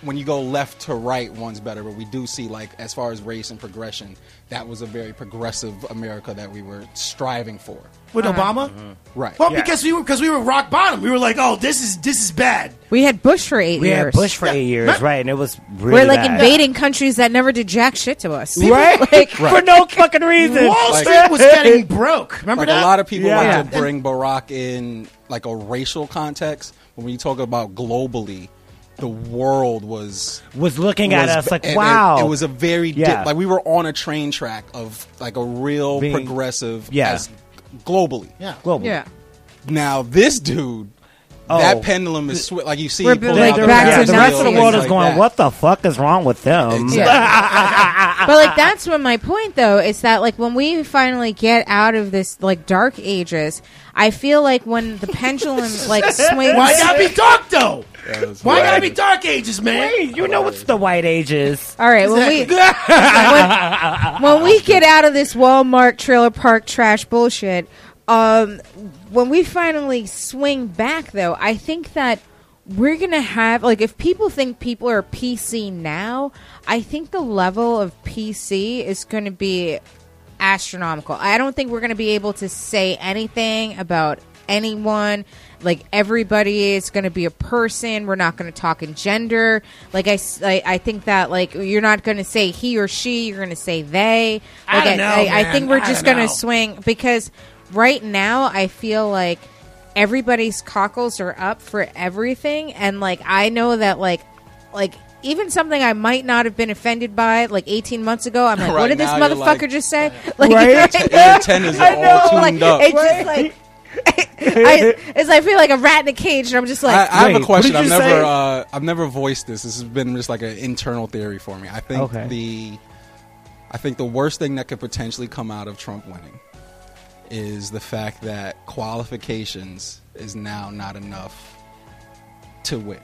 S7: when you go left to right one's better, but we do see like as far as race and progression, that was a very progressive America that we were striving for.
S11: With Obama?
S7: Right.
S11: Well, because we were because we were rock bottom. We were like, "Oh, this is this is bad."
S3: we had Bush for eight
S4: we
S3: years.
S4: had Bush for eight years, right? And it was really
S3: we're like
S7: (laughs)
S4: bad.
S3: invading countries that never did jack shit to us,
S4: Right?
S3: Like,
S4: For no fucking reason.
S11: Wall
S7: Like-
S11: Street was getting broke. Remember
S7: like
S11: that?
S7: a lot of people
S11: Yeah.
S7: like to bring Barack in like a racial context. But when you talk about globally, the world was
S4: was looking at us like,
S7: and it-
S4: wow.
S7: It, was a very di-
S4: Yeah.
S7: like we were on a train track of like a real
S4: Being-
S7: progressive
S4: Yeah.
S7: as globally.
S11: Yeah.
S4: global.
S3: yeah.
S7: Now this dude,
S4: Oh.
S7: that pendulum is swi- like you see.
S3: We're
S7: he pulled
S3: like
S7: out the
S3: back
S4: yeah,
S3: to
S7: Brazil,
S4: the rest of the
S3: nothing.
S7: things
S4: world is
S7: like
S4: going,
S7: that.
S4: what the fuck is wrong with them?
S7: Exactly.
S4: (laughs)
S3: but like that's what my point though is that like when we finally get out of this like dark ages, I feel like when the pendulum
S4: (laughs)
S3: like swings,
S11: Why gotta be dark though?
S7: That was
S11: Why gotta
S7: wild.
S11: be dark ages, man?
S4: Hey, you know it's the white ages.
S3: All right, when we when, when we get out of this Walmart trailer park trash bullshit, um, when we finally swing back, though, I think that we're gonna have like if people think people are PC now, I think the level of PC is gonna be astronomical. I don't think we're going to be able to say anything about anyone. Like everybody is going to be a person. We're not going to talk in gender. Like I, s- I, I think that like you're not going to say he or she. You're going to say they.
S11: I
S3: Like,
S11: don't know,
S3: I, I
S11: man.
S3: think we're
S11: I
S3: just
S11: don't
S3: going to
S11: know.
S3: swing because right now I feel like everybody's cockles are up for everything, and like I know that like like. Even something I might not have been offended by, like eighteen months ago, I'm like,
S7: Right
S3: "What did this
S7: now you're
S3: motherfucker
S7: like-
S3: just?" just say? Like, (laughs)
S4: Right?
S7: The antennas are all tuned
S3: like,
S7: up.
S3: It's just like, (laughs) I, it's like, I feel like a rat in a cage, and I'm just like,
S7: I, I
S4: Wait,
S7: have a
S4: what
S7: question.
S4: did
S7: I've
S4: you
S7: never,
S4: say?
S7: uh, I've never voiced this. This has been just like an internal theory for me. I think
S4: Okay.
S7: the, I think the worst thing that could potentially come out of Trump winning is the fact that qualifications is now not enough to win.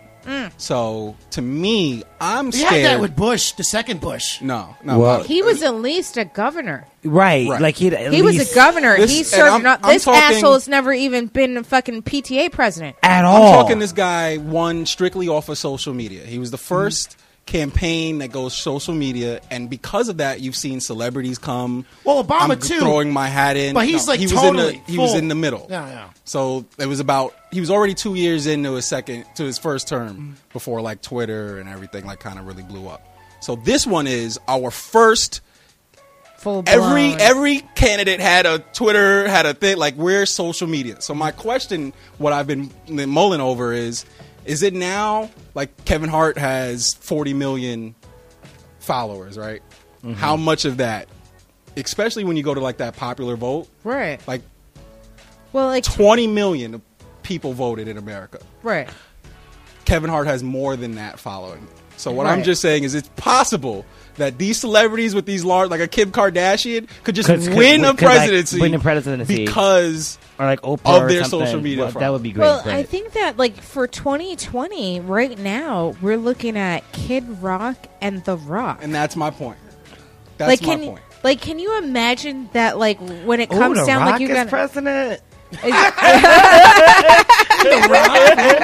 S7: So to me, I'm
S11: We
S7: scared.
S11: Mm. had that with Bush, the second Bush.
S7: no, no,
S4: Well,
S7: no.
S3: he was at least a governor.
S4: Right.
S7: Right.
S4: Like he'd at
S3: He was
S4: least-
S3: a governor.
S7: This-
S3: he
S7: and
S3: served.
S7: I'm-
S3: Not,
S7: I'm
S3: this
S7: talking-
S3: asshole's never even been a fucking PTA president.
S4: at
S7: I'm
S4: all.
S7: talking this guy won strictly off of social media. He was
S11: Mm-hmm.
S7: the 1st campaign that goes social media, and because of that, you've seen celebrities come.
S11: Well, Obama
S7: I'm
S11: too.
S7: Throwing my hat in,
S11: But he's, like,
S7: he Was in
S11: totally
S7: the, he was
S11: full.
S7: in the middle.
S11: Yeah, yeah.
S7: So it was about he was already two years into his second to his first term
S11: Mm-hmm.
S7: before like Twitter and everything like kind of really blew up. So this one is our first
S3: Full
S7: every
S3: blown.
S7: every candidate had a Twitter, had a thing. Like we're social media. So my question, what I've been mulling over is, is it now like Kevin Hart has 40 million followers, right? How much of that, especially when you go to like that popular vote,
S3: right.
S7: like
S3: well, like
S7: 20 million people voted in America.
S3: right.
S7: Kevin Hart has more than that following. So what I'm
S3: Right.
S7: just saying is, it's possible that these celebrities with these large, like a Kim Kardashian, could just
S4: 'Cause- 'cause-
S7: win a
S4: 'cause, like,
S7: presidency,
S4: win the presidency.
S7: because
S4: or like Oprah
S7: Of
S4: or
S7: their
S4: something.
S7: social media
S4: Well, that
S7: followers.
S4: would be great.
S3: Well,
S4: but-
S3: I think that like for 2020, right now we're looking at Kid Rock and The Rock.
S7: And that's my point. That's
S3: like,
S7: my
S3: can,
S7: point.
S3: Like, can you imagine that? Like, when it
S7: Ooh,
S3: comes
S7: The
S3: down,
S7: Rock
S3: like you're
S7: is
S3: gonna
S4: president.
S3: (laughs)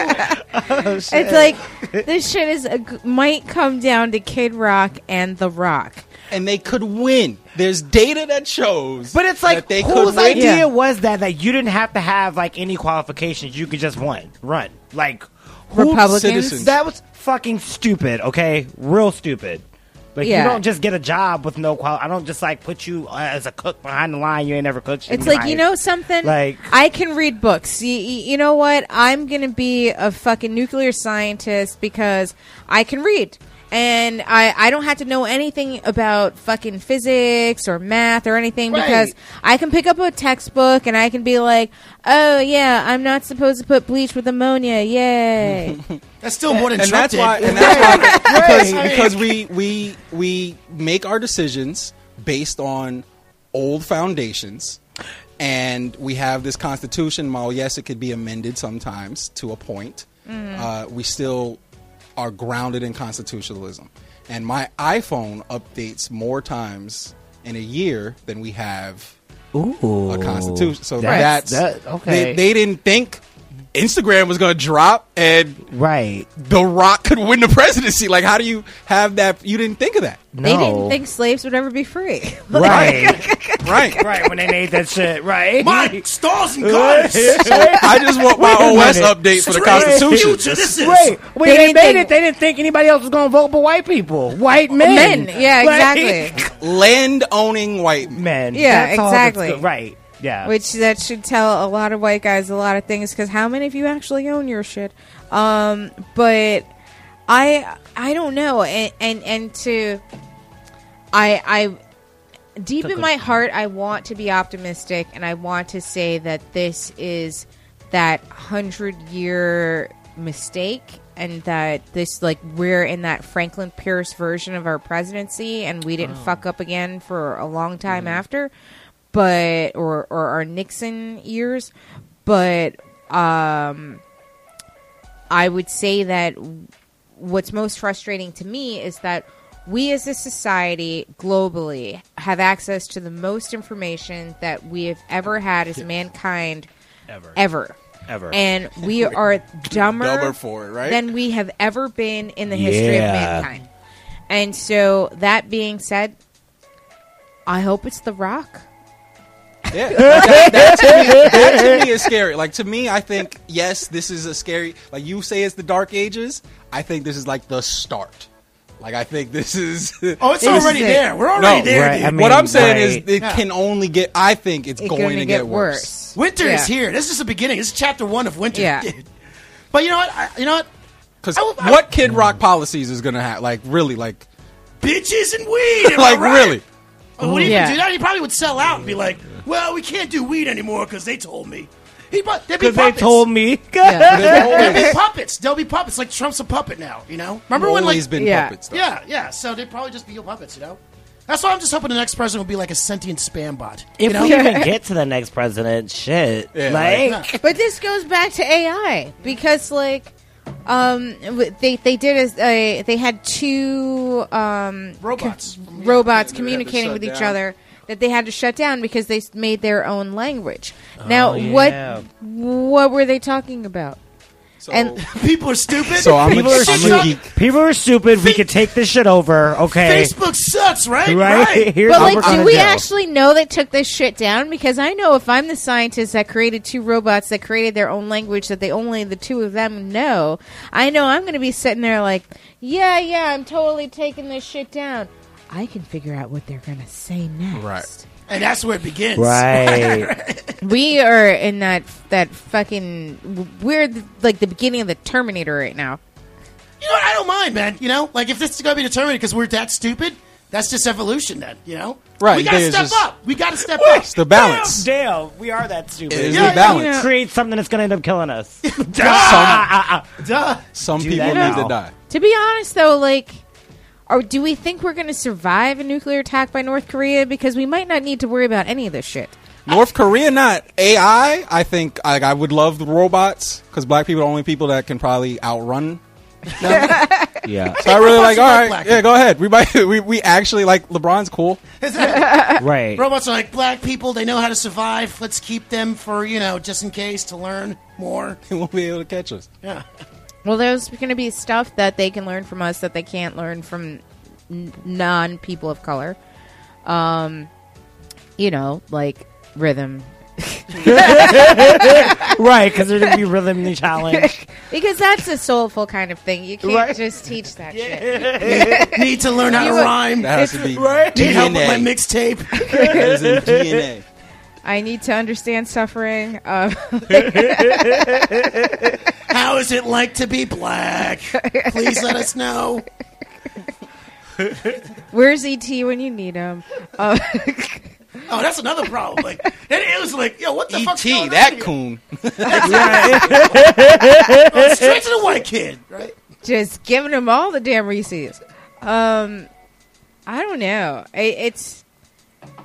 S3: It's like this shit is a, g- might come down to Kid Rock and The Rock.
S7: And they could win. There's data that shows.
S4: But it's like
S7: that they could
S4: whose
S7: win.
S4: idea was that? That you didn't have to have like any qualifications. You could just run, run. Like who-
S7: Republicans? Citizens.
S4: That was fucking stupid. Okay, real stupid. Like
S3: Yeah.
S4: you don't just get a job with no qual. I don't just like put you uh, as a cook behind the line. You ain't never cooked. shit
S3: It's
S4: in your
S3: like you
S4: life.
S3: know something.
S4: Like-
S3: I can read books. You, you know what? I'm gonna be a fucking nuclear scientist because I can read, and I I don't have to know anything about fucking physics or math or anything
S12: Right.
S3: because I can pick up a textbook and I can be like, oh yeah, I'm not supposed to put bleach with ammonia.
S4: (laughs)
S3: Yay!
S11: That's still more than
S7: and that's
S11: Trump
S7: why,
S11: did.
S7: and
S11: (laughs)
S7: that's why because,
S11: Right.
S7: because we we we make our decisions based on old foundations, and we have this constitution. While yes, it could be amended sometimes to a point,
S5: Mhm.
S7: uh, we still are grounded in constitutionalism. And my iPhone updates more times in a year than we have
S4: Ooh,
S7: a constitution. So
S4: That's-
S7: that's,
S4: that- okay.
S7: They, they didn't think Instagram was going to drop and
S4: right
S3: (laughs)
S7: the Rock could win the presidency. Like, how do you have that? You didn't think of that.
S3: They didn't think slaves would ever be free. (laughs)
S4: Right.
S7: right.
S4: Right. When they made that shit. Right.
S11: Mike, stars and
S4: (laughs) Right.
S11: cars.
S7: I just want
S11: (laughs)
S7: my OS update for the Constitution.
S4: Right. When
S11: They
S4: they,
S11: didn't
S4: made
S11: think-
S4: it, they didn't think anybody else was going to vote but white people. White (laughs)
S3: (laughs)
S4: men.
S3: Men, yeah,
S4: Like-
S3: exactly.
S7: Land owning white
S4: (laughs) men.
S3: Yeah,
S4: That's all that's
S3: exactly.
S4: good. Right. Yeah.
S3: Which that should tell a lot of white guys a lot of things because how many of you actually own your shit? Um, but I I don't know, and and, and to I I deep
S12: Took
S3: in
S12: a-
S3: my heart I want to be optimistic and I want to say that this is that hundred year mistake and that this like we're in that Franklin Pierce version of our presidency and we didn't
S12: Oh. Mm.
S3: fuck up again for a long time after but or or our Nixon years but um I would say that what's most frustrating to me is that we as a society globally have access to the most information that we have ever had as mankind
S4: Ever.
S3: ever.
S4: Ever.
S3: And we are dumber,
S7: Dumber for it, right?
S3: than we have ever been in the history of
S4: Yeah.
S3: mankind. And so, that being said, I hope it's The Rock.
S7: Yeah, that, that to me, that to me is scary. Like to me, I think yes, this is a scary. Like you say, it's the Dark Ages. I think this is like the start. Like I think this is. (laughs)
S11: Oh, it's already there. We're already there, Right, dude. I
S7: what
S11: mean,
S7: I'm saying
S11: right.
S7: is, it
S11: Yeah.
S7: can only get. I think it's
S11: It's
S7: going
S11: gonna
S7: to
S11: get
S7: get, worse.
S11: Winter is here. This is the beginning. This is chapter one of winter.
S7: Yeah.
S11: (laughs) But you know what? I, you know what?
S7: Because what Kid
S11: Mm.
S7: Rock policies is going to have? Like really, like
S11: Bitches and weed.
S4: (laughs)
S11: am I
S7: like
S11: right?
S7: really.
S11: But Would he
S7: Yeah.
S11: do that? He probably would sell out and be like, "Well, we can't do weed anymore because they told me." He, but they'd be
S4: Because they
S11: puppets. (laughs)
S4: told me. (laughs)
S11: They'll be puppets. They'll be puppets. Like Trump's a puppet now. You know. Remember when like
S7: Always been
S11: yeah.
S7: puppets, though.
S11: Yeah, yeah. So they'd probably just be your puppets. You know. That's why I'm just hoping the next president will be like a sentient spam bot.
S4: If
S11: you know?
S4: we even get to the next president, shit. like,
S3: but this goes back to AI because like um w- they they did as a, they had two um robots
S11: robots
S12: Yeah, they had to
S3: communicating
S12: shut
S3: with each
S12: down.
S3: other that they had to shut down because they s- made their own language.
S12: Oh,
S3: now
S12: yeah.
S3: what what were they talking about? and
S11: people are stupid.
S4: So I'm people,
S11: People
S4: are
S11: suck.
S4: stupid. people are stupid. We could take this shit over. Okay.
S11: Facebook sucks, right?
S4: Right. Here's
S3: but
S4: what we're
S3: like, do
S4: gonna
S3: we
S4: do.
S3: actually know they took this shit down? Because I know if I'm the scientist that created two robots that created their own language that they only the two of them know, I know I'm going to be sitting there like, yeah, yeah, I'm totally taking this shit down. I can figure out what they're going to say next. Right.
S11: And that's where it begins. (laughs)
S4: Right.
S3: we are in that that fucking we're th- like the beginning of the Terminator right now.
S11: You know what? I don't mind, man. You know, like if this is going to be determined because we're that stupid, that's just evolution, then. You know,
S7: Right,
S11: We got to
S7: there's
S11: step
S7: just-
S11: up. We got to step up.
S7: It's the balance.
S4: Dale, (laughs) we are that stupid.
S7: It is the balance.
S4: Create something that's going to end up
S11: (laughs)
S4: killing us.
S11: Duh.
S7: Some
S4: Do
S7: people
S4: that
S7: need
S4: now.
S7: to die.
S3: To be honest, though, like, or do we think we're going to survive a nuclear attack by North Korea? Because we might not need to worry about any of this shit.
S7: North Korea, not AI. I think like I would love the robots because black people are the only people that can probably outrun. them.
S1: Yeah.
S7: So I really like. All
S11: Robots are like
S7: right,
S11: black
S7: yeah, go ahead. We, might, (laughs) we we actually like LeBron's cool. Uh,
S4: right.
S11: Robots are like black people. They know how to survive. Let's keep them for, you know, just in case to learn more.
S7: (laughs) They won't be able to catch us.
S11: Yeah.
S3: Well, there's going to be stuff that they can learn from us that they can't learn from n- non people of color. Um, you know, like rhythm.
S4: right, because they're going to
S7: (laughs)
S4: be rhythmically challenged.
S3: Because that's a soulful kind of thing. You can't just teach that shit.
S11: Need to learn how to
S3: You would-
S11: rhyme.
S7: That has to be
S11: Need help with my
S7: DNA.
S11: mixtape.
S7: That is in DNA.
S3: I need to understand suffering. Uh, (laughs)
S11: How is it like to
S3: (laughs)
S11: be black? Please let us know.
S3: where's ET when you need him? Uh,
S11: Oh, that's another problem. Like, (laughs) it, it was like, yo, what the fuck?
S7: E.T. E That coon. (laughs)
S11: Oh, straight to the white kid, right?
S3: just giving him all the damn Reese's. Um, I don't know. I it's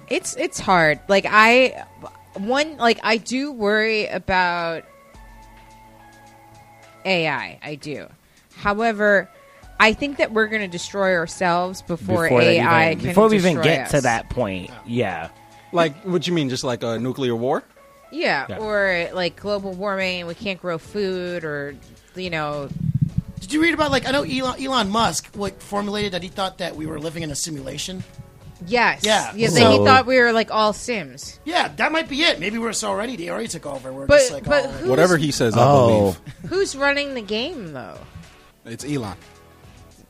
S3: it's it's hard. Like I one like I do worry about AI. I do. However, I think that we're going to destroy ourselves before,
S4: that
S3: AI
S4: even,
S3: can
S4: before we even
S3: destroy
S4: get to
S3: us.
S4: that point. Yeah.
S7: Like what you mean? Just like a nuclear war?
S3: Yeah,
S4: Yeah.
S3: or like global warming, we can't grow food, or you know,
S11: Did you read about like I know Elon, Elon Musk like formulated that he thought that we were living in a simulation.
S3: yes,
S11: Yeah.
S3: yeah. They,
S4: So-
S3: he thought we were like all Sims,
S11: Yeah, that might be it. Maybe we're so already they already took over. We're
S3: but
S11: just like oh.
S3: but
S11: all-
S3: who's,
S7: Whatever he says, I
S4: Oh.
S7: believe.
S3: who's running the game though?
S7: It's Elon.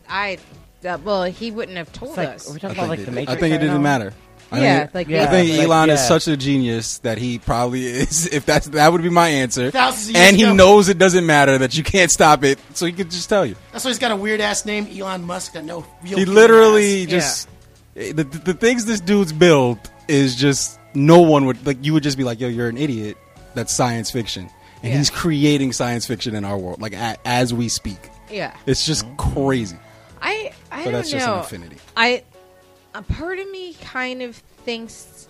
S3: I uh, well, he wouldn't have told
S4: It's like,
S3: us.
S4: are we talking
S7: I
S4: about
S7: think,
S4: like the
S7: it,
S4: Matrix?
S7: I think it
S4: right
S7: didn't
S4: now?
S7: matter. I
S3: Yeah,
S7: think,
S3: like,
S7: I
S3: yeah.
S7: think
S4: Like,
S7: Elon
S4: yeah.
S7: is such a genius that he probably (laughs) is. If that's that would be my answer,
S11: Thousands of years
S7: and he
S11: ago.
S7: knows it doesn't matter that you can't stop it, so he could just tell you.
S11: that's why he's got a weird ass name, Elon Musk. That no real.
S7: he
S11: human
S7: literally
S11: ass.
S7: just the, the the things this dude's built is just no one would like. You would just be like, "Yo, you're an idiot." That's science fiction, and
S3: Yeah.
S7: he's creating science fiction in our world, like a, as we speak.
S3: Yeah,
S7: It's just crazy.
S3: I I
S7: But
S3: don't
S7: that's just
S3: know.
S7: an infinity.
S3: I a part of me kind of thinks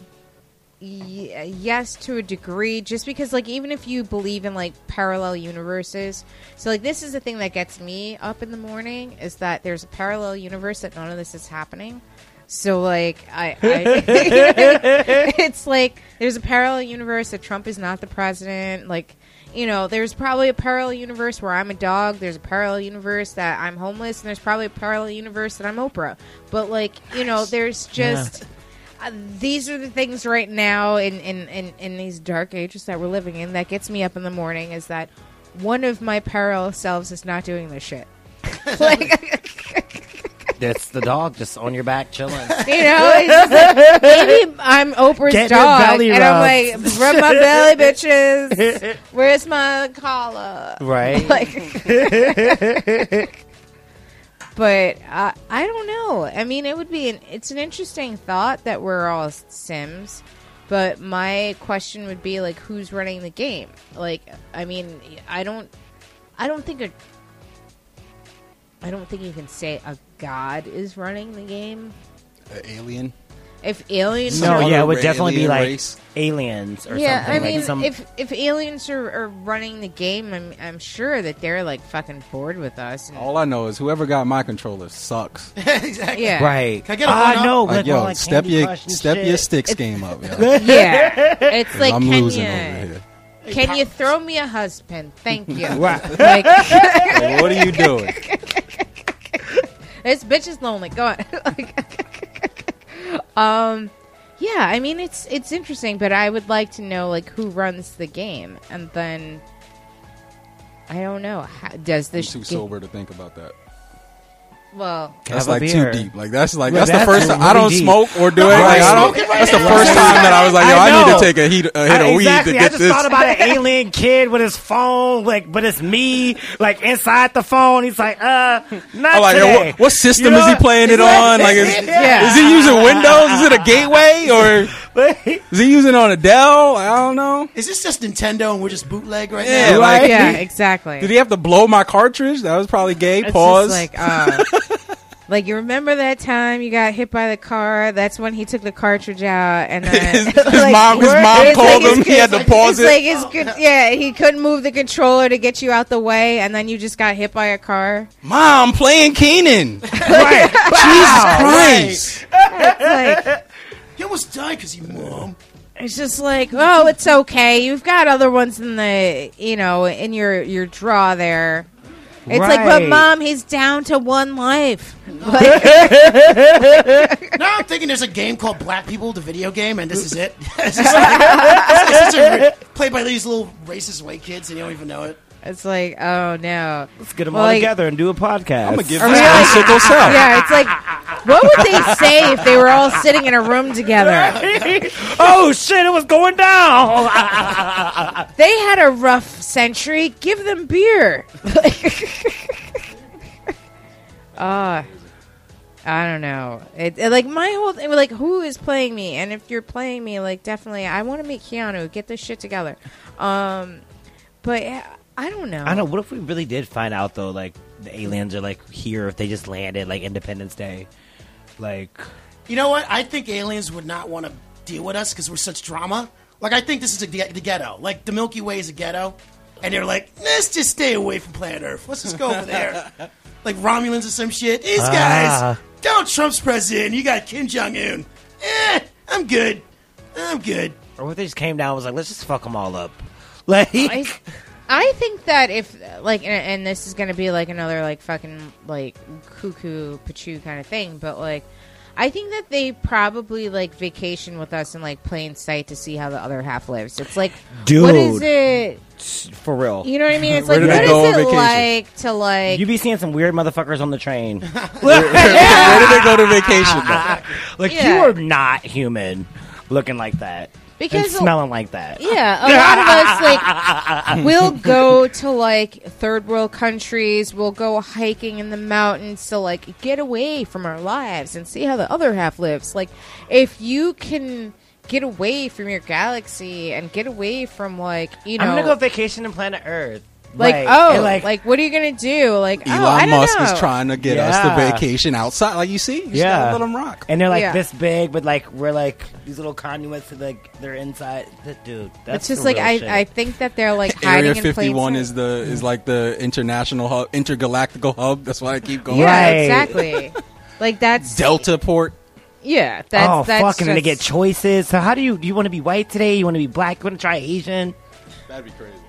S3: y- yes to a degree just because like even if you believe in like parallel universes so like this is the thing that gets me up in the morning is that there's a parallel universe that none of this is happening so like i,
S7: (laughs)
S3: I it's like there's a parallel universe that trump is not the president like you know there's probably a parallel universe where i'm a dog there's a parallel universe that i'm homeless and there's probably a parallel universe that i'm oprah but like you know there's just uh, these are the things right now in, in, in, in these dark ages that we're living in that gets me up in the morning is that one of my parallel selves is not doing this shit. like,
S4: That's the dog just on your back chilling.
S3: you know, it's just like, maybe I'm Oprah's
S4: Get your
S3: dog.
S4: belly
S3: and I'm
S4: rubbed.
S3: like, rub my belly,
S4: (laughs)
S3: bitches. Where's my collar?
S4: right?
S3: Like, (laughs) but uh, I don't know. I mean, it would be an it's an interesting thought that we're all Sims, but my question would be like, who's running the game? Like, I mean, I don't, I don't think a, I don't think you can say a god is running the game.
S7: An alien.
S3: If aliens,
S4: no,
S3: are
S4: yeah, it
S7: other
S4: would
S7: ra-
S4: definitely be
S7: alien
S4: like
S7: race.
S4: aliens or
S3: yeah,
S4: something.
S3: I mean,
S4: like some,
S3: if if aliens are, are running the game, I'm I'm sure that they're like fucking bored with us. and-
S7: All I know is whoever got my controller
S4: (laughs)
S7: sucks.
S11: (laughs) exactly.
S3: yeah,
S4: right?
S11: Can I get a
S4: Ah,
S11: one-up?
S4: no,
S7: Like, Uh,
S4: like,
S7: yo,
S4: well, like
S7: step
S4: Candy
S7: your
S4: Crush and
S7: step
S4: shit.
S7: your sticks game up.
S4: (laughs)
S7: Yo.
S3: (laughs) Yeah, it's like
S7: I'm
S3: can
S7: losing
S3: you
S7: over here.
S3: can you throw me a husband? Thank you.
S4: Right.
S3: Like
S7: Like, (laughs) what are you doing?
S3: this bitch is lonely. Go on. (laughs) Like, um, yeah. I mean, it's it's interesting, but I would like to know like who runs the game, and then I don't know. How, does
S7: I'm
S3: this
S7: too
S3: ga-
S7: sober to think about that.
S3: Well,
S4: Have
S7: That's
S4: a
S7: like
S4: beer.
S7: too deep. Like that's like
S4: Yeah,
S7: that's,
S4: that's
S7: the first time I
S4: really
S7: don't
S4: deep.
S7: smoke or do it. Like, I don't.
S11: smoking right
S7: That's the
S11: now.
S7: first time that I was like, yo,
S4: I
S7: I, need
S4: know.
S7: to take a heat a hit
S4: I-
S7: of
S4: exactly.
S7: weed to
S4: I
S7: get
S4: just
S7: this.
S4: thought about
S7: (laughs)
S4: an alien kid with his phone, like, but it's me, like inside the phone. He's like, uh, not
S7: I'm like, yo,
S4: today.
S7: what, what system
S4: You know
S7: is he
S4: what?
S7: playing it on? Like, is,
S4: Yeah.
S7: is he using Windows? Is it a gateway or
S4: (laughs)
S7: is he using it on a Dell? I don't know.
S11: Is this just Nintendo and we're just bootleg right
S7: Yeah,
S11: now?
S7: like,
S3: yeah, exactly.
S7: did he have to blow my cartridge? That was probably gay.
S3: It's just
S7: Pause.
S3: like, uh, Like you remember that time you got hit by the car? That's when he took the cartridge out,
S7: (laughs)
S3: and then,
S7: His- his mom- his mom
S3: it's
S7: called
S3: it's
S7: him. He
S3: good-
S7: had to
S3: it's
S7: pause it.
S3: Like it's good, yeah, he couldn't move the controller to get you out the way, and then you just got hit by a car.
S7: Mom, playing Keenan.
S4: (laughs)
S11: Right.
S7: (laughs) Jesus Christ.
S3: It's
S7: (laughs)
S3: like
S11: He almost died because you mom.
S3: it's just like oh, it's okay. You've got other ones in the you know in your your draw there. It's like, but
S4: Right.
S3: mom, he's down to one life.
S11: Now I'm thinking there's a game called Black People, the video game, and this is it. (laughs) it's just like, it's- it's just a re- played by these little racist white kids, and you don't even know it.
S3: It's like, oh no.
S4: Let's get them
S3: Well,
S4: all
S3: like-
S4: together and do a podcast.
S7: I'm gonna
S4: (laughs)
S7: give
S3: Are
S7: this
S3: we
S7: one
S3: like-
S7: sickle
S3: (laughs)
S7: cell.
S3: Yeah, it's like, what would they say if they were all sitting in a room together?
S4: oh shit! It was going down.
S3: They had a rough century. Give them beer. (laughs) Ah, I don't know. It, it- like my whole thing, like who is playing me? And if you're playing me, like definitely, I want to meet Keanu. Get this shit together. Um, but yeah, I don't know.
S4: (laughs) I don't know. What if we really did find out though? Like the aliens are like here if they just landed like Independence Day, like
S11: You know what? I think aliens would not want to deal with us because we're such drama. Like I think this is a, the, the ghetto. Like the Milky Way is a ghetto, and they're like, let's just stay away from planet Earth. Let's just go over there. Like Romulans or some shit. These guys.
S4: Ah.
S11: Donald Trump's president. You got Kim Jong Un. Eh, I'm good. I'm good.
S4: or what if they just came down and was like, let's just fuck them all up. (laughs) Like
S3: I, I think that if like, and, and this is going to be like another like fucking like cuckoo pachu kind of thing, but like, I think that they probably like vacation with us in like plain sight to see how the other half lives. It's like, what is
S4: Dude.
S3: it?
S4: for real.
S3: You know what I mean? It's
S7: Where
S3: like,
S7: do
S3: what
S7: they go on
S3: is it
S7: vacation?
S3: like to like?
S4: You be seeing some weird motherfuckers on the train.
S7: Where did they go to vacation?
S4: (laughs)
S7: though?
S4: like you
S3: Yeah.
S4: are not human, looking like that and
S3: because a-
S4: smelling like that.
S3: Yeah, a lot of us like we'll go to like third world countries. We'll go hiking in the mountains to like get away from our lives and see how the other half lives. Like if you can get away from your galaxy and get away from like you know
S4: I'm gonna go vacation in planet Earth.
S3: like oh
S4: and,
S3: like, what are you gonna do like oh, I
S7: Elon
S3: don't
S7: Musk
S3: know.
S7: is trying to get us
S4: Yeah.
S7: to vacation outside. Like you see, you yeah.
S4: Yeah.
S7: gotta let them rock.
S4: and they're like
S3: Yeah.
S4: this big, but like we're like these little conduits to like they're inside. That dude, that's
S3: it's just
S4: the
S3: like
S4: real
S3: I,
S4: shit.
S3: I think that they're like hiding
S7: (laughs) Area
S3: in plain
S7: 51
S3: sight.
S7: is the is like the international hub, intergalactical hub. That's why I keep going.
S3: yeah
S4: Right.
S3: exactly like that's
S7: Delta port.
S3: yeah that's
S4: oh
S3: that's
S4: fucking, and they get
S3: just-
S4: choices. So how do you? Do you want to be white today? You want to be black? You want to try Asian?
S7: That'd be crazy.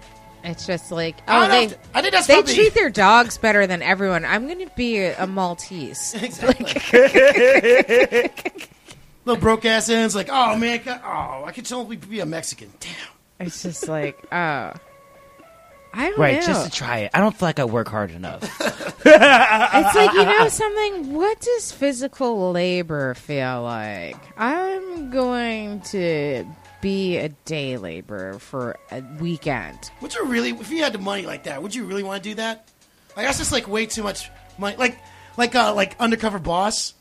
S3: it's just like
S11: I,
S3: oh
S11: don't know
S3: they
S11: if- I think that's
S3: They
S11: probably
S3: treat their dogs better than everyone. I'm going to be a, a Maltese.
S11: little broke ass ends. Like, oh man, God, oh, I could totally be a Mexican. Damn.
S3: (laughs) It's just like, oh, I don't
S4: Right,
S3: know.
S4: just to try it. I don't feel like I work
S3: (laughs)
S4: hard enough.
S3: it's like you know something. What does physical labor feel like? I'm going to be a day laborer for a weekend.
S11: Would you really, if you had the money like that, would you really want to do that? Like that's just like way too much money. Like, like, uh, like undercover boss.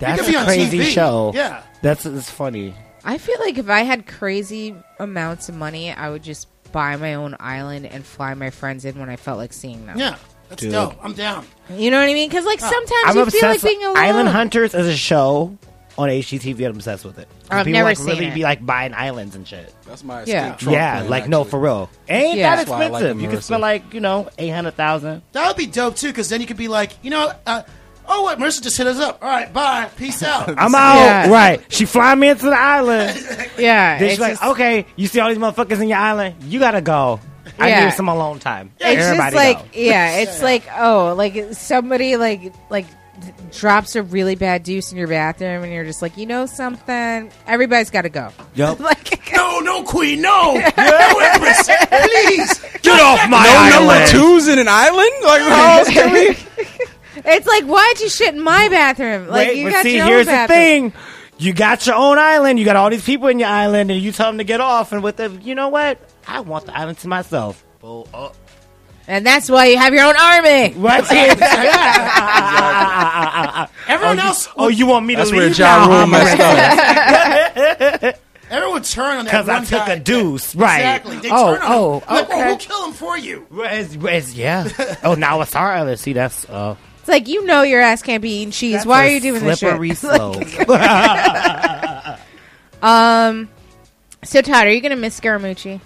S4: That's
S11: could be
S4: a
S11: on
S4: crazy
S11: TV.
S4: show.
S11: Yeah.
S4: that's it's funny.
S3: I feel like if I had crazy amounts of money, I would just buy my own island and fly my friends in when I felt like seeing them.
S11: Yeah, that's
S4: Dude.
S11: dope. I'm down.
S3: You know what I mean? Because like sometimes
S4: Oh, I'm
S3: you
S4: obsessed.
S3: feel like being alone.
S4: Island Hunters is a show on HGTV. I'm obsessed with it.
S3: I've
S4: People
S3: never
S4: like
S3: seen
S4: really
S3: it.
S4: be like buying islands and shit.
S7: That's my escape
S3: Yeah.
S7: Trump
S4: yeah,
S7: plan,
S4: like no,
S7: actually.
S4: for real. Ain't
S3: Yeah.
S4: that
S3: That's
S7: why I
S4: expensive?
S7: like the
S4: you can
S7: Marissa.
S4: spend like you know eight hundred thousand.
S11: That would be dope too, because then you could be like, you know, uh, oh, what Marissa just hit us up. All right, bye,
S4: (laughs)
S11: peace out.
S4: I'm out.
S3: Yeah.
S4: Right? She fly me into the
S3: (laughs)
S4: island.
S3: Yeah,
S4: Then
S3: it's
S4: she's like,
S3: just-
S4: okay, you see all these motherfuckers in your island. You gotta go. I
S3: Yeah.
S4: need some alone time.
S3: it's just
S4: Everybody
S3: like
S4: go.
S3: yeah
S4: (laughs)
S3: it's like oh like somebody like like drops a really bad deuce in your bathroom and you're just like you know something everybody's got to go
S4: Yup.
S3: like
S11: no, no, queen,
S4: (laughs)
S11: no, no, Empress, please.
S3: (laughs)
S4: Get off my
S7: No number
S4: island.
S7: twos in an island. Like how else can we?
S3: it's like why'd you shit in my bathroom like
S4: Wait,
S3: you
S4: but
S3: got
S4: see,
S3: your
S4: here's
S3: own
S4: the
S3: bathroom.
S4: thing. You got your own island. You got all these people in your island, and you tell them to get off. And with the, you know what? I want the island to myself.
S3: and that's why you have your own army
S4: Right?
S3: (laughs)
S4: (laughs)
S11: Everyone else,
S4: oh, you want me to
S7: That's where
S4: leave
S7: Ja
S4: now?
S7: Rule
S4: (laughs)
S7: messed up.
S11: everyone would turn on that
S4: Because
S11: one
S4: I took
S11: guy.
S4: a deuce. Right.
S11: Exactly. They
S4: oh,
S11: turn on
S4: oh,
S11: him. Like, (laughs)
S4: okay.
S11: oh, we'll kill him for you.
S4: Whereas- whereas- yeah. oh, now it's our island. See, that's uh,
S3: It's like you know your ass can't be eating cheese.
S4: That's
S3: Why
S4: a
S3: are you doing this
S4: slippery
S3: shit? (laughs) Like-
S4: slope.
S3: um. So Todd, are you gonna miss Scaramucci?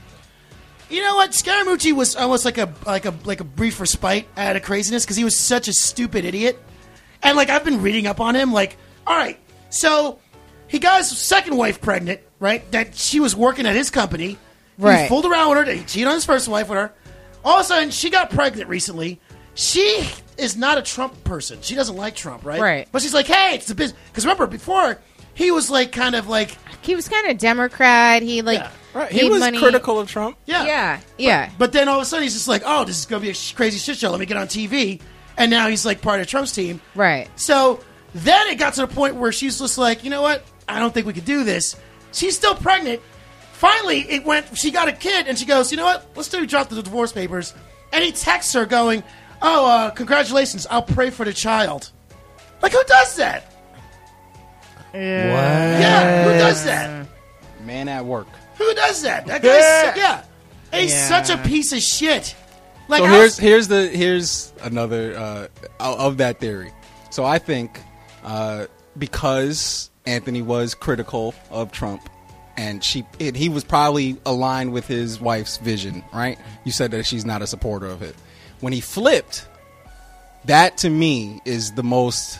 S11: You know what? Scaramucci was almost like a like a like a brief respite out of craziness because he was such a stupid idiot. And like I've been reading up on him. Like, all right, so he got his second wife pregnant, right? That she was working at his company. He
S3: Right.
S11: fooled around with her. He cheated on his first wife with her. All of a sudden, she got pregnant recently. She is not a Trump person. She doesn't like Trump, right?
S3: Right.
S11: But she's like, hey, it's the business. Because remember, before he was like kind of like
S3: He was kind of Democrat. He like
S11: Right.
S3: gave money-
S11: of Trump. Yeah.
S3: Yeah. Yeah.
S11: But, but then all of a sudden he's just like, oh, this is going to be a sh- crazy shit show. Let me get on TV. And now he's like part of Trump's team.
S3: Right.
S11: So then it got to the point where she's just like, you know what? I don't think we could do this. She's still pregnant. Finally, it went, she got a kid and she goes, you know what? Let's do drop the divorce papers. And he texts her going, oh, uh, congratulations. I'll pray for the child. Like, who does that? Yeah, who does that?
S7: Man at work.
S11: Who does that? That
S7: (laughs)
S11: guy's, yeah. He's
S7: Yeah.
S11: such a piece of shit. Like,
S7: so
S11: I
S7: here's
S11: was-
S7: here's the here's another uh, o- of that theory. So I think uh, because Anthony was critical of Trump, and she it, he was probably aligned with his wife's vision. Right? You said that she's not a supporter of it. When he flipped, that to me is the most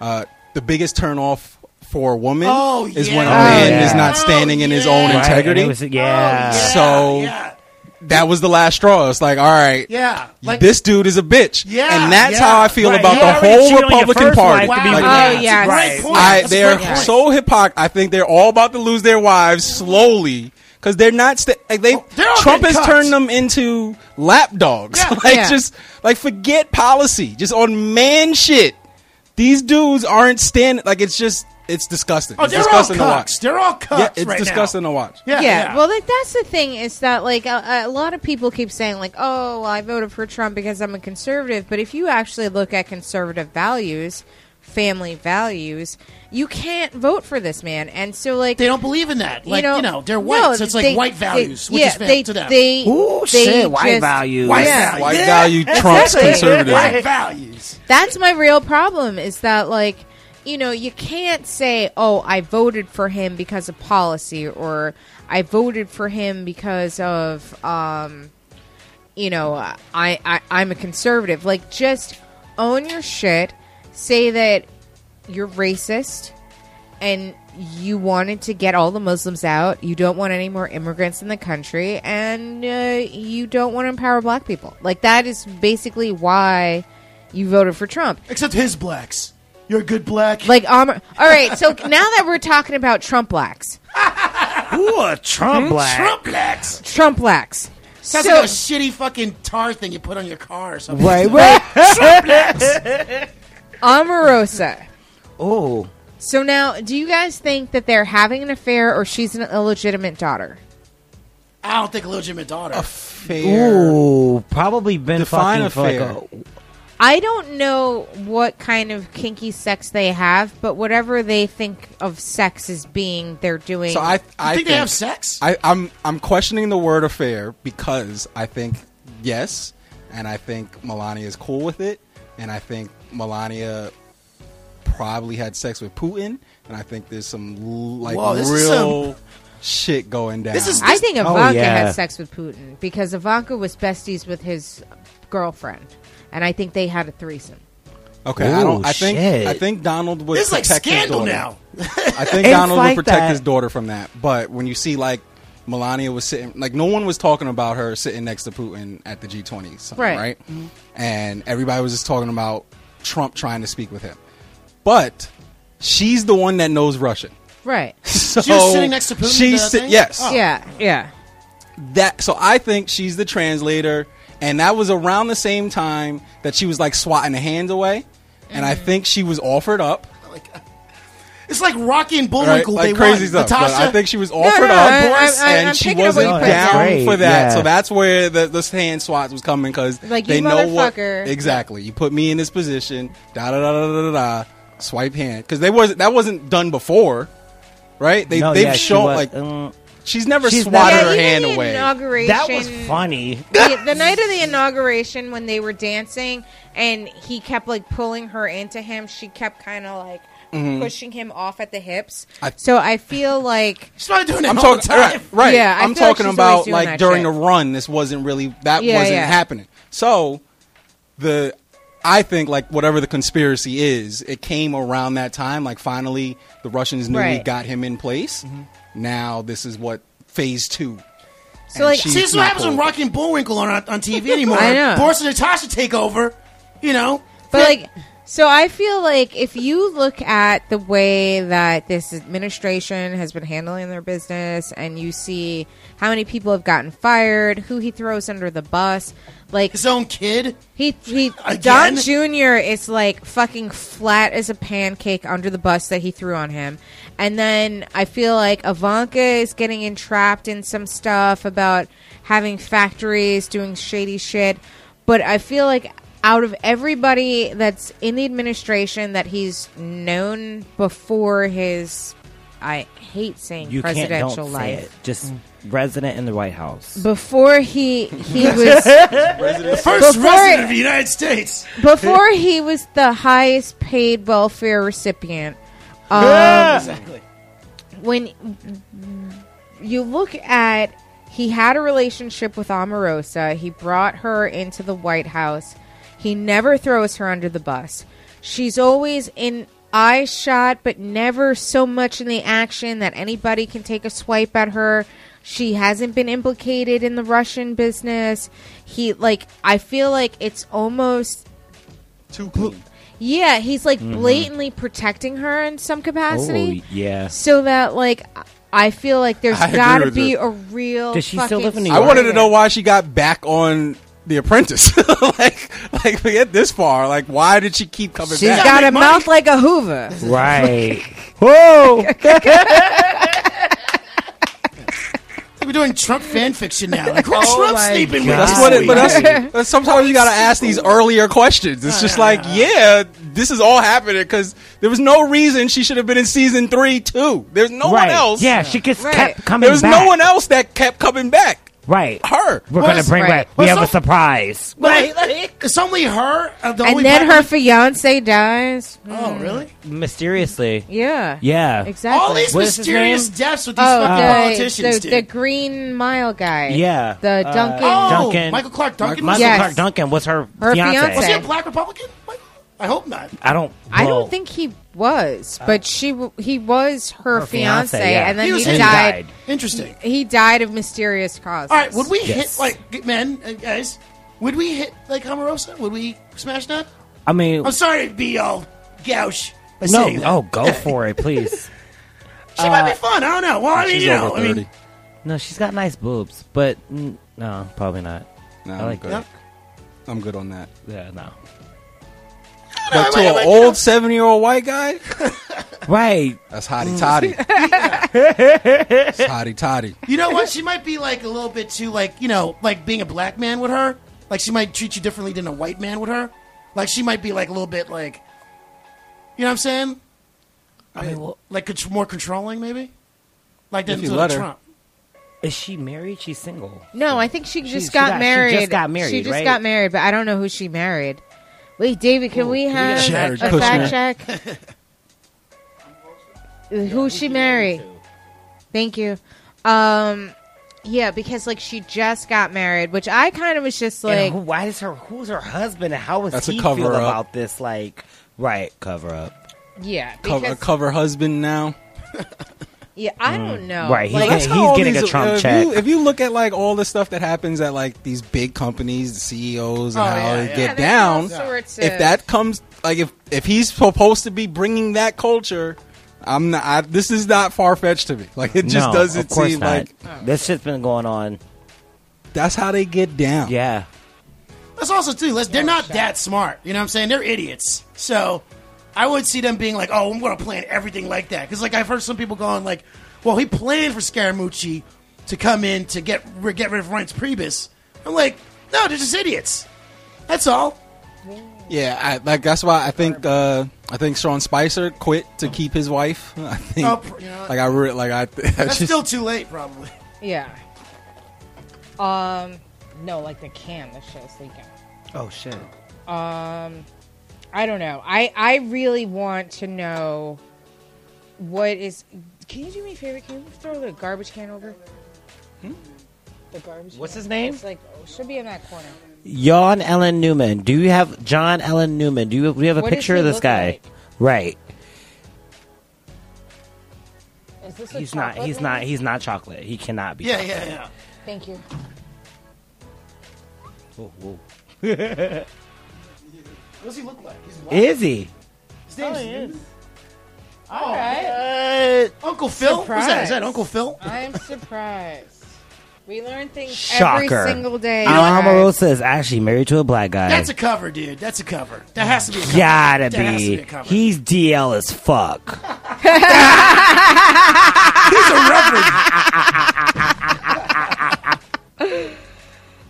S7: uh, the biggest turnoff for a woman
S11: Oh,
S7: is
S11: yeah.
S7: when a
S11: Oh,
S7: man
S4: yeah.
S7: is not standing in his own
S4: Right, and
S7: integrity.
S4: it was- yeah. Oh, yeah,
S7: So that was the last straw. It's like, all right,
S11: Yeah, like-
S7: this dude is a bitch.
S11: Yeah,
S7: and that's
S11: yeah.
S7: how I feel
S11: Right,
S7: about
S11: you
S7: the
S11: already cheated
S7: whole
S11: on your
S7: Republican
S11: first
S7: Party.
S11: wife to be
S7: Like,
S11: with Wow. your Oh, yes. Right. Point.
S7: I-
S11: That's a
S7: they're
S11: great point.
S7: so hypocrite. I think they're all about to lose their wives slowly because they're not. Sta- like they
S11: Oh, all
S7: Trump has
S11: getting cut.
S7: turned them into lapdogs. (laughs)
S11: Yeah.
S7: like
S11: Yeah.
S7: just like forget policy, just on man shit. These dudes aren't standing. Like it's just it's disgusting.
S11: Oh,
S7: it's
S11: they're all
S7: disgusting to
S11: cucks.
S7: watch.
S11: They're all cucks
S7: Yeah, it's
S11: right now.
S7: disgusting to watch.
S11: Yeah, yeah.
S3: Well, like that's the thing is that like a, a lot of people keep saying like, "Oh, well, I voted for Trump because I'm a conservative." But if you actually look at conservative values, family values, you can't vote for this man. And so like
S11: they don't believe in that. Like, you know, they're white, so it's like white values, which
S3: yeah,
S11: is fair
S3: they,
S11: to them.
S3: They,
S11: Ooh,
S3: they
S11: shit, white
S3: just-
S11: values. White
S3: Yeah.
S11: values.
S7: White
S11: Yeah.
S7: value trumps
S3: Exactly.
S7: conservatism.
S11: White values.
S3: That's my real problem is that like you know you can't say oh I voted for him because of policy or I voted for him because of um you know I, I I'm a conservative like just own your shit say that you're racist and you wanted to get all the Muslims out you don't want any more immigrants in the country and uh, you don't want to empower black people like that is basically why you voted for Trump
S11: Except his blacks. You're a good black.
S3: like, um, all right. So (laughs) now that we're talking about Trump blacks, Oh,
S4: Ooh, a Trump
S3: Hmm?
S4: black.
S11: Trump blacks.
S3: Trump blacks.
S11: Sounds
S3: So-
S11: like a shitty fucking tar thing you put on your car or something.
S4: Right, right.
S11: Trump blacks.
S3: Omarosa.
S4: Oh,
S3: So now, do you guys think that they're having an affair, or she's an illegitimate daughter?
S11: I don't think a legitimate daughter.
S4: ooh, probably been
S7: Define
S4: fucking for like
S7: affair.
S4: a
S3: I don't know what kind of kinky sex they have, but whatever they think of sex as being, they're doing.
S7: So I, I
S11: think they have sex?
S7: I, I'm I'm questioning the word affair because I think yes, and I think Melania is cool with it, and I think Melania probably had sex with Putin, and I think there's some l- like
S11: Whoa, this is
S7: real shit going down.
S11: This is-
S3: I think Ivanka
S7: Oh, yeah.
S3: had sex with Putin because Ivanka was besties with his girlfriend, and I think they had a threesome.
S7: okay. I don't.
S4: Ooh,
S7: I think
S4: Oh, shit.
S7: I think Donald would
S11: This is like
S7: protect his
S11: scandal
S7: daughter.
S11: now. (laughs)
S7: I think
S4: It's
S7: Donald
S4: like
S7: would protect
S4: that.
S7: his daughter from that. But when you see like Melania was sitting, like no one was talking about her sitting next to Putin at the G20 summit,
S3: Right.
S7: right? Mm-hmm. And everybody was just talking about Trump trying to speak with him. But she's the one that knows (laughs) Russian.
S3: Right.
S7: So
S11: She was sitting next to Putin at
S7: She
S11: the
S7: sit-
S11: thing?
S7: yes.
S3: Yeah. Yeah.
S7: That so I think she's the translator, and that was around the same time that she was like swatting the hands away, and
S3: Mm.
S7: I think she was offered up.
S11: It's like Rocky and
S3: Oh
S7: right?
S11: Bullwinkle.
S7: like
S11: they
S7: crazy
S11: won.
S7: stuff. but
S11: Natasha,
S7: I think she was offered
S3: no,
S7: up,
S3: I- I- I-
S7: and
S3: I'm
S7: she
S3: picking up what
S7: wasn't
S3: you put down.
S7: down
S4: Great,
S7: for that.
S4: yeah.
S7: So that's where the, the hand swats was coming because
S3: Like,
S7: they
S3: you
S7: know what
S3: motherfucker.
S7: exactly. You put me in this position. Da da da da da da. da Swipe hand because they was that wasn't done before, right? They
S4: No,
S7: they've
S4: yeah, she
S7: shown
S4: was-
S7: like
S4: mm.
S7: She's never
S4: She's
S7: swatted
S4: never-
S7: her
S4: Yeah,
S7: hand
S3: the
S7: away.
S3: inauguration-
S4: That was funny.
S3: the, the night of the inauguration when they were dancing and he kept like pulling her into him she kept kind of like
S7: Mhm.
S3: pushing him off at the hips
S7: I-
S3: so i feel like
S11: she's not doing
S7: I'm talking right, right.
S3: yeah I
S7: I'm
S3: feel like
S7: talking
S3: she's always
S7: about
S3: doing
S7: like
S3: that
S7: during
S3: shit.
S7: the run. This wasn't really that
S3: Yeah,
S7: wasn't
S3: yeah.
S7: happening. So the I think like whatever the conspiracy is, it came around that time. Like finally, the Russians knew we
S3: Right. Mm-hmm.
S7: got him in place. Now this is what phase two.
S3: So, like-
S11: See, this is what happens when Rocky and Bullwinkle aren't on,
S7: (laughs)
S11: on TV anymore.
S3: I know.
S11: Boris and Natasha take over. You know,
S3: but like so i feel like if you look at the way that this administration has been handling their business and you see how many people have gotten fired who he throws under the bus like
S11: his own kid
S3: He, he
S11: Again?
S3: Don Jr. is like fucking flat as a pancake under the bus that he threw on him. And then I feel like Ivanka is getting entrapped in some stuff about having factories doing shady shit. But I feel like out of everybody that's in the administration that he's known before his, I hate saying
S4: You can't
S3: presidential
S4: don't say
S3: life. Mm.
S4: it. Just resident in the White House.
S3: Before he
S4: (laughs)
S3: he was
S11: the first
S3: Before-
S11: president of the United States.
S3: before he was the highest paid welfare recipient. Um,
S11: exactly.
S3: When you look at, he had a relationship with Omarosa. He brought her into the White House. He never throws her under the bus. She's always in eye shot, but never so much in the action that anybody can take a swipe at her. She hasn't been implicated in the Russian business. He like I feel like it's almost
S7: Too clean.
S3: yeah, he's like
S11: Mm-hmm.
S4: Mhm.
S3: blatantly protecting her in some capacity.
S4: Oh,
S3: (laughs)
S4: yeah.
S3: So that like I feel like there's
S7: I agree
S3: got to
S7: with
S3: be
S7: her.
S3: a real.
S4: Does she still
S3: fucking
S4: live in New
S7: I
S4: York?
S7: wanted to know why she got back on The Apprentice. (laughs) like, like forget this far. Like, why did she keep coming
S3: She's
S7: back?
S3: got a mouth like a Hoover. (laughs)
S4: Right. Whoa.
S11: It's like we're doing Trump fan fiction now. Like
S4: (laughs)
S11: who's
S6: Oh
S11: Trump
S6: my
S11: sleeping with?
S4: God.
S11: this
S7: That's what it,
S11: week?
S7: but
S3: (laughs)
S7: that's, but sometimes you got to ask these earlier questions. It's just like, yeah, this is all happening because there was no reason she should have been in season three too. There's no one
S4: right.
S7: else.
S4: Yeah, she just
S3: Right.
S4: kept coming
S7: there was
S4: back.
S7: no one else that kept coming back.
S4: Right.
S7: Her.
S4: We're
S11: Well,
S4: going to
S11: it's-
S4: bring
S3: right.
S4: back. We
S11: Well,
S4: have a
S11: so-
S4: surprise.
S11: But it's only her. uh, the only
S3: and then her Mm.
S11: black-
S3: fiance dies.
S11: Oh, really?
S4: Mysteriously.
S3: Yeah.
S4: Yeah.
S3: Exactly.
S11: All these
S4: What is his
S11: mysterious
S4: name?
S11: deaths with these
S3: oh,
S11: fucking
S3: the,
S11: politicians,
S3: the, the
S11: dude.
S3: Green Mile guy.
S4: Yeah.
S3: The
S4: Uh,
S3: Duncan.
S11: Oh,
S4: Duncan.
S11: Michael Clark Duncan was-
S4: Michael
S3: Yes.
S4: Clark Duncan was her,
S3: Her
S4: fiance.
S11: Was he a
S3: fiance.
S11: black Republican? What? I hope not.
S4: I don't.
S3: I
S4: well,
S3: don't think he was, but she w- he was her,
S4: Uh, Her
S3: fiance,
S4: fiancé, yeah.
S3: and then
S11: He
S3: he,
S11: was his-
S3: died.
S11: Interesting.
S3: He died of mysterious causes.
S11: All right, would we hit
S4: Yes.
S11: like men, uh, guys? Would we hit like Omarosa? Would we smash that?
S4: I mean,
S11: I'm sorry to be all gouche. by
S4: no. uh,
S11: saying that.
S4: Oh, go for it, please.
S11: she might be fun. I don't know. Well, I mean,
S7: She's
S11: you know,
S7: over
S11: I mean,
S7: thirty.
S4: (laughs) No, she's got nice boobs, but mm, no, probably not.
S7: No,
S4: I
S7: I'm
S4: like
S7: good.
S4: that.
S7: I'm good on that.
S4: Yeah, no.
S7: But to
S11: wait,
S7: an
S11: wait,
S7: old seven-year-old white guy,
S4: Right.
S7: that's hotty (laughs) toddy. That's hotty toddy.
S11: you know what? She might be like a little bit too like you know like being a black man with her. Like she might treat you differently than a white man with her. Like she might be like a little bit like, you know what I'm saying? I mean, well, like contr- more controlling maybe. Like than
S7: If you let
S11: Donald
S7: her.
S11: Trump.
S4: Is she married? She's single.
S3: No, I think she just
S4: she
S3: got
S4: got- she
S3: married.
S4: just got married,
S3: She just
S4: right?
S3: got married, but I don't know who she married. Wait, David, can we have
S7: Jared
S3: a
S7: Kushner.
S3: fact check? who she married? Thank you. Um, yeah, because like she just got married, which I kind of was just
S4: And
S3: like,
S4: who, why is her? Who's her husband? And how is
S7: That's a
S4: he
S7: cover
S4: feel
S7: up.
S4: about this? Like, right, cover up.
S3: yeah,
S7: Cover,
S3: because-
S7: cover husband now.
S3: yeah, I don't know,
S4: Right, he's
S3: Like,
S4: gonna-
S7: That's how all
S4: getting a
S7: these- uh,
S4: Trump
S7: if
S4: check.
S7: You, if you look at like all the stuff that happens at like these big companies, the CEOs, and
S11: Oh,
S7: how
S11: yeah,
S7: they
S11: yeah.
S7: get
S3: Yeah, there's all
S7: down,
S3: sorts
S7: if
S3: of-
S7: that comes like if if he's supposed to be bringing that culture, I'm not. I, this is not far fetched to me. Like it just
S4: No,
S7: doesn't
S4: of course
S7: seem
S4: not.
S7: like
S3: Oh.
S4: this shit's been going on.
S7: that's how they get down.
S4: Yeah,
S11: That's also too. Let's, they're not that smart. You know what I'm saying? They're idiots. So I would see them being like, "Oh, I'm going to plan everything like that." Because like I've heard some people going like, "Well, he planned for Scaramucci to come in to get ri- get rid of Reince Priebus." I'm like, "No, they're just idiots. That's all."
S7: Yeah, I, like that's why I think uh, I think Sean Spicer quit to keep his wife. (laughs) I think
S11: Oh, pr- you know what?
S7: like I re- like I, (laughs) I
S11: That's
S7: just-
S11: still too late, probably. (laughs)
S3: Yeah. Um, no, like the can that show's leaking.
S4: Oh shit.
S3: Um, I don't know. I I really want to know what is. Can you do me a favor? Can you throw the garbage can over? The garbage.
S4: Hmm? What's
S3: can.
S4: his name?
S3: It's like it should be in that corner.
S8: John Ellen Newman. Do you have John Ellen Newman? Do you, do you have a
S3: What does
S8: picture
S3: he
S8: of this
S3: look
S8: guy?
S3: like?
S8: Right.
S3: Is this a
S4: He's not.
S3: chocolate
S4: He's
S3: one?
S4: not. He's not chocolate. He cannot be.
S11: Yeah,
S4: chocolate.
S11: yeah, yeah.
S3: Thank you.
S4: Whoa, whoa.
S11: What does he look like? He's black.
S4: Is he?
S11: His name's Newman. Oh,
S3: All right.
S11: Uncle Phil? What's that? Is that
S3: Surprise.
S11: Uncle Phil?
S3: I'm surprised. We learn things
S4: Shocker.
S3: every single day. guys.
S4: Omarosa is actually married to a black guy.
S11: That's a cover, dude. That's a cover. That has to be a cover.
S4: Gotta
S11: That has to
S4: be.
S11: be a cover.
S4: He's DL as fuck.
S11: He's a reverend.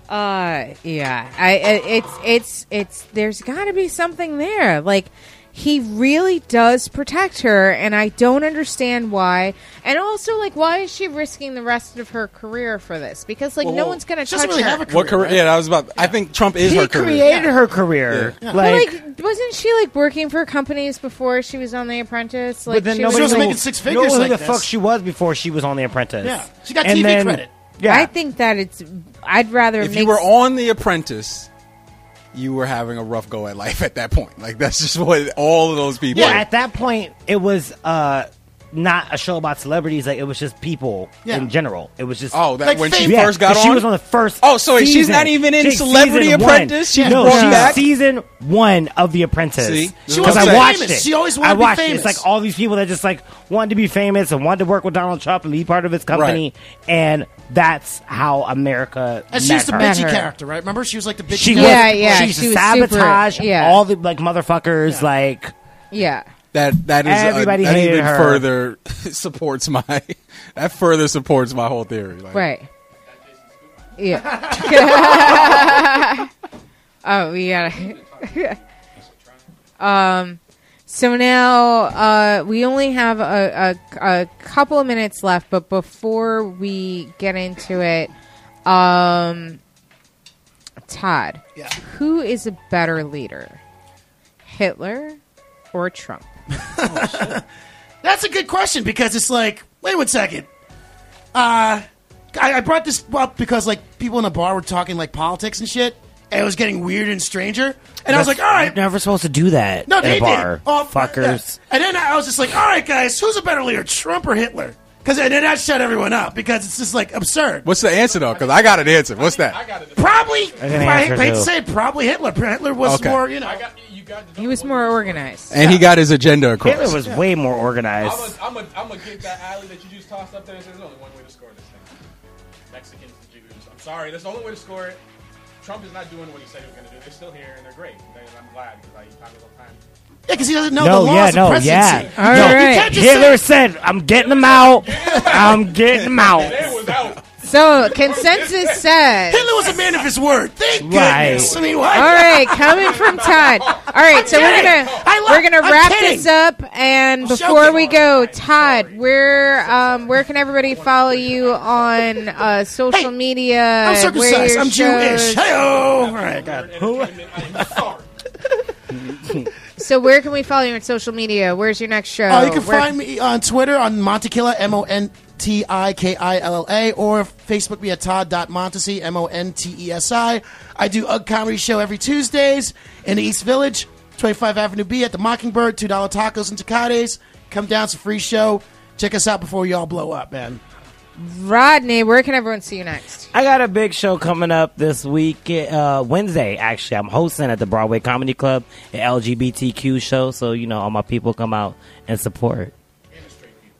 S3: Uh, yeah. I, I it's it's it's there's got to be something there. Like he really does protect her and I don't understand why. And also like why is she risking the rest of her career for this? Because like no
S7: well,
S3: one's going to
S11: She
S3: touch
S11: doesn't really
S3: her.
S11: have a career.
S7: what career? Yeah, I was about. I think Trump is
S4: he
S7: her career.
S4: created her career.
S3: But,
S4: Like,
S3: like, wasn't she like working for companies before she was on The Apprentice? Like
S4: but then
S3: she
S4: nobody
S11: was
S4: knew-
S11: making six
S4: Know
S11: figures
S4: who
S11: like
S4: the
S11: this.
S4: fuck she was before she was on The Apprentice?
S11: Yeah. She got
S4: And
S11: TV
S4: then-
S11: credit.
S4: Yeah.
S3: I think that it's. I'd rather
S7: If
S3: make
S7: you were on The Apprentice, you were having a rough go at life at that point. Like that's just what all of those people.
S4: Well, at that point, it was uh, not a show about celebrities. Like it was just people
S11: Yeah.
S4: in general. It was just
S7: Oh, that
S11: Like
S7: when she
S11: fame-
S4: Yeah,
S7: first got
S4: 'cause
S7: on.
S4: She was on the first.
S7: Oh, so she's
S4: season.
S7: not even in
S4: She's
S7: Celebrity
S4: season
S7: Apprentice?
S4: One.
S7: She's
S4: no,
S7: brought
S4: she's
S7: back?
S4: season one of The Apprentice.
S7: See? She
S4: because
S7: wants to
S4: I
S7: be
S4: watched
S11: famous.
S4: it.
S11: She always wanted
S4: I
S11: to be
S4: watched it.
S11: famous.
S4: It's like all these people that just like wanted to be famous and wanted to work with Donald Trump and be part of his company, and that's how America.
S11: And
S4: met
S11: she's the
S4: her.
S11: bitchy
S3: her.
S11: character, right? Remember, she was like the bitchy.
S4: She
S11: character.
S4: was,
S3: Yeah, yeah,
S4: She, used
S3: she
S4: to
S3: was
S4: sabotage
S3: super- yeah.
S4: all the like motherfuckers. Like
S3: yeah.
S7: that that is uh,
S4: Everybody
S7: that
S4: hated
S7: even
S4: her.
S7: further (laughs) supports my that further supports my whole theory. Like,
S3: Right. Yeah. (laughs) oh, we gotta. (laughs) um. So now uh, we only have a, a, a couple of minutes left, but before we get into it, um, Todd,
S11: Yeah.
S3: who is a better leader, Hitler or Trump?
S11: That's a good question because it's like, wait one second. Uh, I, I brought this up because like people in a bar were talking like politics and shit, and it was getting weird and stranger. And I was like, all right,
S4: you're never supposed to do that.
S11: no,
S4: in
S11: they
S4: a bar,
S11: did. Oh, fuck, yeah.
S4: fuckers.
S11: And then I was just like, all right, guys, who's a better leader, Trump or Hitler? Because and then that shut everyone up because it's just like absurd.
S7: What's the answer though? Because I got an answer. What's that?
S11: Probably, I,
S4: an answer,
S11: hate
S4: too.
S11: to say, it, probably Hitler. Hitler was
S7: Okay.
S11: more, you know.
S3: He was more organized.
S7: And he got his agenda across.
S4: Hitler was way more organized.
S5: I'm gonna I'm get that alley that you just tossed up there and say there's only one way to score this thing. Mexicans, the Jews. I'm sorry, there's the only way to score it. Trump is not doing what he said he was gonna do. They're still here and they're great. And I'm glad because I time is on time.
S11: Yeah, because he doesn't know
S4: No,
S11: the laws
S4: yeah,
S11: of
S4: no,
S11: presidency.
S4: yeah.
S3: All
S11: No, you
S3: right.
S11: can't just
S4: Hitler
S11: say,
S4: said, "I'm getting them out. I'm getting them out."
S5: It was out.
S3: So consensus says.
S11: Hitler was a man of his word. Thank
S4: Right.
S11: goodness. I mean, what?
S3: All
S11: (laughs)
S3: right, coming from Todd. All right, so we're
S11: kidding.
S3: gonna
S11: I love-
S3: we're gonna
S11: I'm
S3: wrap
S11: kidding.
S3: this up, and before we go, Todd, where um where can everybody follow you on uh, social
S11: Hey,
S3: media?
S11: I'm
S3: and where
S11: circumcised.
S3: your
S11: I'm
S3: shows-
S11: Jewish. (laughs) Hey, oh, all right, God.
S5: I'm sorry.
S3: So where can we follow you on social media? Where's your next show?
S11: Uh, you can
S3: Oh, Where-
S11: find me on Twitter on Montikilla, M O N T I K I L L A, or Facebook me at Todd.Montesi, M O N T E S I. I do UGG Comedy Show every Tuesdays in the East Village, 25 Avenue B at the Mockingbird, $2 tacos and Tacades. Come down, it's a free show. Check us out before you all blow up, man.
S3: Rodney. Where can everyone see you next?
S4: I got a big show coming up this week, uh, Wednesday. Actually, I'm hosting at the Broadway Comedy Club, an LGBTQ show. So you know, all my people come out and support,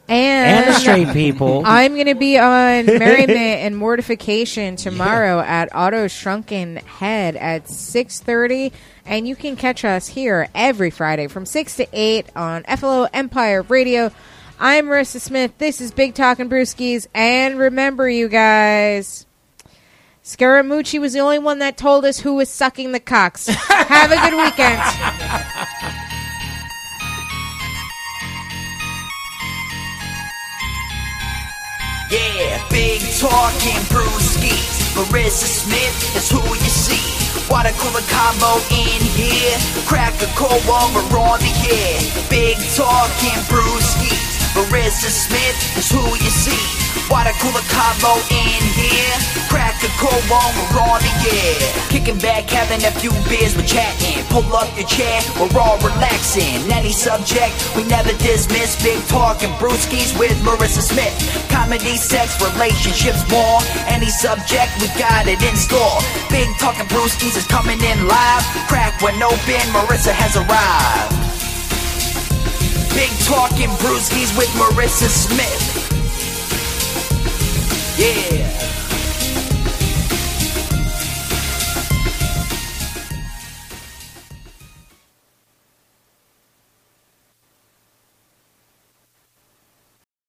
S3: And,
S4: and the (laughs) straight people.
S3: I'm going to be on merriment and mortification tomorrow at Auto Shrunken Head at 6:30, and you can catch us here every Friday from six to eight on FLO Empire Radio. I'm Marissa Smith. This is Big Talkin' Brewskis, and remember, you guys, Scaramucci was the only one that told us who was sucking the cocks. Have a good weekend.
S2: Yeah, big talking brewskis. Marissa Smith is who you see. Water cooler combo in here. Crack a cold one, we're on the air. Big talking brewskis. Marissa Smith is who you see. Water cooler combo in here. Crack a cold one, we're on the air. Kicking back, having a few beers, we're chatting. Pull up your chair, we're all relaxing. Any subject, we never dismiss. Big talking brewskis with Marissa Smith. Comedy, sex, relationships, more. Any subject, we got it in store. Big talking brewskis is coming in live. Crack when open, Marissa has arrived. Big talking brewskis with Marissa Smith. Yeah.